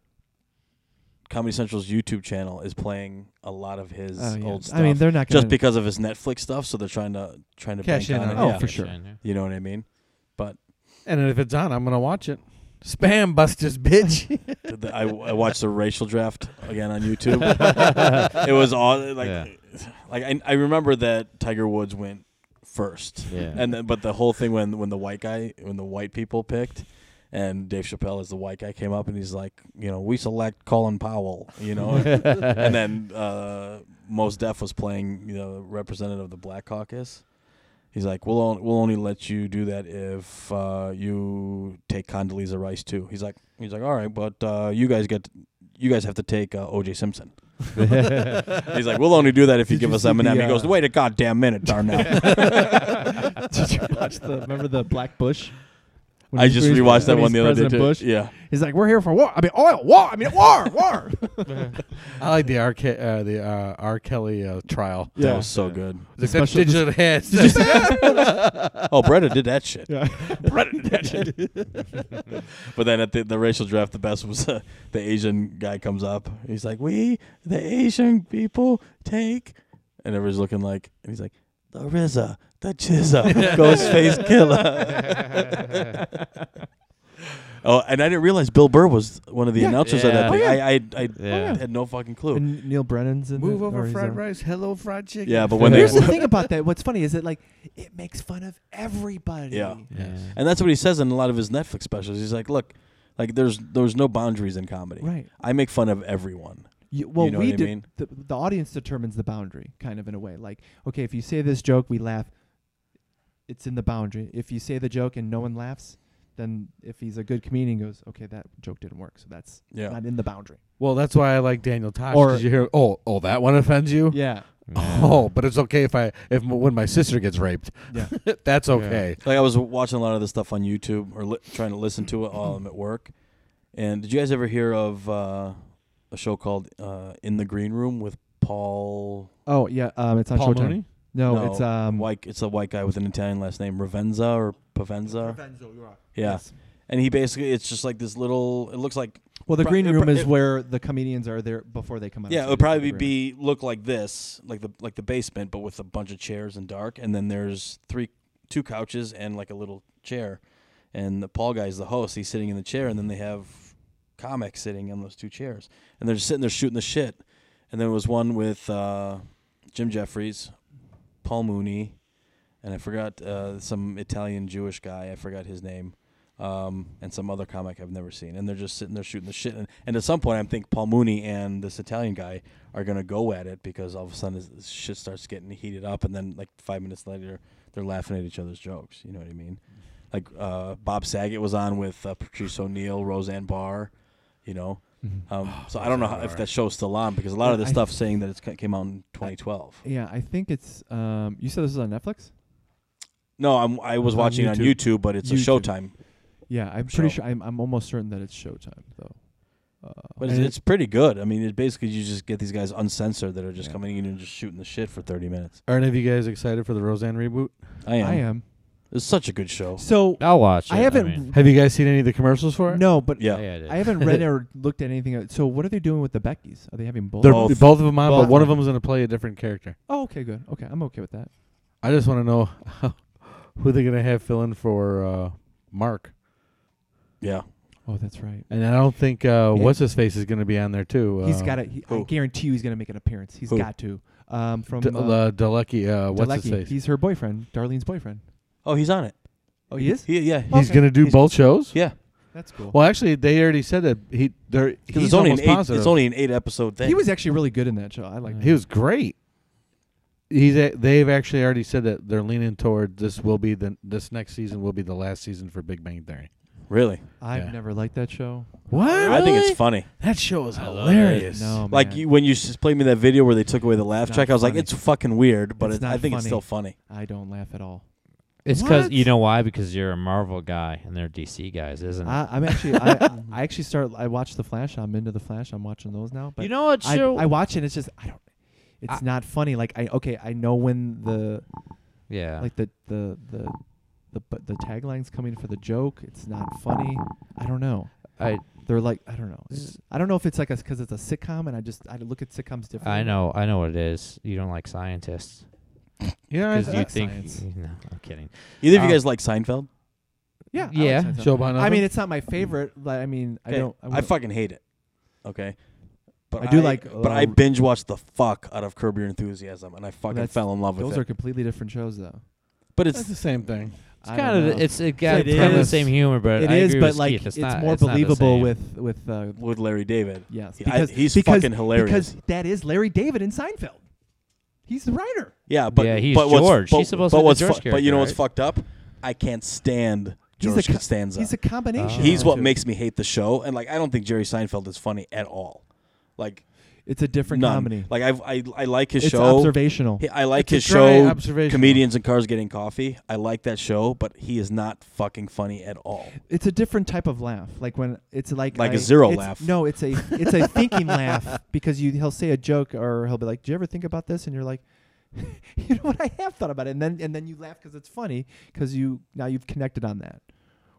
S4: Comedy Central's YouTube channel is playing a lot of his
S1: Oh, yeah.
S4: old stuff.
S1: I mean, they're not gonna
S4: just because of his Netflix stuff, so they're trying to trying to
S3: Cash
S4: bank
S3: in
S4: on
S3: on
S4: it.
S1: Oh,
S4: yeah.
S1: for sure.
S4: You know what I mean?
S3: And if it's on, I'm gonna watch it. Spam busters, bitch.
S4: Did the- I, I watched the racial draft again on YouTube. it was all like,
S2: Yeah.
S4: like I, I remember that Tiger Woods went first,
S2: Yeah.
S4: and then, but the whole thing when when the white guy when the white people picked, and Dave Chappelle as the white guy came up and he's like, you know, we select Colin Powell, you know, and, then uh, Mos Def was playing you know representative of the Black Caucus. He's like, we'll on, we'll only let you do that if uh, you take Condoleezza Rice too. He's like, he's like, all right, but uh, you guys get, you guys have to take uh, O.J. Simpson. He's like, we'll only do that if you
S1: Did you
S4: give us
S1: see
S4: Eminem.
S1: the,
S4: he goes,
S1: uh,
S4: wait a goddamn minute, Darnell.
S1: Did you watch the remember the Black Bush? When
S4: I
S1: he's-
S4: just
S1: when he's-
S4: rewatched that
S1: when
S4: one
S1: he's
S4: the other day
S1: President
S4: too.
S1: Bush?
S4: Yeah,
S1: He's like, "We're here for war. I mean, oil, war. I mean, war, war."
S3: I like the R. Ke- uh, the uh, R. Kelly uh, trial.
S4: that was so good.
S3: The
S1: special-
S3: digital hands.
S4: Oh, Bretta did that shit.
S1: Yeah.
S4: Bretta did that shit. but then at the, the racial draft, the best was uh, the Asian guy comes up. He's like, we the Asian people take, and everybody's looking like, and he's like, the RZA, the Chizza, Ghostface Killer. Oh, and I didn't realize Bill Burr was one of the
S1: Yeah.
S4: announcers of that
S2: Yeah.
S4: thing. I, I, I
S2: Oh, Yeah.
S4: had no fucking clue.
S1: And Neil Brennan's in
S3: Move
S1: it, or
S3: over
S1: he's
S3: fried
S1: in-
S3: rice. Hello, fried chicken.
S4: Yeah, but when they
S1: Here's the thing about that. What's funny is that like it makes fun of everybody.
S4: Yeah.
S2: Yes.
S4: And that's what he says in a lot of his Netflix specials. He's like, look, like there's there's no boundaries in comedy.
S1: Right.
S4: I make fun of everyone.
S1: You, well,
S4: know
S1: we
S4: what I
S1: de-
S4: mean?
S1: the, the audience determines the boundary, kind of in a way. Like, okay, if you say this joke, we laugh. It's in the boundary. If you say the joke and no one laughs, then if he's a good comedian, he goes, okay, that joke didn't work, so that's
S4: Yeah.
S1: not in the boundary.
S3: Well, that's why I like Daniel Tosh.
S1: Or-
S3: 'cause you hear, oh, oh, that one offends you.
S1: Yeah,
S3: Oh, but it's okay if I if m- when my sister gets raped.
S1: Yeah.
S3: that's okay.
S4: Like I was watching a lot of this stuff on YouTube or li- trying to listen to it while I'm at work. And did you guys ever hear of uh, a show called uh, In the Green Room with Paul?
S1: Oh yeah, um, it's on
S3: Paul
S1: Showtime.
S3: Mooney?
S1: No, it's um.
S4: white. It's a white guy with an Italian last name, Ravenza or Pavenza. Yeah,
S1: yes.
S4: and he basically it's just like this little. It looks like
S1: Well, the
S4: Pro-
S1: green
S4: it
S1: room
S4: pro-
S1: is
S4: it-
S1: where uh, the comedians are there before they come out.
S4: Yeah,
S1: on
S4: it
S1: stage,
S4: would
S1: the
S4: probably
S1: green room.
S4: be look like this, like the like the basement, but with a bunch of chairs and dark, and then there's three two couches and like a little chair, and the Paul guy's the host. He's sitting in the chair, and then they have comics sitting on those two chairs, and they're just sitting there shooting the shit. And there was one with uh, Jim Jeffries, Paul Mooney, and I forgot uh, some Italian Jewish guy. I forgot his name. Um, and some other comic I've never seen, and they're just sitting there shooting the shit. And, and at some point, I think Paul Mooney and this Italian guy are gonna go at it because all of a sudden this- this shit starts getting heated up, and then like five minutes later, they're laughing at each other's jokes. You know what I mean? Like uh, Bob Saget was on with uh, Patrice O'Neill, Roseanne Barr. You know, um, so I don't know how, if that show's still on because a lot of this
S1: I-
S4: stuff saying that it's ca- came out in 2012.
S1: Yeah, I think it's. Um, you said this is on Netflix.
S4: No, I'm, I was
S1: On
S4: watching it on
S1: YouTube.
S4: YouTube, but it's
S1: YouTube.
S4: a Showtime.
S1: Yeah, I'm
S4: Show.
S1: pretty sure. I'm, I'm almost certain that it's Showtime though. Uh,
S4: But it's,
S1: and
S4: it's pretty good. I mean, it basically you just get these guys uncensored that are just
S2: Yeah.
S4: coming in and just shooting the shit for 30 minutes.
S3: Are any of you guys excited for the Roseanne reboot?
S4: I am.
S1: I am.
S4: It's such a good show.
S3: Oh.
S1: So
S2: I'll watch it.
S1: I haven't.
S2: mean,
S3: Have you guys seen any of the commercials for it?
S1: no, but
S4: Yeah.
S2: yeah, I did.
S1: I haven't read or looked at anything. else. So what are they doing with the Beckys? Are they having both?
S3: They're
S4: Both.
S3: both, of them on,
S1: Both.
S3: but one of them is going to play a different character.
S1: oh, okay, good. Okay, I'm okay with that.
S3: I just want to know how, who they're going to have fill in for uh, Mark.
S4: Yeah.
S1: Oh, that's right.
S3: And I don't think uh,
S1: Yeah.
S3: what's his face is going to be on there too.
S1: he's
S3: uh,
S1: got to. He, I
S4: who?
S1: guarantee you, he's gonna make an appearance. He's
S4: Who?
S1: got to. Um, from
S3: D-
S1: uh,
S3: uh, Dalecki. Uh, what's his
S1: Delecky.
S3: face?
S1: He's her boyfriend, Darlene's boyfriend.
S4: Oh, he's on it.
S1: Oh, he is.
S4: He, yeah.
S3: He's
S1: okay.
S3: going to do
S4: He's-
S3: both shows.
S4: yeah.
S1: That's cool.
S3: Well, actually, they already said that he. They're,
S4: Because
S3: he's
S4: it's only an
S3: almost
S4: eight.
S3: positive.
S4: It's only an eight episode thing.
S1: he was actually really good in that show. I like.
S3: he was great. he's a, they've actually already said that they're leaning toward this will be the this next season will be the last season for Big Bang Theory.
S4: Really?
S1: I've
S3: Yeah.
S1: never liked that show.
S3: What?
S4: I think it's funny.
S3: that show is
S2: love it.
S3: hilarious.
S1: No, man.
S4: Like you, when you just played me that video where they took away the laugh
S1: Not
S4: track, I was like,
S1: funny.
S4: it's fucking weird, but
S1: It's
S4: it,
S1: not
S4: I think it's
S1: funny.
S4: still funny.
S1: I don't laugh at all.
S2: It's because
S3: What?
S2: you know why? Because you're a Marvel guy and they're DC guys, isn't it?
S1: I, I'm actually, I, I actually start. I watch the Flash. I'm into the Flash. I'm watching those now. But
S2: you know what
S1: I,
S2: show?
S1: I watch it. It's just I don't. It's
S2: I-
S1: not funny. Like I okay, I know when the
S2: yeah,
S1: like the the the the but the tagline's coming for the joke. It's not funny. I don't know.
S2: I
S1: They're like I don't know. It's- I don't know if it's like because it's a sitcom and I just I look at sitcoms differently.
S2: I know I know what it is. You don't like scientists
S3: Yeah, I
S2: because you
S1: like
S2: think.
S1: science.
S2: No, I'm kidding.
S4: Either of
S2: Um,
S4: you guys like Seinfeld?
S1: Yeah. I like
S2: Yeah.
S1: Seinfeld.
S3: Show about
S1: I mean, it's not my favorite. But I mean, I
S4: Okay,
S1: don't.
S4: I, fucking hate it. Okay. But
S1: I do like,
S4: but I
S1: uh,
S4: binge watched the fuck out of Curb Your Enthusiasm, and I fucking
S1: That's-
S4: fell in love with
S1: those
S4: it.
S1: are completely different shows though.
S4: but
S3: it's
S4: it's
S3: the same thing.
S2: It's kind of the- it's it got
S1: It
S2: kind of the
S1: is.
S2: same humor, but
S1: it
S2: I
S1: is,
S2: agree
S1: but
S2: with
S1: like
S2: Keith, it's, not,
S1: more
S2: it's not the
S1: believable
S2: same.
S1: with with uh,
S4: with Larry David.
S1: yes
S4: Yeah, I-
S1: because
S4: he's
S1: because,
S4: fucking hilarious.
S1: because that is Larry David in Seinfeld. He's the writer.
S4: Yeah, but
S2: Yeah, he's
S4: but what's-
S2: George.
S4: but-
S2: He's supposed to
S4: but
S2: be the
S4: what's
S2: George
S4: fu- But you know what's
S2: character,
S4: fucked up? I can't stand
S1: He's
S4: George
S1: a co-
S4: Costanza.
S1: He's a combination.
S4: He's
S1: of
S4: what
S1: two.
S4: makes me hate the show, and like I don't think Jerry Seinfeld is funny at all. Like
S1: it's a different
S4: none.
S1: comedy.
S4: Like I've, I I like his
S1: it's
S4: show.
S1: observational.
S4: He- I like
S3: It's
S4: his
S3: a dry
S4: show.
S3: observational.
S4: Comedians and cars getting coffee. I like that show, but he is not fucking funny at all.
S1: it's a different type of laugh. Like when it's like
S4: Like a
S1: I-
S4: zero
S1: it's-
S4: laugh.
S1: No, it's a it's a thinking laugh because you he'll say a joke or he'll be like, "Do you ever think about this?" And you're like, "You know what? I have thought about it." And then and then you laugh because it's funny because you now you've connected on that.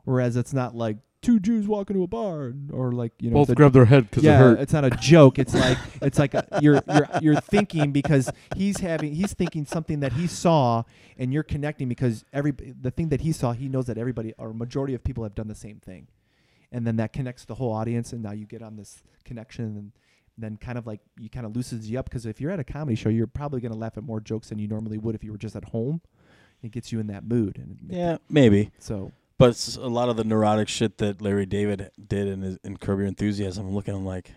S1: Whereas it's not like two Jews walk into a bar and- or like you know
S3: Both
S1: the-
S3: grab their head because
S1: yeah,
S3: it hurt.
S1: it's not a joke. It's like it's like a, you're you're you're thinking because he's having he's thinking something that he saw, and you're connecting because every the thing that he saw, he knows that everybody or majority of people have done the same thing, and then that connects the whole audience, and now you get on this connection, and then kind of like you kind of loosens you up because if you're at a comedy show, you're probably gonna laugh at more jokes than you normally would if you were just at home. It gets you in that mood, and it-
S4: Yeah, maybe.
S1: so
S4: But it's a lot of the neurotic shit that Larry David did in his, in Curb Your Enthusiasm. I'm looking. I'm like,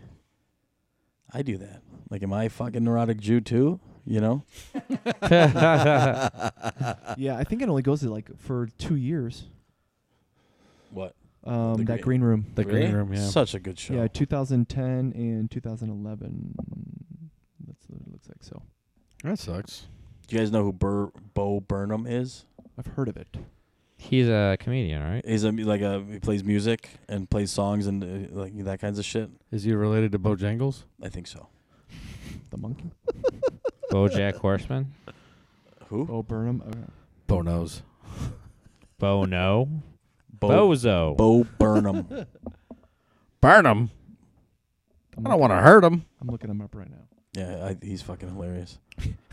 S4: I do that. Like, am I a fucking neurotic Jew too? You know? Uh,
S1: yeah, I think it only goes to like for two years.
S4: What?
S1: Um,
S4: The
S1: that green
S4: Green-
S1: room.
S3: the
S4: Really?
S3: green room, yeah.
S4: Such a good show.
S1: Yeah, 2010 and 2011. That's what it looks like. So
S3: that sucks.
S4: Do you guys know who Bur- Bo Burnham is?
S1: I've heard of it.
S2: He's a comedian, right?
S4: He's a mu- like a he plays music and plays songs and uh, like that kinds of shit.
S3: Is he related to Bojangles?
S4: I think so.
S1: The monkey.
S2: BoJack Horseman.
S4: Who?
S1: Bo Oh, Burnham. Okay.
S3: Bonos.
S2: Bono.
S4: Bo,
S2: Bozo.
S4: Bo Burnham.
S3: Burn him.
S1: I'm,
S3: I don't want to hurt him.
S1: I'm looking him up right now.
S4: yeah, I, he's fucking hilarious.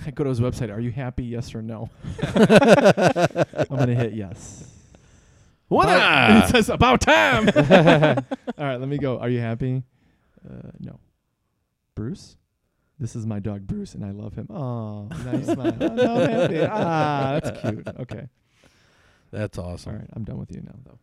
S1: I go to his website. Are you happy? Yes or no? I'm gonna hit yes.
S3: What? Uh.
S1: About- it says about time. All right, let me go. Are you happy? Uh, no. Bruce. This is my dog Bruce, and I love him. Oh, nice smile. Oh, no, I'm happy. Ah, that's cute. Okay.
S3: That's
S1: All
S3: awesome.
S1: right, I'm done with you now, though.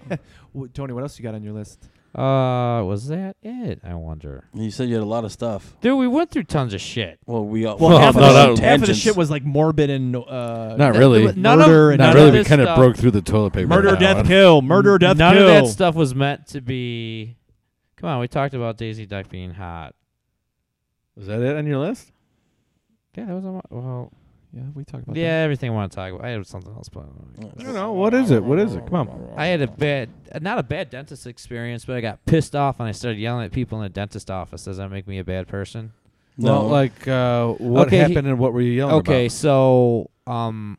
S1: Okay. Well, Tony, what else you got on your list?
S2: Uh, was that it? I wonder.
S4: You said you had a lot of stuff.
S2: Dude, we went through tons of shit.
S4: Well, we all,
S1: Well,
S3: Well,
S1: half,
S3: no,
S1: of
S3: that
S1: the,
S3: was-
S1: half of the
S4: Tangents.
S1: shit was like morbid and uh,
S3: Not really.
S1: murder
S2: None of-
S1: and
S2: none
S3: Not
S2: of
S3: really. We
S2: this
S3: kind of
S2: stuff-
S3: broke through the toilet paper.
S1: murder,
S3: on that
S1: death,
S3: one.
S1: kill, murder, death,
S2: None
S1: kill.
S2: of that stuff was meant to be. Come on, we talked about Daisy Duck being hot.
S3: Is that it on your list?
S2: Yeah, that was on my, well.
S1: Yeah, we talked about
S2: Yeah, everything I want to talk about. I had something else, but
S3: I don't know. What is it? What is it? Come on.
S2: I had a bad, not a bad dentist experience, but I got pissed off and I started yelling at people in a dentist office. Does that make me a bad person?
S4: No,
S3: Well, like uh, what
S2: Okay, he-
S3: happened and what were you yelling
S2: okay,
S3: about?
S2: so um,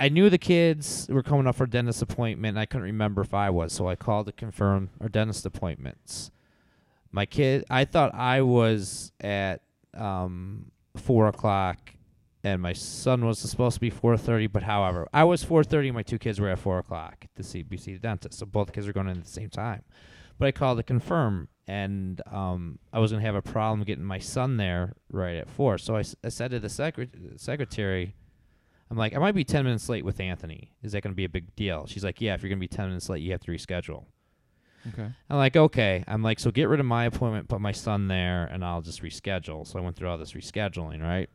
S2: I knew the kids were coming up for dentist appointment. And I couldn't remember if I was, so I called to confirm our dentist appointments. My kid, I thought I was at um four o'clock, and my son was supposed to be four thirty. But however, I was four thirty. My two kids were at four o'clock to see, be see the dentist. So both kids were going in at the same time. But I called to confirm, and um, I was going to have a problem getting my son there right at four. So I, s- I said to the secret- secretary, I'm like, I might be 10 minutes late with Anthony. Is that going to be a big deal? She's like, Yeah, if you're going to be 10 minutes late, you have to reschedule.
S1: Okay.
S2: I'm like, okay. I'm like, so get rid of my appointment, put my son there, and I'll just reschedule. So I went through all this rescheduling, right?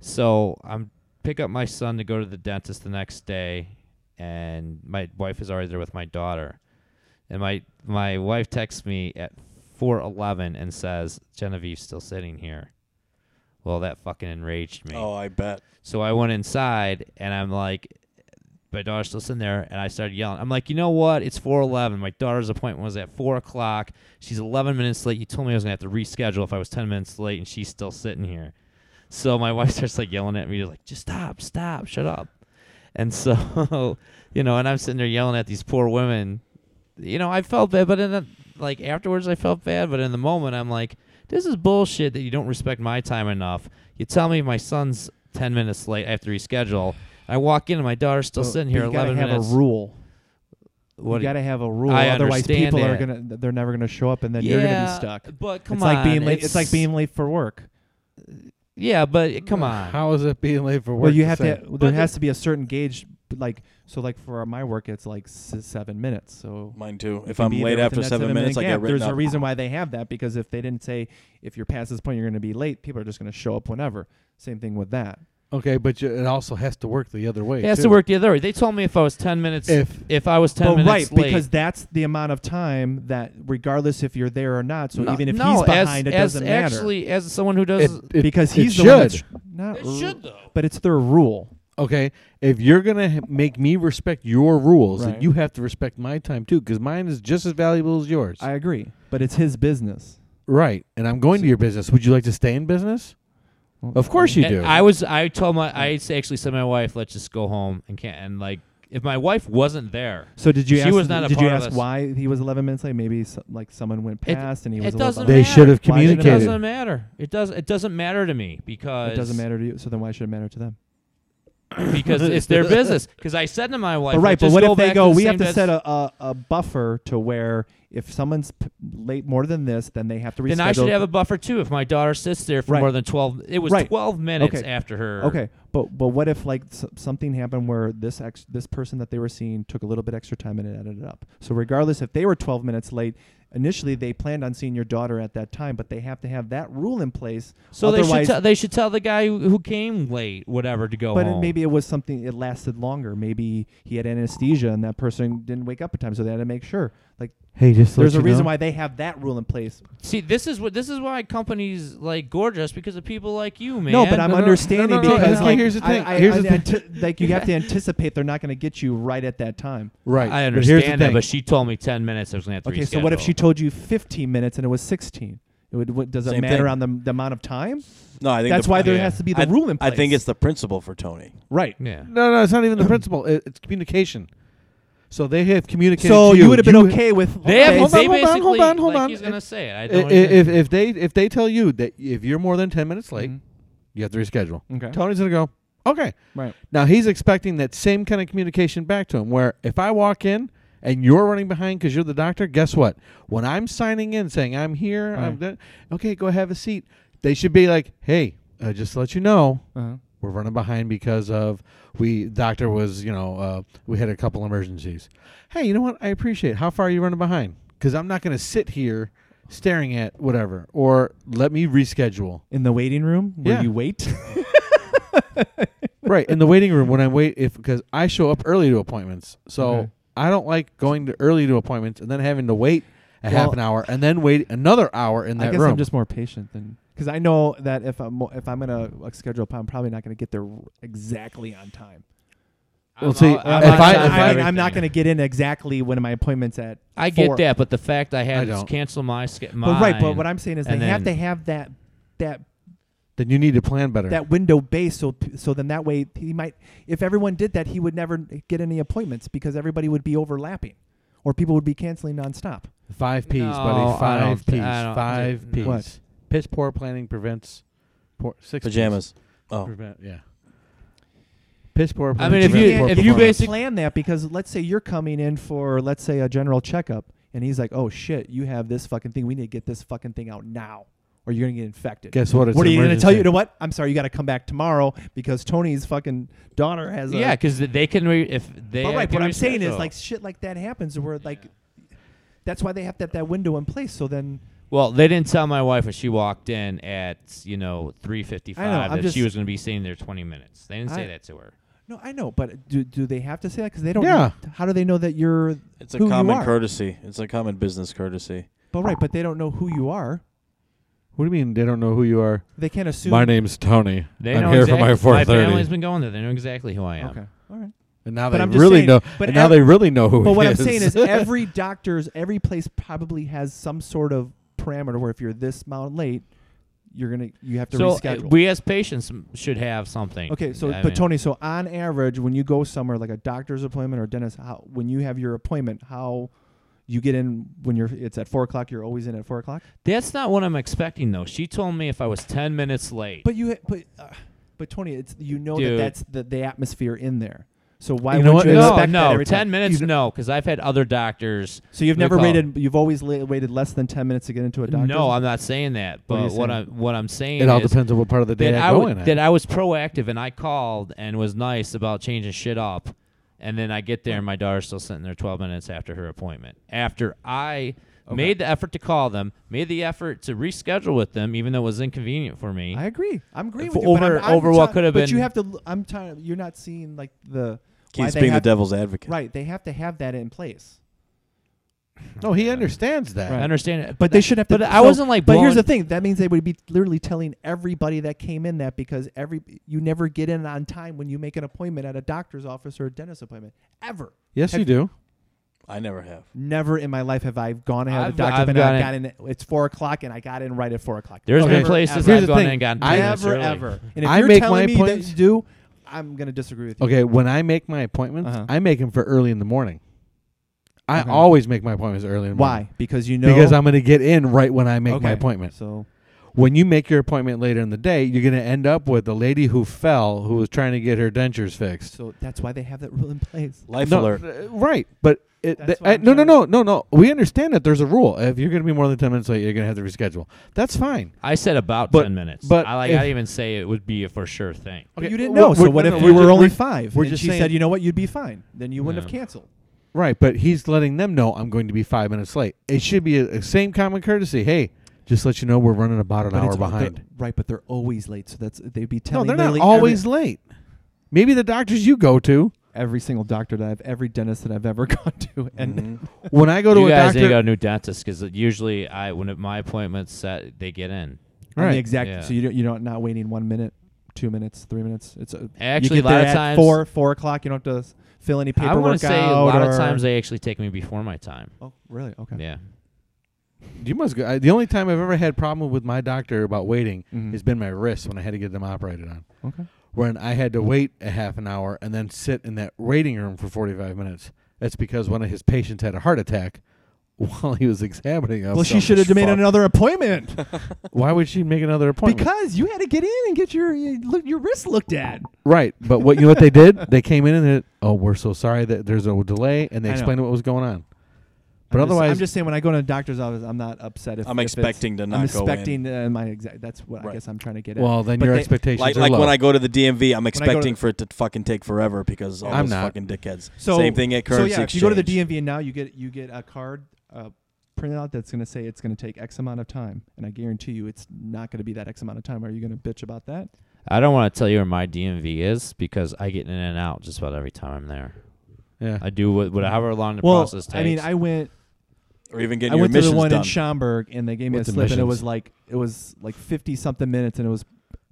S2: So I'm pick up my son to go to the dentist the next day, and my wife is already there with my daughter, and my my wife texts me at four eleven and says Genevieve's still sitting here. Well, that fucking enraged me.
S4: Oh, I bet.
S2: So I went inside and I'm like, my daughter's still sitting there, and I started yelling. I'm like, you know what? It's 4:11. My daughter's appointment was at four o'clock. She's 11 minutes late. You told me I was gonna have to reschedule if I was 10 minutes late, and she's still sitting here. So my wife starts like yelling at me, like, just stop, stop, shut up. And so, you know, and I'm sitting there yelling at these poor women. You know, I felt bad, but in the, like afterwards, I felt bad. But in the moment, I'm like, this is bullshit that you don't respect my time enough. You tell me my son's 10 minutes late. I have to reschedule. I walk in and my daughter's still
S1: Well,
S2: sitting
S1: but
S2: here
S1: You gotta
S2: 11
S1: have
S2: minutes.
S1: a rule.
S2: What
S1: you gotta have a rule.
S2: I
S1: Otherwise,
S2: understand
S1: people are
S2: that.
S1: gonna they're never gonna show up, and then
S2: yeah,
S1: you're gonna be stuck.
S2: But come
S1: it's
S2: on,
S1: like being late. It's, like being late for work.
S2: Yeah, but it- come on.
S3: Mm. How is it being late for work?
S1: Well, you
S3: the
S1: have
S3: same?
S1: to. There has to be a certain gauge. Like so, like for my work, it's like s- seven minutes. So
S4: Mine too.
S1: you
S4: If
S1: can
S4: I'm
S1: be
S4: late
S1: there
S4: after
S1: within that
S4: seven minutes, I
S1: minute
S4: get
S1: gap.
S4: written
S1: There's
S4: up.
S1: a reason why they have that because if they didn't say if you're past this point, you're gonna be late. People are just gonna show up whenever. Same thing with that.
S3: Okay, but you, it also has to work the other way.
S2: it has to
S3: too.
S2: work the other way. They told me if I was 10 minutes, if,
S3: If
S2: I was 10
S1: Well,
S2: minutes
S1: right,
S2: late.
S1: because that's the amount of time that, regardless if you're there or not. So
S2: No-
S1: even if
S2: no,
S1: he's
S2: as-
S1: behind, it
S2: as
S1: doesn't
S2: Actually, as someone who
S3: it,
S2: does,
S3: it-
S1: because
S3: it
S1: he's the one
S3: should.
S1: that's not.
S2: It
S1: ru-
S2: should, though.
S1: but it's their rule.
S3: okay, if you're gonna h- make me respect your rules,
S1: Right.
S3: then you have to respect my time too, because mine is just as valuable as yours.
S1: I agree, but it's his business.
S3: right, and I'm going to your business. Would you like to stay in business? Of course you
S2: And
S3: do.
S2: I was. I told my. I s- actually said to my wife, "Let's just go home and can't." And like, if my wife wasn't there,
S1: So did you?
S2: She
S1: ask,
S2: was not a
S1: Did you
S2: part of
S1: ask
S2: this.
S1: why he was 11 minutes late? Maybe so, like someone went
S2: It-
S1: past and he
S2: it
S1: was. a little
S2: doesn't.
S1: behind.
S3: They
S2: matter.
S3: should have
S1: Why didn't
S2: It doesn't
S3: communicated.
S2: matter. It does. It doesn't matter to me because
S1: It doesn't matter to you. So then why should it matter to them?
S2: because it's their business. Because I said to my wife,
S1: But right.
S2: "Let's
S1: But
S2: just
S1: what
S2: go
S1: if
S2: back
S1: they
S2: to
S1: go?
S2: the
S1: We
S2: same
S1: have to
S2: desk-
S1: set a, a, a buffer to where if someone's p- late more than this, then they have to reschedule.
S2: Then I should have a buffer too. If my daughter sits there for
S1: Right.
S2: more than twelve, it was
S1: Right.
S2: twelve minutes
S1: Okay.
S2: after her.
S1: Okay, but but what if like s- something happened where this ex- this person that they were seeing took a little bit extra time and it added up. So regardless if they were 12 minutes late, initially they planned on seeing your daughter at that time, but they have to have that rule in place.
S2: So they should
S1: Otherwise-
S2: tell they should tell the guy who, who came late whatever to go
S1: But it,
S2: home.
S1: maybe it was something it lasted longer. Maybe he had anesthesia and that person didn't wake up in time, so they had to make sure. Like
S3: hey, just
S1: there's a reason why they have that rule in place.
S2: See, this is what this is why companies like gorgeous because of people like you, man.
S1: No, but I'm
S3: no, no,
S1: understanding
S3: no, no, no,
S1: because
S3: no,
S1: like
S3: here's the
S1: I-
S3: thing,
S1: I-
S3: here's
S1: I-
S3: the thing.
S1: anti- like you have to anticipate they're not going to get you right at that time.
S3: Right.
S2: I
S3: But here's the
S2: understand that,
S3: thing.
S2: but she told me ten minutes. I was gonna have to
S1: Okay, so what if
S2: reschedule.
S1: she told you 15 minutes and it was 16? It would, what, does it
S4: Same
S1: matter
S4: thing.
S1: on the, the amount of time?
S4: No, I think
S1: That's
S4: the-
S1: why there
S2: yeah.
S1: has to be the
S4: I-
S1: rule in place.
S4: I think it's the principle for Tony.
S1: right.
S2: Yeah.
S3: No, no, it's not even the principle. It, it's communication. So they have communicated.
S1: So
S3: to
S1: you,
S3: you
S1: would have been
S3: You-
S1: okay with
S2: They have.
S1: okay,
S3: hold
S2: they
S3: on, hold on,
S2: basically,
S3: hold on, hold
S2: like
S3: on.
S2: He's gonna say it. I
S3: I-
S2: don't.
S3: i-
S2: even-
S3: If, if they if they tell you that if you're more than ten minutes late,
S1: Mhm.
S3: you have to reschedule.
S1: Okay.
S3: Tony's gonna go. Okay.
S1: Right.
S3: Now he's expecting that same kind of communication back to him. Where if I walk in and you're running behind because you're the doctor, guess what? When I'm signing in saying I'm here, I'm
S1: Right.
S3: done, okay, go have a seat. They should be like, hey, uh, just to let you know,
S1: Uh-huh.
S3: we're running behind because of we doctor was you know uh, we had a couple emergencies hey you know what i appreciate it. how far are you running behind because i'm not going to sit here staring at whatever or let me reschedule
S1: In the waiting room where
S3: Yeah.
S1: you wait?
S3: right in the waiting room when i wait if because i show up early to appointments so
S1: Okay.
S3: i don't like going to early to appointments and then having to wait a half
S1: Well-
S3: an hour and then wait another hour in
S1: I
S3: that
S1: guess
S3: room
S1: I'm just more patient than. Because I know that if I'm, mo- if I'm going to like, schedule, I'm probably not going to get there exactly on time.
S2: I'm
S3: Well,
S2: all-
S3: see,
S2: I'm
S3: if
S2: on
S3: I-
S2: time
S3: if
S2: for
S3: I-
S1: mean, I'm
S2: everything.
S1: not going to get in exactly when my appointment's at.
S2: I get
S1: four.
S2: that, but the fact I had
S3: I
S2: to
S3: don't.
S2: cancel my sk-
S1: But
S2: mine.
S1: right, but what I'm saying is they
S2: and
S1: have to
S2: then-
S1: have that that
S3: then you need to plan better
S1: that window base so p- so then that way he might if everyone did that he would never get any appointments because everybody would be overlapping or people would be canceling nonstop
S3: Five P's,
S2: No,
S3: buddy.
S2: I
S3: Five
S2: don't
S3: P's.
S2: thi- I don't-
S3: Five P's.
S1: What?
S3: Piss poor planning prevents poor six Ps.
S4: Pajamas. Oh,
S3: Prevent, yeah. Piss poor
S2: I
S3: planning.
S2: mean,
S1: You
S2: if you-
S3: prevents poor
S2: if you
S3: performance.
S2: basic-
S1: plan that because let's say you're coming in for let's say a general checkup and he's like oh shit you have this fucking thing we need to get this fucking thing out now or you're gonna get infected
S3: guess what? It's
S1: what are
S3: an
S1: you gonna tell you? You
S3: emergency.
S1: know what? I'm sorry. You got to come back tomorrow because Tony's fucking daughter has. A,
S2: yeah, because they can re- if they.
S1: But right.
S2: can
S1: What I'm saying is
S2: reschedule.
S1: like shit like that happens where like That's why they have that that window in place. So then
S2: Well, they didn't tell my wife when she walked in at you know three fifty
S1: I know,
S2: five
S1: I'm
S2: that she
S1: just-
S2: was going to be sitting there twenty minutes. They didn't say
S1: I-
S2: that to her.
S1: no, I know, but do do they have to say that because they don't?
S3: Yeah.
S1: How do they know that you're?
S4: It's a
S1: who you
S4: common
S1: are?
S4: courtesy. It's a common business courtesy.
S1: But right, but they don't know who you are.
S3: What do you mean they don't know who you are?
S1: They can't assume.
S3: My name's Tony.
S2: They
S3: I'm
S2: know
S3: here
S2: exactly,
S3: for my
S2: My family's
S3: 4:30.
S2: been going there. They know exactly who I am.
S1: Okay. All right.
S3: And now
S1: But
S3: they
S1: I'm just
S3: really
S1: saying-
S3: know.
S1: but
S3: and now
S1: ev-
S3: they really know who.
S1: But
S3: he
S1: what I'm
S3: is.
S1: saying is, every doctor's, every place probably has some sort of parameter where if you're this amount late, you're gonna you have to
S2: So uh,
S1: reschedule.
S2: we as patients m- should have something.
S1: okay, so
S2: I
S1: but
S2: mean,
S1: Tony, so on average, when you go somewhere like a doctor's appointment or dentist, how when you have your appointment, how you get in when you're it's at four o'clock, you're always in at four o'clock.
S2: that's not what I'm expecting though. She told me if I was ten minutes late.
S1: But you, ha- but uh, but Tony, it's you know
S2: Dude.
S1: that that's the, the atmosphere in there. So why
S3: You
S1: would
S3: know what?
S1: you
S2: no,
S1: expect that
S2: no,
S1: every
S2: ten
S1: time?
S2: minutes,
S1: You-
S2: no, because I've had other doctors.
S1: So you've
S2: They
S1: never
S2: call.
S1: waited. You've always la- waited less than ten minutes to get into a doctor.
S2: No, I'm not saying that.
S1: What are you
S2: But what
S1: saying?
S2: I'm what I'm saying
S3: It all
S2: is
S3: depends on what part of the day
S2: that
S3: I
S2: I,
S3: go
S2: wa-
S3: in. at.
S2: that I was proactive and I called and was nice about changing shit up, and then I get there and my daughter's still sitting there 12 minutes after her appointment. After I made the effort to call them, made the effort to reschedule with them, even though it was inconvenient for me.
S1: I agree. I'm agreeing
S2: For
S1: with you. but
S2: over-
S1: I'm- I'm
S2: over what
S1: ti-
S2: could have
S1: But you
S2: been-
S1: have to. l- I'm tired. You're not seeing like the. why
S4: Keith's
S1: they
S4: being
S1: have-
S4: the devil's advocate.
S1: Right. They have to have that in place.
S3: no, he understands that.
S2: I understand it,
S1: But they should have to.
S2: But I wasn't like.
S1: But here's
S2: blown-
S1: the thing. That means they would be literally telling everybody that came in that because every you never get in on time when you make an appointment at a doctor's office or a dentist appointment ever.
S3: Yes,
S1: Have-
S3: you do.
S4: I never have.
S1: Never in my life have I gone ahead of
S2: I've-
S1: a doctor
S2: I've
S1: and I got
S2: gotten-
S1: in. It's four o'clock and I got in right at four o'clock.
S2: There's
S1: never,
S2: been places
S1: ever.
S3: Here's
S2: I've
S3: the
S2: gone
S3: thing.
S2: in and gotten
S3: I-
S2: ten minutes
S1: never
S2: early.
S1: ever. And if
S3: I
S1: you're
S3: make
S1: telling
S3: my
S1: me that
S3: points-
S1: you do, I'm gonna disagree with you.
S3: Okay, when I make my appointments,
S1: Uh-huh.
S3: I make them for early in the morning. I
S1: Okay.
S3: always make my appointments early in the morning.
S1: Why? Because you know
S3: Because I'm going to get in right when I make my
S1: Okay.
S3: appointment.
S1: So
S3: When you make your appointment later in the day, you're going to end up with the lady who fell who was trying to get her dentures fixed.
S1: so that's why they have that rule in place.
S4: Life
S3: no,
S4: alert.
S3: uh, Right, but it,
S1: That's
S3: th-
S1: what
S3: I-
S1: I'm
S3: no, no,
S1: trying
S3: no, no, no. We understand that there's a rule. If you're going to be more than ten minutes late, you're going to have to reschedule. That's fine.
S2: I said about
S3: But-
S2: ten minutes.
S3: but
S2: I like.
S3: if-
S2: I didn't even say it would be a for sure thing.
S1: But you didn't
S3: we're-
S1: know. so
S3: we're-
S1: what
S3: no,
S1: if
S3: no,
S1: we
S3: we're
S1: were
S3: ju-
S1: only
S3: we're-
S1: five?
S3: we're
S1: and
S3: just
S1: she
S3: saying-
S1: said, you know what, you'd be fine. Then you wouldn't
S2: No.
S1: have canceled.
S3: Right, but he's letting them know I'm going to be five minutes late. It should be a, a same common courtesy. Hey, just let you know we're running about an
S1: But
S3: hour
S1: it's- they're-
S3: behind.
S1: Right, but they're always late. So that's they'd be
S3: No,
S1: telling.
S3: they're not
S1: literally
S3: always
S1: every,
S3: late. Maybe the doctors you go to.
S1: every single doctor that I've every dentist that I've ever gone to, and
S2: Mm-hmm.
S4: Mm-hmm.
S3: When I go to
S2: you
S3: a
S2: guys
S3: doctor,
S2: need to go to a new dentist because usually I when it, my appointment's set, they get in.
S1: and
S3: Right.
S1: the exact.
S2: Yeah.
S1: So you don't, you're not not waiting one minute, two minutes, three minutes. It's a,
S2: Actually,
S1: you
S2: a
S1: get
S2: lot
S1: there
S2: of
S1: at
S2: times-
S1: four four o'clock. You don't have to s- fill any
S2: I
S1: paperwork
S2: want to say
S1: out.
S2: a lot
S1: or-
S2: of times they actually take me before my time.
S1: Oh, really? Okay.
S2: Yeah.
S3: you must go. I, the only time I've ever had problem with my doctor about waiting
S1: Mhm.
S3: has been my wrist when I had to get them operated on.
S1: Okay.
S3: When I had to wait a half an hour and then sit in that waiting room for 45 minutes. That's because one of his patients had a heart attack while he was examining us.
S1: Well, she
S3: So,
S1: should have made
S4: fuck.
S1: another appointment.
S3: Why would she make another appointment?
S1: Because you had to get in and get your you look- your wrist looked at.
S3: Right, but what you know what they did? They came in and it, oh, we're so sorry that there's a delay, and they
S1: I know.
S3: explained what was going on. But
S1: I'm just-
S3: otherwise,
S1: I'm just saying when I go to the doctor's office, I'm not upset. If
S4: I'm
S1: if it's-
S4: expecting to not
S1: I'm
S4: go
S1: expecting uh, my exact. That's what I
S4: Right.
S1: guess I'm trying to get at.
S3: well, then
S1: But
S3: your
S1: they-
S3: expectations
S4: Like,
S3: are
S4: like
S3: low.
S4: when I go to the DMV, I'm
S1: go
S4: expecting
S1: to-
S4: for it to fucking take forever because all
S3: I'm
S4: those
S3: not.
S4: fucking dickheads.
S1: so
S4: Same thing at
S1: So
S4: currency
S1: yeah, if
S4: exchange.
S1: you go to the DMV and now you get you get a card uh, printout that's going to say it's going to take X amount of time, and I guarantee you it's not going to be that X amount of time. Are you going to bitch about that?
S2: I don't want to tell you where my DMV is because I get in and out just about every time I'm there.
S3: yeah,
S2: I do what, what however long the
S1: well,
S2: process takes.
S1: I mean, I went
S4: or even getting
S1: I
S4: your
S1: went to the
S4: missions
S1: one
S4: done.
S1: in Schaumburg, and they gave me
S3: What's
S1: a slip, and it
S3: emissions?
S1: was like it was like fifty something minutes, and it was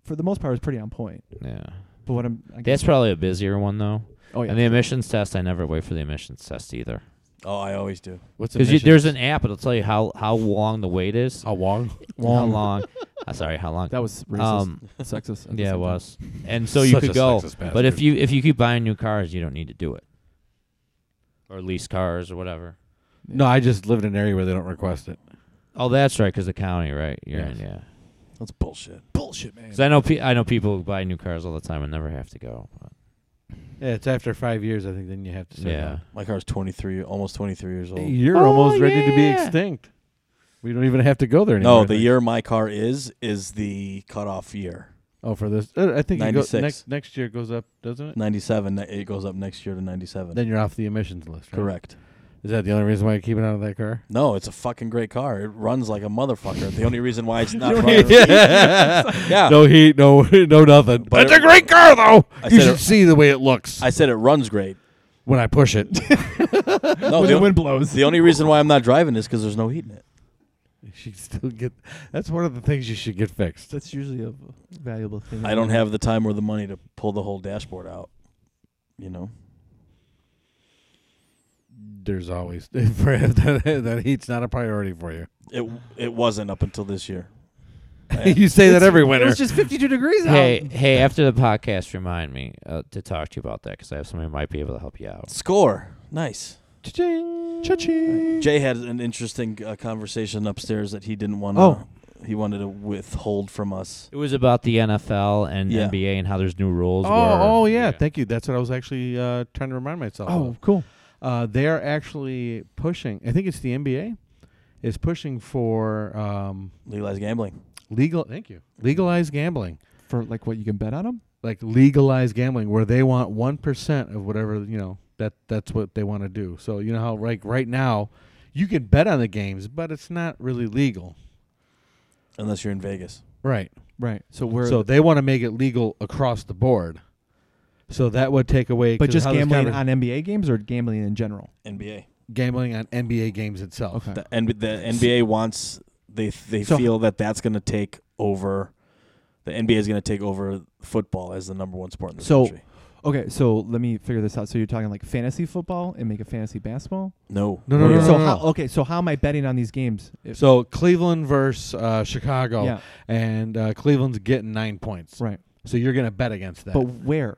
S1: for the most part it was pretty on point.
S2: yeah,
S1: But what I'm I guess,
S2: that's probably a busier one though.
S1: oh yeah,
S2: And the emissions test, I never wait for the emissions test either
S4: oh, I always do.
S3: what's
S2: because there's an app that'll tell you how how long the wait is.
S3: a wong.
S2: How long? uh, sorry, how long?
S1: that was racist,
S2: Um,
S1: sexist. at the
S2: yeah, it
S1: same time.
S2: was. And so you
S3: Such
S2: could
S3: a
S2: go,
S3: sexist
S2: but if
S3: bastard.
S2: you if you keep buying new cars, you don't need to do it, or lease cars or whatever.
S3: No, I just live in an area where they don't request it.
S2: Oh, that's right, because the county, right? You're in,
S3: Yes.
S2: yeah.
S4: That's bullshit.
S1: bullshit, man.
S2: Because I know pe- I know people who buy new cars all the time and never have to go.
S3: Yeah, it's after five years, I think. Then you have to. Sit
S2: yeah,
S4: My car's 23, almost 23 years
S3: down.
S4: old.
S3: you're
S2: Oh,
S3: almost ready to be
S2: yeah.
S3: extinct. We don't even have to go there anymore.
S4: No, the
S3: I think.
S4: year my car is is the cutoff year.
S3: Oh, for this, Uh, I think it
S4: 96.
S3: goes next next year goes up, doesn't it?
S4: 97. ne- It goes up next year to 97.
S3: Then you're off the emissions list. Right?
S4: Correct.
S3: Is that the only reason why you keep it out of that car?
S4: No, it's a fucking great car. It runs like a motherfucker. The only reason why it's not running,
S3: yeah. No heat, no no nothing.
S4: But
S3: it's
S4: it-
S3: a great car though.
S4: I
S3: you
S4: said
S3: should
S4: it-
S3: see the way it looks
S4: I said it runs great.
S3: when I push it.
S4: No,
S3: Oh,
S1: when
S4: the,
S1: the
S4: on-
S1: wind blows.
S4: the only reason why I'm not driving is because there's no heat in it.
S3: you should still get. That's one of the things you should get fixed.
S1: That's usually a valuable thing.
S4: I don't have the time or the money to pull the whole dashboard out. You know,
S3: There's always that, that heat's not a priority for you.
S4: it it wasn't up until this year.
S3: you say that every winter.
S1: It's just 52 degrees
S2: Hey,
S1: out.
S2: hey! After the podcast, remind me uh, to talk to you about that because I have somebody who might be able to help you out.
S4: Score, nice.
S1: Cha-ching.
S4: Jay had an interesting uh, conversation upstairs that he didn't want to.
S1: Oh.
S4: He wanted to withhold from us.
S2: It was about the NFL and
S4: Yeah.
S2: NBA and how there's new rules.
S3: oh,
S2: where-
S3: oh yeah, Thank you. That's what I was actually uh, trying to remind myself.
S1: Oh,
S3: of.
S1: cool.
S3: Uh, they're actually pushing. I think it's the NBA is pushing for um,
S4: Legalize gambling.
S3: legal. Thank you. Legalized gambling.
S1: For like what you can bet on them?
S3: like legalized gambling where they want 1% of whatever, you know, that that's what they want to do. So, you know how like right now you can bet on the games, but it's not really legal.
S4: Unless you're in Vegas.
S3: Right.
S1: Right. So we're
S3: so they want to make it legal across the board. So that would take away
S1: but
S3: 'cause
S1: just
S3: how this
S1: gambling
S3: conver-
S1: on NBA games or gambling in general?
S4: NBA.
S3: gambling on NBA games itself.
S1: Okay.
S4: The, N- the NBA wants they they
S3: So-
S4: feel that that's going to take over. The NBA is going to take over football as the number one sport in the
S1: So-
S4: country.
S1: Okay, so let me figure this out. So you're talking like fantasy football and make a fantasy basketball?
S4: No,
S3: No, no,
S1: Okay,
S3: no,
S1: so
S3: no,
S1: how
S3: no.
S1: okay, so how am I betting on these games? If-
S3: So Cleveland versus uh, Chicago
S1: Yeah.
S3: and uh, Cleveland's getting 9 points.
S1: Right.
S3: So you're going to bet against that.
S1: But where?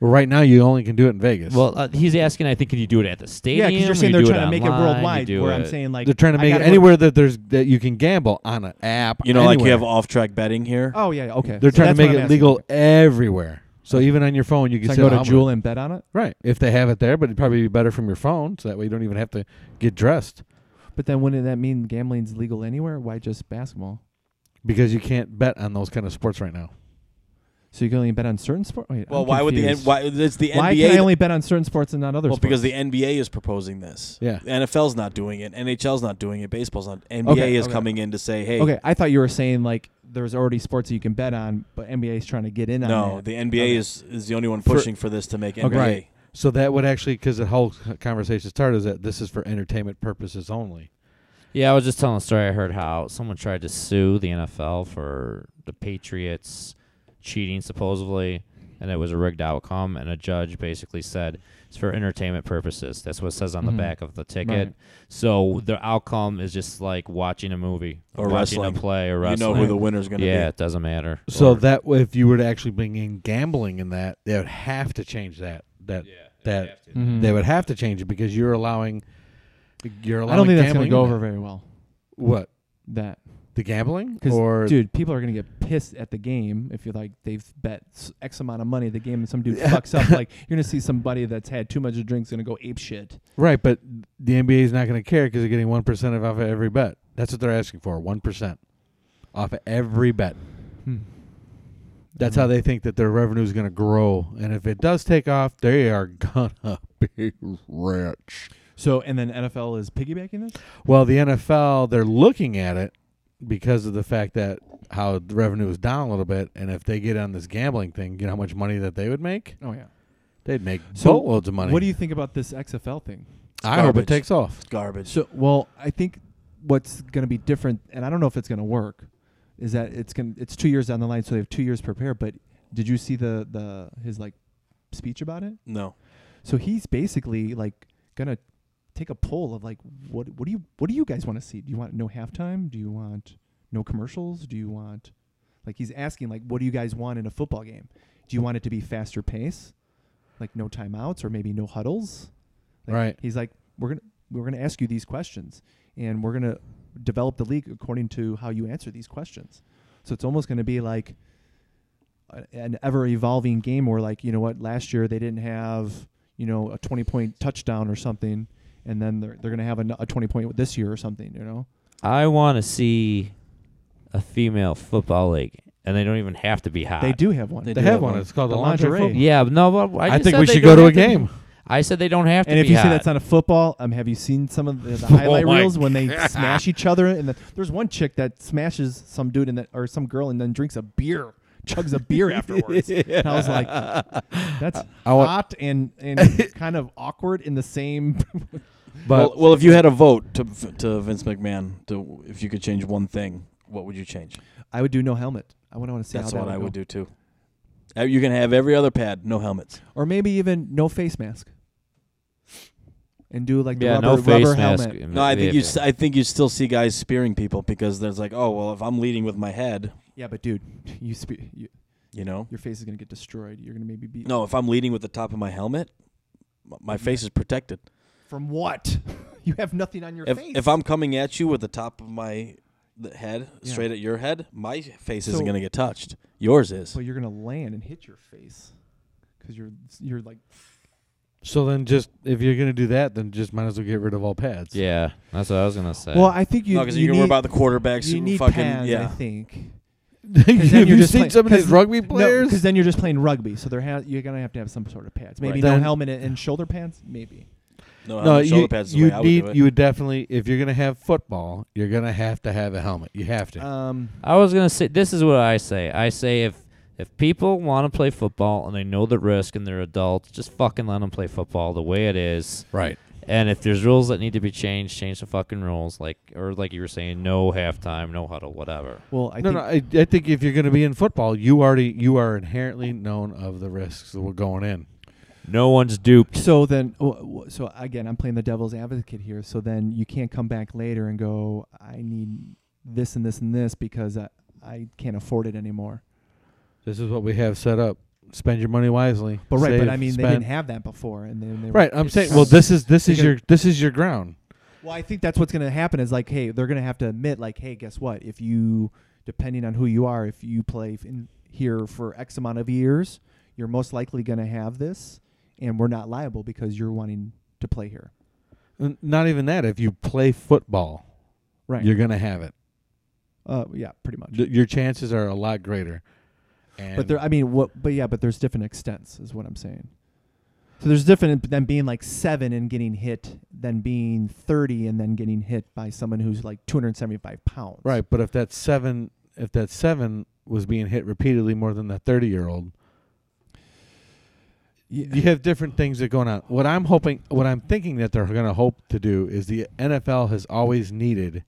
S3: right now you only can do it in Vegas.
S2: Well, uh, he's asking. I think, can you do it at the
S1: Yeah,
S2: stadium?
S1: because you're
S2: You
S1: saying they're
S2: do
S1: trying to make it
S2: online, you
S1: worldwide.
S2: do
S1: Where
S2: it-
S1: I'm saying like
S3: They're trying to
S1: I
S3: make it
S1: gotta go-
S3: anywhere that there's that you can gamble on an app.
S4: you know, like you
S3: anywhere.
S4: have off track betting here.
S1: Oh yeah, yeah, okay.
S3: They're
S1: So
S3: trying
S1: that's
S3: to make
S1: what I'm
S3: it
S1: asking.
S3: legal everywhere. So even on your phone, you can
S1: So I
S3: say,
S1: can go
S3: "Oh,
S1: to
S3: I'm
S1: Jewel
S3: gonna-"
S1: and bet on it,
S3: Right, if they have it there, but it'd probably be better from your phone, so that way you don't even have to get dressed
S1: but then wouldn't that mean gambling's legal anywhere? Why just basketball?
S3: because you can't bet on those kind of sports right now.
S1: So you can only bet on certain sports. Wait,
S4: well,
S1: I'm
S4: why would the N-
S1: confused.
S4: why it's the
S1: Why
S4: NBA?
S1: can I only bet on certain sports and not other
S4: well,
S1: sports?
S4: because the NBA is proposing this.
S3: Yeah.
S4: The NFL's not doing it. NHL's not doing it. Baseball's not. NBA
S1: Okay,
S4: is
S1: okay.
S4: coming in to say, hey,
S1: okay, I thought you were saying like there's already sports that you can bet on, but NBA's trying to get in on
S4: no,
S1: that.
S4: the NBA
S1: Okay.
S4: is is the only one
S3: For-
S4: pushing for, this to make NBA.
S3: Right. So that would actually, because the whole conversation started, is that this is for entertainment purposes only.
S2: Yeah, I was just telling a story. I heard how someone tried to sue the NFL for the Patriots cheating, supposedly, and it was a rigged outcome. And a judge basically said it's for entertainment purposes. That's what it says on
S3: Mm-hmm.
S1: Mhm.
S2: the back of the ticket.
S1: Right.
S2: So the outcome is just like watching a movie
S4: Or
S2: watching
S4: wrestling.
S2: a play or
S4: You
S2: wrestling.
S4: know who the winner's going to
S2: yeah,
S4: be.
S2: it doesn't matter.
S3: So
S2: Or-
S3: that way, if you were to actually bring in gambling in that, they would have to change that. That that mm.
S1: Mhm.
S3: they would have to change it because you're allowing. You're allowing.
S1: I don't think that's gonna
S3: gambling
S1: go
S3: in
S1: over
S3: that.
S1: very well.
S3: What
S1: That
S3: the gambling
S1: because
S3: or
S1: dude, people are gonna get pissed at the game if you're like they've bet s- x amount of money at the game and some dude fucks up. Like you're gonna see somebody that's had too much to drink's gonna go ape shit.
S3: Right, but the NBA is not going to care because they're getting one percent of off of every bet. That's what they're asking for, one percent off of every bet. Hmm. That's
S1: Mm-hmm.
S3: how they think that their revenue is going to grow, and if it does take off, they are gonna be rich.
S1: So and then NFL is piggybacking this.
S3: Well, the NFL they're looking at it because of the fact that how the revenue is down a little bit, and if they get on this gambling thing, you know how much money that they would make?
S1: Oh yeah.
S3: They'd make
S1: So,
S3: boatloads of money.
S1: What do you think about this XFL thing?
S3: I hope it
S4: Garbage.
S3: takes off.
S4: Garbage.
S1: So, well, I think what's going to be different, and I don't know if it's going to work, is that it's going it's two years down the line, so they have two years to prepare. But did you see the the his like speech about it?
S4: no.
S1: So he's basically like going to take a poll of like what what do you what do you guys want to see? Do you want no halftime? Do you want no commercials? Do you want like he's asking like what do you guys want in a football game? Do you want it to be faster pace, like no timeouts or maybe no huddles? Like,
S3: Right.
S1: He's like we're gonna we're gonna ask you these questions and we're gonna develop the league according to how you answer these questions. So it's almost gonna be like a- an ever evolving game where like you know what last year they didn't have you know a 20 point touchdown or something and then they're, they're going to have a, a 20 point this year or something you know
S2: I want to see a female football league, and they don't even have to be hot.
S1: they do have one
S4: Ah, They
S3: They
S4: do
S3: have
S4: have
S3: one.
S4: one.
S3: It's called the
S1: The
S3: lingerie.
S1: lingerie.
S3: football.
S2: Yeah, but no. But I,
S3: I
S2: just
S3: think
S2: said
S3: we
S2: they
S3: should
S2: don't
S3: go to a
S2: have be-
S3: game.
S2: I said they don't have to
S1: And
S2: be
S1: if you say
S2: hot.
S1: that's not a football, um, have you seen some of the,
S4: Oh
S1: the highlight
S2: my
S1: reels when they smash each other? And the, there's one chick that smashes some dude and that, or some girl and then drinks a beer, chugs a beer afterwards. And I was like, that's
S3: wa-
S1: hot and and kind of awkward in the same.
S3: But
S4: well, well, if you had a vote to to Vince McMahon, to if you could change one thing, what would you change?
S1: I would do no helmet. I would want to see
S4: That's
S1: how that
S4: what I
S1: go.
S4: would do too. Uh, You can have every other pad, no helmets.
S1: or maybe even no face mask. And do like the
S2: yeah,
S1: rubber,
S2: no face
S1: rubber
S2: mask.
S1: helmet.
S4: No, I think you.
S2: Yeah.
S4: s- I think you still see guys spearing people because there's like, oh well, if I'm leading with my head,
S1: Yeah, but dude, you, spe- you
S4: you know.
S1: your face is gonna get destroyed. You're gonna maybe be
S4: No, if I'm leading with the top of my helmet, m- my face is protected.
S1: from what? you have nothing on your
S4: If
S1: face.
S4: if I'm coming at you with the top of my th- head
S1: Yeah.
S4: straight at your head, my face
S1: So-
S4: isn't going to get touched. Yours is.
S1: So you're gonna land and hit your face because you're you're like
S3: so then, just if you're gonna do that, then just might as well get rid of all pads.
S2: Yeah, that's what I was gonna say.
S1: well I think you
S4: no, because you, can worry about the quarterbacks.
S1: you
S4: who
S1: need
S4: fucking
S1: pads
S4: yeah.
S1: I think
S3: have
S1: then you're
S3: you
S1: just
S3: seen
S1: playing-
S3: some of these
S1: 'cause-
S3: rugby
S1: because
S3: players?
S1: then you're just playing rugby so there ha- you're gonna have to have some sort of pads maybe
S4: Right.
S1: no
S3: Then-
S1: helmet and, and shoulder pants maybe
S4: No,
S3: no,
S4: helmet, shoulder
S3: you,
S4: pads is the
S3: you
S4: way I would
S3: need
S4: do it.
S3: you would definitely if you're gonna have football, you're gonna have to have a helmet. You have to.
S1: um
S2: I was gonna say this is what I say. I say if if people want to play football and they know the risk and they're adults, just fucking let them play football the way it is.
S3: right.
S2: And if there's rules that need to be changed, change the fucking rules. Like or like you were saying, no halftime, no huddle, whatever.
S1: well I
S3: no,
S1: think
S3: no. I, I think if you're gonna be in football, you already you are inherently known of the risks that we're going in.
S2: No one's duped.
S1: So then, w- w- so again, I'm playing the devil's advocate here. So then you can't come back later and go, I need this and this and this because I, I can't afford it anymore.
S3: This is what we have set up. Spend your money wisely.
S1: But right,
S3: Save,
S1: but I mean, they
S3: spend.
S1: didn't have that before, and then they were-
S3: Right, I'm saying.
S1: it's-
S3: Well, this is this is
S1: Because-
S3: your this is your ground.
S1: Well, I think that's what's going to happen is like, hey, they're going to have to admit, like, hey, guess what? If you, depending on who you are, if you play f- in here for X amount of years, you're most likely going to have this, and we're not liable because you're wanting to play here.
S3: N- Not even that. If you play football,
S1: Right.
S3: you're gonna have it.
S1: uh, yeah, pretty much.
S3: Th- your chances are a lot greater. And
S1: But there, I mean, what? But yeah, but there's different extents, is what I'm saying. So there's different than being like seven and getting hit, than being 30 and then getting hit by someone who's like 275 pounds.
S3: right, but if that seven, if that seven was being hit repeatedly more than the thirty-year-old, you
S1: Yeah.
S3: have different things that are going on. What I'm hoping, what I'm thinking that they're gonna hope to do is the NFL has always needed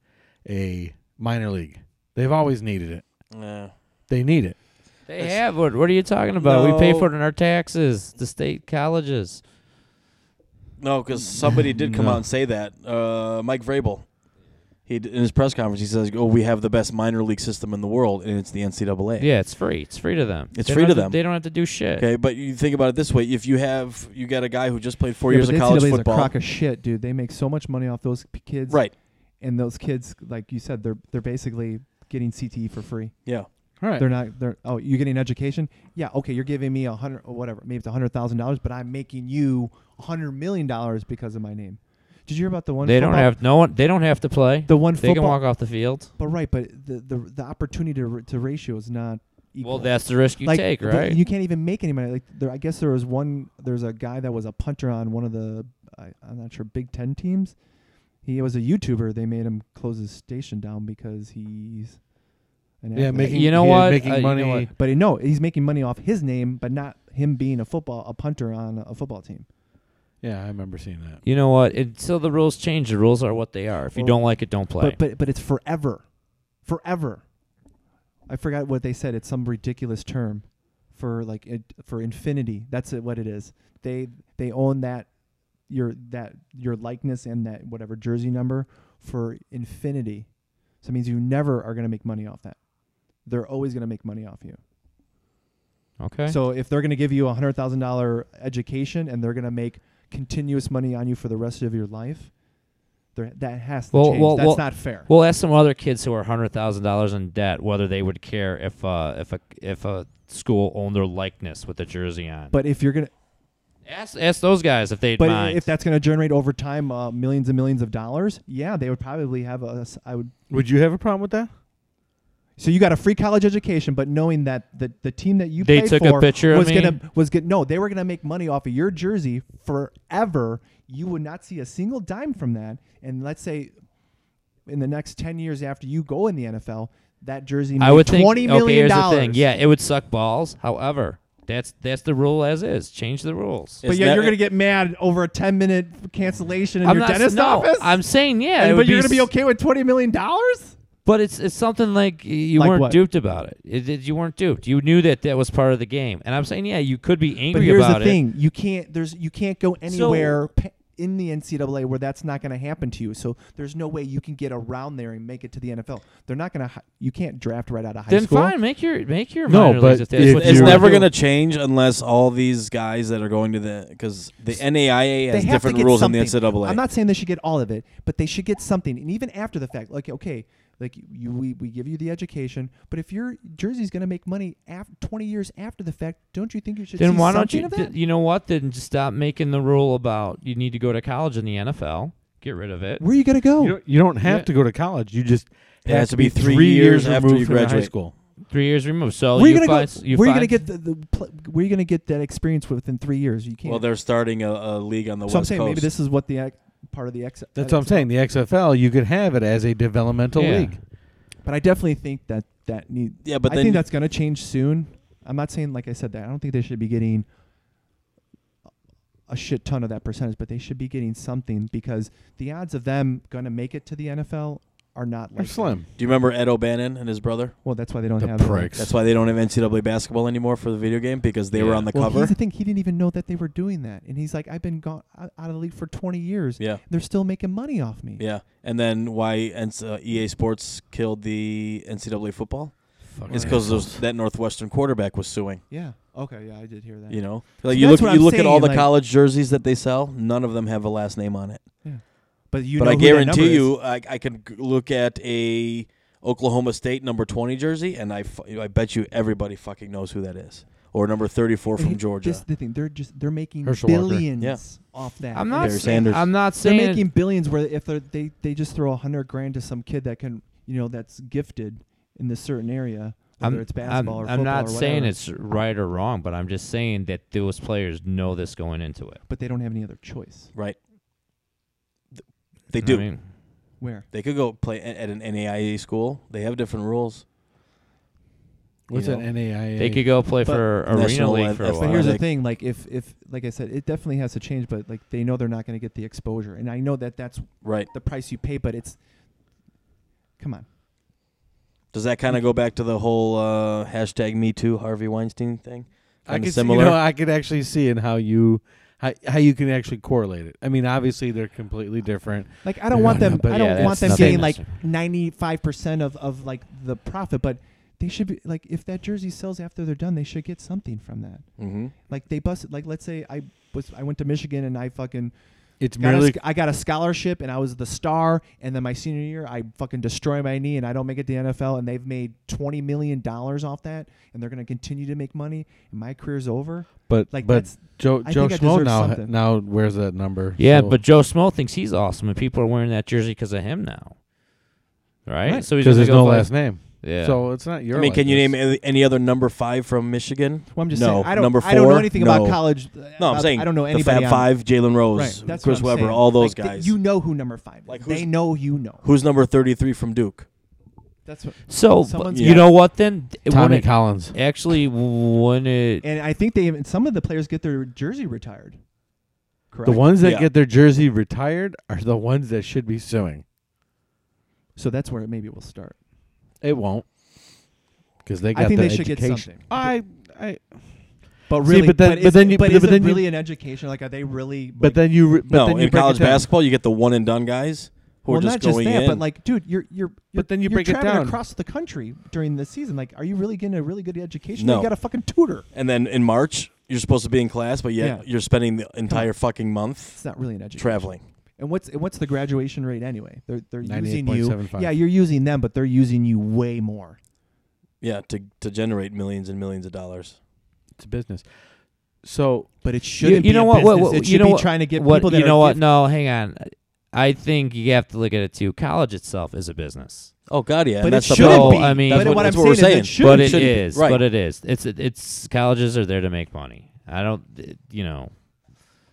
S3: a minor league. They've always needed it.
S4: Yeah.
S3: They need it.
S2: They
S4: It's-
S2: have what? What are you talking about? We pay
S4: No.
S2: for it in our taxes. The state colleges.
S4: No, because somebody did come
S2: No.
S4: out and say that. Uh, Mike Vrabel, he d- in his press conference, he says, "Oh, we have the best minor league system in the world, and it's the NCAA."
S2: Yeah, it's free. It's free to them.
S4: It's
S2: They don't
S4: free to
S2: have
S4: them.
S2: They don't have to do shit.
S4: Okay, but you think about it this way: if you have you got a guy who just played four
S1: Yeah,
S4: years
S1: but
S4: of
S1: the
S4: college
S1: NCAA is
S4: football,
S1: a crock of shit, dude. They make so much money off those p- kids,
S4: right?
S1: And those kids, like you said, they're they're basically getting CTE for free.
S4: Yeah,
S3: All right.
S1: They're not. They're oh, you're getting education. Yeah, okay, you're giving me a hundred or whatever. Maybe it's a hundred thousand dollars, but I'm making you a hundred million dollars because of my name. Did you hear about the one?
S2: They don't
S1: football-
S2: have no one. They don't have to play.
S1: the one
S2: they
S1: football.
S2: can walk off the field.
S1: But right, but the the, the opportunity to, r- to ratio is not equal.
S2: Well, that's the risk you
S1: like,
S2: take,
S1: the-
S2: right?
S1: you can't even make any money. Like there, I guess there was one. There's a guy that was a punter on one of the I, I'm not sure Big Ten teams. He was a YouTuber. They made him close his station down because he's an
S3: yeah,
S1: athlete.
S3: making
S2: You know
S3: yeah,
S2: what?
S3: making
S2: Uh, you know
S3: money.
S2: what?
S1: But he- no, he's making money off his name, but not him being a football a punter on a football team.
S3: Yeah, I remember seeing that.
S2: You know what? Until the rules change, the rules are what they are. If you
S1: Well,
S2: don't like it, don't play.
S1: But but but it's forever, forever. I forgot what they said. It's some ridiculous term for like it, for infinity. That's it, what it is. They they own that your that your likeness and that whatever jersey number for infinity. So it means you never are going to make money off that. They're always going to make money off you.
S2: okay.
S1: So if they're going to give you a hundred thousand dollar education and they're going to make continuous money on you for the rest of your life, there- that has to
S2: Well,
S1: change.
S2: well,
S1: That's
S2: well-
S1: not fair.
S2: we'll ask some other kids who are hundred thousand dollars in debt whether they would care if uh, if a if a school owned their likeness with a jersey on.
S1: but if you're gonna,
S2: ask ask those guys if they'd
S1: but
S2: mind.
S1: if that's going to generate over time uh, millions and millions of dollars, yeah, they would probably have us. I would
S3: Would you have a problem with that?
S1: So you got a free college education, but knowing that the, the team that you
S2: They
S1: played
S2: took a
S1: for
S2: picture of
S1: was
S2: me?
S1: gonna was gonna no, they were gonna make money off of your jersey forever. You would not see a single dime from that. And let's say in the next ten years after you go in the NFL, that jersey made
S2: I would think
S1: twenty million
S2: okay, here's
S1: dollars.
S2: the thing. Yeah, it would suck balls. However, that's that's the rule as is. Change the rules.
S1: But
S4: Isn't
S1: yeah,
S4: that-
S1: you're gonna get mad over a ten minute cancellation in
S2: I'm
S1: your
S2: not s-
S1: dentist
S2: no,
S1: office.
S2: I'm saying yeah,
S1: And-
S2: it
S1: but
S2: would
S1: you're gonna be
S2: s-
S1: okay with twenty million dollars?
S2: But it's it's something like y- you
S1: Like
S2: weren't
S1: what?
S2: duped about it. It- it- You weren't duped. You knew that that was part of the game. And I'm saying yeah, you could be angry
S1: But here's
S2: about
S1: the
S2: it.
S1: thing: you can't. There's you can't go anywhere pa- in the NCAA where that's not going to happen to you. So there's no way you can get around there and make it to the NFL. They're not going to. You can't draft right out of high
S2: Then
S1: school.
S2: fine, make your make your
S3: No,
S2: minor leagues
S3: but
S2: if that's
S3: if
S2: what
S3: you-
S4: It's
S2: you wanna
S4: never
S2: do.
S4: going to change unless all these guys that are going to the because the NAIA
S1: They
S4: has
S1: have to
S4: different
S1: get
S4: rules than the
S1: something.
S4: NCAA.
S1: I'm not saying they should get all of it, but they should get something. And even after the fact, like okay, like you, we, we give you the education, but if your jersey's going to make money after 20 years after the fact, don't you think you should?
S2: Then
S1: see
S2: why don't
S1: something
S2: you?
S1: Of that?
S2: th- you know what? Then just stop making the rule about you need to go to college in the NFL. Get rid of it.
S1: Where are you going to go?
S3: You don't, you don't have
S2: Yeah.
S3: to go to college. You just
S4: It
S3: have
S4: has to be three years after
S3: removed
S4: you
S3: from high
S4: graduate.
S3: school.
S2: Three years removed. So
S1: where are you
S2: you
S1: going to
S2: find,
S1: go?
S2: You
S1: where are you going
S2: find-
S1: to get the, the pl- where are you going to get that experience within three years? You can't.
S4: well, they're starting a, a league on the
S1: So I'm
S4: West
S1: saying
S4: Coast.
S1: maybe this is what the ex- part of the exit.
S3: That's what I'm saying. The XFL, you could have it as a developmental
S2: Yeah.
S3: league.
S1: But I definitely think that that need.
S4: yeah, but
S1: I
S4: then
S1: think that's going to change soon. I'm not saying like I said that. I don't think they should be getting a shit ton of that percentage, but they should be getting something because the odds of them going to make it to the NFL are not
S3: They're
S1: like
S3: slim.
S4: do you remember Ed O'Bannon and his brother?
S1: Well, that's why they don't
S3: The
S1: have
S3: pricks.
S4: That's why they don't have NCAA basketball anymore for the video game because they were
S2: Yeah.
S4: on the
S1: Well,
S4: cover.
S1: here's the thing. He didn't even know that they were doing that, and he's like, "I've been gone out out of the league for 20 years.
S4: Yeah,
S1: They're still making money off me."
S4: yeah. And then why NC uh, EA Sports killed the NCAA football?
S1: Oh,
S2: Fuck
S4: It's
S2: it.
S4: because that Northwestern quarterback was suing.
S1: Yeah. Okay. Yeah, I did hear that.
S4: You know, like
S1: See,
S4: you
S1: that's
S4: look
S1: what
S4: you
S1: I'm
S4: look at all
S1: saying,
S4: the
S1: like-
S4: college jerseys that they sell. None of them have a last name on it.
S1: But you.
S4: but
S1: know
S4: I
S1: who that number
S4: guarantee
S1: is.
S4: you, I, I could g- look at a Oklahoma State number twenty jersey, and I, fu- I bet you everybody fucking knows who that is, or number thirty four
S1: And
S4: from
S1: he-
S4: Georgia.
S1: This is the thing. They're just they're making
S3: Herschel Walker.
S1: billions
S4: Yeah.
S1: off that.
S2: I'm not.
S4: Barry
S2: saying-
S4: Sanders.
S2: I'm not
S1: They're
S2: saying
S1: making billions where if they're, they they just throw a hundred grand to some kid that can you know that's gifted in this certain area, whether
S2: I'm,
S1: it's basketball
S2: I'm,
S1: or
S2: I'm
S1: football
S2: not
S1: or
S2: saying
S1: whatever,
S2: it's right or wrong, but I'm just saying that those players know this going into it.
S1: But they don't have any other choice.
S4: right. Th- They
S2: You know
S4: do.
S2: what I mean?
S1: Where
S4: They could go play at, at an NAIA E school. They have different rules. You
S3: What's
S4: know?
S3: that NAIA?
S2: They could go play
S1: But-
S2: for arena
S4: National
S2: league
S4: Ad-
S2: for a
S4: But
S2: while.
S1: But here's the
S4: like-
S1: thing, like if if like I said, it definitely has to change. But like they know they're not going to get the exposure, and I know that that's
S3: E?
S4: Right.
S1: the price you pay. But it's come on,
S4: Does that kind of go back to the whole uh, hashtag Me Too Harvey Weinstein thing?
S3: I
S4: Kinda
S3: could see, you
S4: similar.
S3: know, I could actually see in how you how, how you can actually correlate it. I mean, obviously they're completely different.
S1: like I don't want them.
S3: But
S1: I
S2: yeah,
S1: don't want
S2: that's
S1: them
S2: nothing.
S1: getting like ninety five percent of of like the profit, but they should be like if that jersey sells after they're done, they should get something from that.
S4: mm-hmm.
S1: Like they busted. Like let's say I was I went to Michigan and I fucking
S3: It's
S1: got a,
S3: merely
S1: sc- I got a scholarship and I was the star, and then my senior year I fucking destroy my knee and I don't make it to the NFL, and they've made twenty million dollars off that, and they're gonna continue to make money, and my career's over.
S3: but
S1: Like
S3: but
S1: that's
S3: Joe
S1: I
S3: Joe
S1: think I
S3: Schmo
S1: deserve
S3: now
S1: something.
S3: now wears that number.
S2: Yeah,
S3: so-
S2: but Joe Smo thinks he's awesome, and people are wearing that jersey because of him now, right?
S1: Right.
S2: So he's gonna
S3: because there's
S2: go
S3: no
S2: play-
S3: last name,
S2: Yeah.
S3: so it's not your.
S4: I mean, can you
S3: likeness.
S4: name any- any other number five from Michigan?
S1: Well, I'm just
S4: No.
S1: saying I don't
S4: Number
S1: I don't know
S4: four?
S1: anything about
S4: No.
S1: college. uh,
S4: No, I'm
S1: about-
S4: saying
S1: I don't know anybody.
S4: The Fab
S1: on-
S4: Five, Jalen
S1: Right,
S4: Rose,
S1: that's what
S4: Chris
S1: I'm
S4: Webber,
S1: saying.
S4: all those
S1: Like, th-
S4: guys.
S1: you know who number five is.
S4: Like, who's-
S1: they know you know.
S4: Who's number 33 from Duke?
S1: That's what,
S2: So but
S1: Someone's
S2: you
S4: got-
S2: know what? Then it
S3: Tommy
S2: wouldn't-
S3: Collins?
S2: actually when it
S1: and I think they even some of the players get their jersey retired. Correct.
S3: The ones that
S4: Yeah.
S3: get their jersey retired are the ones that should be suing.
S1: So that's where maybe we'll start.
S3: It won't because they got
S1: I think
S3: the
S1: they should
S3: education.
S1: get something.
S3: I I
S1: But
S3: See,
S1: really,
S3: but then- but
S1: is-
S3: then you- but
S1: is
S3: then
S1: it
S3: you-
S1: really an education? Like, are they really?
S3: but
S1: like-
S3: then you re- but
S4: no,
S3: then you
S4: in
S3: break
S4: college
S3: it down.
S4: basketball, you get the one and done guys who
S1: well,
S4: are just
S1: not just
S4: going
S1: that,
S4: in.
S1: but like, dude, you're you're. you're-
S3: then you
S1: you're
S3: break it
S1: traveling
S3: down.
S1: across the country during the season. Like, are you really getting a really good education?
S4: No.
S1: you got a fucking tutor.
S4: and then in March, you're supposed to be in class, but yet
S1: Yeah.
S4: you're spending the entire fucking month
S1: It's not really an education.
S4: traveling.
S1: And what's and what's the graduation rate anyway? They're they're using you.
S3: 98.75.
S1: Yeah, you're using them, but they're using you way more.
S4: Yeah, to to generate millions and millions of dollars.
S3: It's a business. So
S1: But it shouldn't.
S2: you
S1: be
S2: know
S1: a
S2: what- what-
S1: business.
S2: what-
S1: it
S2: you
S1: should
S2: know
S1: be
S2: what-
S1: trying to get
S2: what
S1: people that
S2: you know
S1: are
S2: what?
S1: gift-
S2: No, hang on. I think you have to look at it too. College itself is a business,
S4: Oh God, yeah.
S1: but
S4: and
S1: it
S4: that's the
S1: shouldn't
S4: problem.
S1: be.
S2: problem. I mean-
S1: but
S2: That's
S4: what-
S1: what I'm
S4: that's what we're
S1: saying, is
S4: saying.
S1: it should.
S2: but it
S4: shouldn't be,
S2: is.
S4: right.
S2: But it is. It's it's colleges are there to make money. I don't, you know.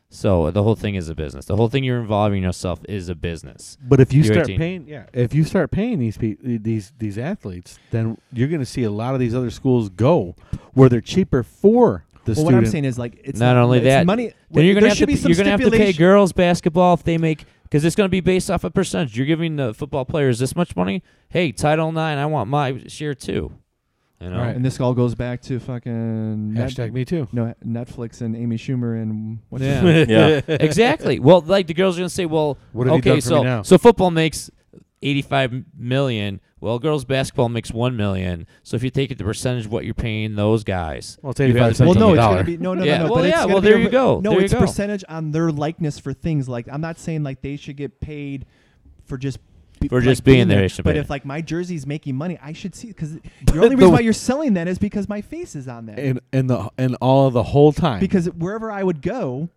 S2: So the whole thing is a business. The whole thing you're involving yourself is a business.
S3: But if you
S2: You're
S3: start
S2: 18.
S3: paying, yeah, if you start paying these pe- these these athletes, then you're going to see a lot of these other schools go where they're cheaper for the
S1: well,
S3: student.
S1: what I'm saying is like it's
S2: not only
S1: it's
S2: that,
S1: money.
S2: then
S1: there
S2: you're gonna have
S1: should
S2: to
S1: be some
S2: you're gonna have to pay
S1: stipulation.
S2: girls basketball if they make because it's gonna be based off a percentage. You're giving the football players this much money. Hey, Title Nine, I want my share too. You know,
S3: Right.
S1: And this all goes back to fucking Net-
S3: Hashtag me too.
S1: no Netflix and Amy Schumer and what's her
S2: Yeah.
S1: name?
S4: Yeah.
S2: exactly. Well, like the girls are gonna say, well,
S3: What have you
S2: okay,
S3: done for me
S2: so
S3: now?
S2: so football makes eighty-five million. Well, girls basketball makes one million. So if you take it the percentage of what you're paying those guys,
S3: Well, it's
S2: you have
S3: 85
S2: to-
S3: cents
S1: Well,
S3: on
S1: no,
S3: the
S1: it's
S3: dollar.
S1: gonna be no, no,
S2: Yeah,
S1: no, no.
S2: well,
S1: but it's
S2: yeah,
S1: gonna
S2: well,
S1: be
S2: there
S1: a-
S2: you go.
S1: No,
S2: There you
S1: it's
S2: go.
S1: percentage on their likeness for things. Like I'm not saying like they should get paid for just. Be,
S2: For
S1: like,
S2: just being there, they should
S1: but
S2: be.
S1: if like my jersey's making money, I should see because the only reason
S3: the-
S1: why you're selling that is because my face is on that.
S3: and and the and all of the whole time
S1: because wherever I would go,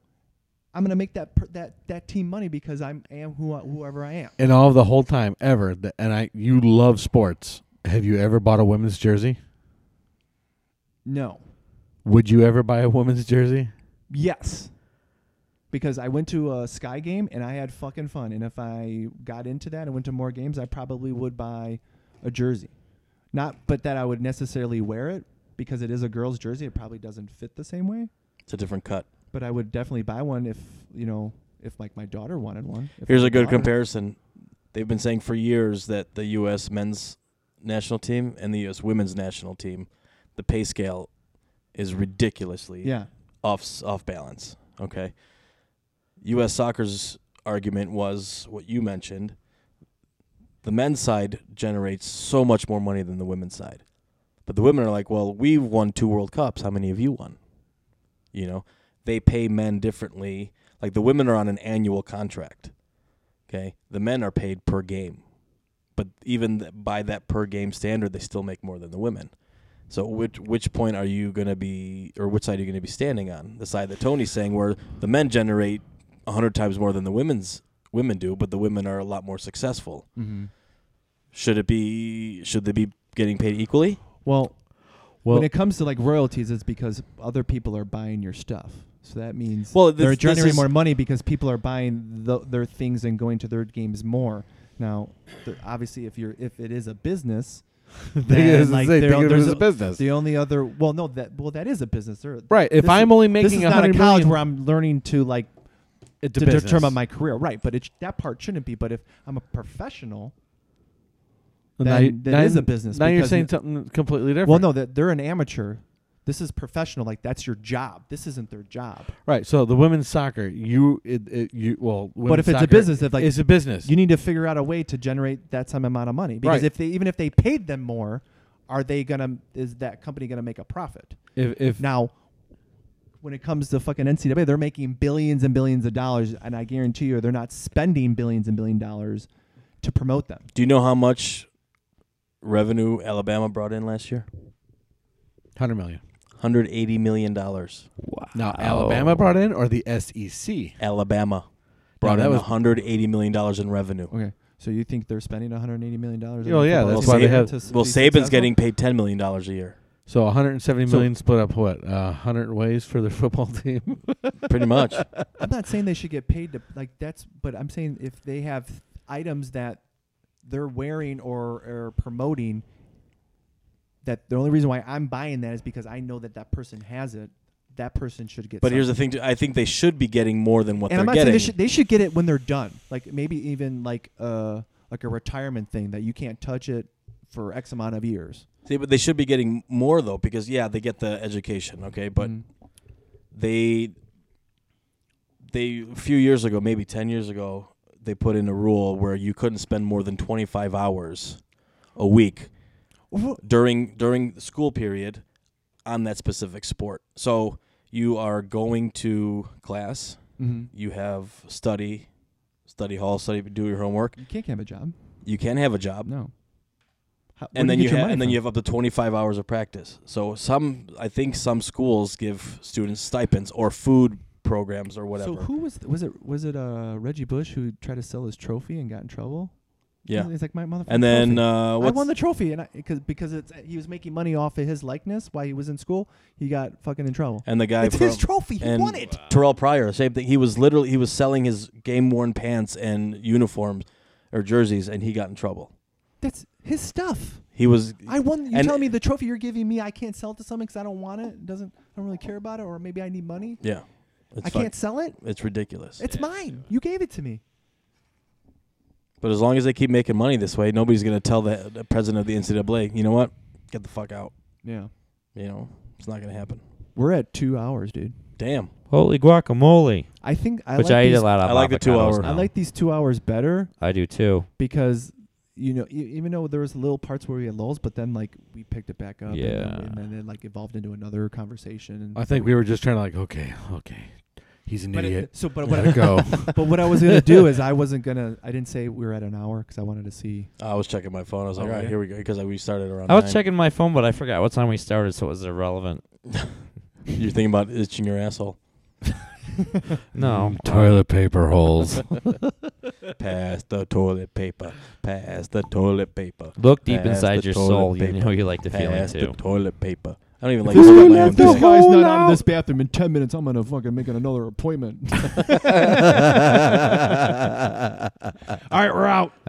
S1: I'm gonna make that per, that that team money because I'm I am who I, whoever I am.
S3: and all of the whole time ever. th- And I, you love sports. Have you ever bought a women's jersey?
S1: No.
S3: Would you ever buy a women's jersey?
S1: Yes. Because I went to a Sky game and I had fucking fun. And if I got into that and went to more games, I probably would buy a jersey. Not, but that I would necessarily wear it because it is a girl's jersey. It probably doesn't fit the same way.
S4: It's a different cut.
S1: But I would definitely buy one if, you know, if like my daughter wanted one. If
S4: Here's
S1: my
S4: a good
S1: daughter-
S4: comparison. They've been saying for years that the U.S. men's national team and the U.S. women's national team, the pay scale is ridiculously
S1: Yeah.
S4: off off balance. Okay. U.S. soccer's argument was what you mentioned. The men's side generates so much more money than the women's side, but the women are like, "Well, we've won two World Cups. How many have you won?" You know, they pay men differently. Like the women are on an annual contract. Okay, the men are paid per game, but even th- by that per game standard, they still make more than the women. So which which point are you going to be, or which side are you going to be standing on? The side that Tony's saying, where the men generate hundred times more than the women's women do, but the women are a lot more successful.
S1: Mm-hmm.
S4: Should it be? Should they be getting paid equally?
S1: Well,
S3: Well,
S1: when it comes to like royalties, it's because other people are buying your stuff. So that means
S4: Well,
S1: they're
S4: this- this
S1: generating
S4: is-
S1: more money because people are buying th their things and going to their games more. Now, th- obviously, if you're if it is a business,
S3: Think of it
S1: then
S3: as
S1: like there-
S3: a- think of it
S1: there's
S3: as a
S1: a-
S3: business.
S1: the only other well, no, that well that is a business. There-
S3: right. If
S1: this
S3: I'm
S1: is-
S3: only
S1: this is
S3: making a
S1: not a
S3: hundred
S1: college
S3: million,
S1: where I'm learning to like
S3: it's
S1: to
S3: a business.
S1: determine my career, right? But it sh- that part shouldn't be. But if I'm a professional,
S3: Well,
S1: then-
S3: you-
S1: that is a business
S3: Now you're
S1: because
S3: saying
S1: you-
S3: something completely different.
S1: well, no, that they're an amateur. This is professional. Like that's your job. This isn't their job.
S3: Right. So the women's soccer, you, it, it, you, well, women's
S1: if it's a
S3: soccer
S1: business, if, like,
S3: it's a business,
S1: you need to figure out a way to generate that some amount of money because
S3: Right.
S1: if they even if they paid them more are they gonna is that company gonna make a profit
S3: if, if
S1: now when it comes to fucking ncaa they're making billions and billions of dollars and i guarantee you they're not spending billions and billion dollars to promote them
S4: Do you know how much revenue Alabama brought in last year?
S3: hundred million.
S4: Hundred eighty million dollars.
S2: Wow.
S3: Now
S1: Oh.
S3: Alabama brought in or the SEC.
S4: Alabama brought
S3: that
S4: in
S3: was-
S4: hundred eighty million dollars in revenue.
S1: okay so you think they're spending 180 million dollars
S3: Oh, yeah, that's why they have-
S4: Well, Saban's getting paid ten million dollars a year,
S3: So 170
S1: So-
S3: million split up what? Uh, 100 ways for their football team.
S4: pretty much.
S1: I'm not saying they should get paid to like that's, but I'm saying if they have items that they're wearing or or promoting, that the only reason why I'm buying that is because I know that that person has it. That person should get.
S4: But here's the
S1: something.
S4: thing: too, I think they should be getting more than what
S1: and I'm
S4: they're
S1: not
S4: getting.
S1: saying they should they should get it when they're done. Like maybe even like uh like a retirement thing that you can't touch it for X amount of years.
S4: See, but they should be getting more though, because yeah, they get the education, okay, but
S1: Mm.
S4: they they a few years ago, maybe ten years ago, they put in a rule where you couldn't spend more than twenty five hours a week during during the school period on that specific sport. So you are going to class,
S1: Mhm.
S4: you have study, study hall, study, do your homework.
S1: You can't have a job.
S4: You can have a job,
S1: No. How, where
S4: and
S1: do
S4: then you,
S1: get your
S4: ha-
S1: money
S4: and then
S1: from?
S4: you have up to 25 hours of practice. So some I think some schools give students stipends or food programs or whatever.
S1: So who was th- was it was it uh Reggie Bush who tried to sell his trophy and got in trouble?
S4: yeah.
S1: he's like my motherfucker.
S4: And then uh,
S1: I
S4: what's
S1: won the trophy and I, cause, because it's uh, he was making money off of his likeness while he was in school. He got fucking in trouble.
S4: and the guy
S1: It's
S4: from,
S1: his trophy. He
S4: and
S1: won it.
S4: Terrell Pryor, same thing. He was literally he was selling his game worn pants and uniforms or jerseys, and he got in trouble.
S1: That's his stuff.
S4: He was
S1: I won. You're
S4: And-
S1: telling me the trophy you're giving me, I can't sell it to someone because I don't want it. it Doesn't I don't really care about it, or maybe I need money.
S4: yeah. It's
S1: I
S4: fuck-
S1: can't sell it.
S4: It's ridiculous.
S1: It's mine. You gave it to me.
S4: But as long as they keep making money this way, nobody's going to tell the, the president of the NCAA, you know what? Get the fuck out.
S1: Yeah,
S4: You know, it's not going to happen.
S1: we're at two hours, dude.
S4: Damn.
S2: Holy guacamole!
S1: I think I
S2: Which
S1: like
S2: I eat
S1: these,
S2: a lot of.
S4: I like the
S2: avocados
S4: two-hour-
S1: I
S2: now.
S1: like these two hours better
S2: I do too.
S1: because you know e- even though there was little parts where we had lulls, but then like we picked it back up. and then-
S2: Yeah.
S1: and, then it like evolved into another conversation. And
S3: I think we were just trying to like, okay, okay, he's an
S1: but it-
S3: idiot.
S1: so, but what,
S3: Let it
S1: I,
S3: go.
S1: but what I was gonna do is I wasn't gonna. I didn't say we were at an hour because I wanted to see.
S4: I was checking my phone. I was like,
S1: Oh,
S4: all right,
S1: yeah.
S4: here we go. Because we started around
S2: I was
S4: nine.
S2: checking my phone, but I forgot what time we started, so it was irrelevant.
S4: You're thinking about itching your asshole.
S2: No,
S3: toilet paper holes.
S4: Pass the toilet paper. Pass the toilet paper.
S2: Look deep
S4: Pass
S2: inside
S4: the
S2: your
S4: toilet
S2: soul. You
S4: paper.
S2: know you like the feeling
S4: Pass the
S2: too.
S4: toilet paper. I don't even like to my own
S3: this
S4: thing.
S3: guy- guy's not out of this
S1: bathroom in ten minutes, I'm gonna fucking make another appointment.
S3: All right, we're out.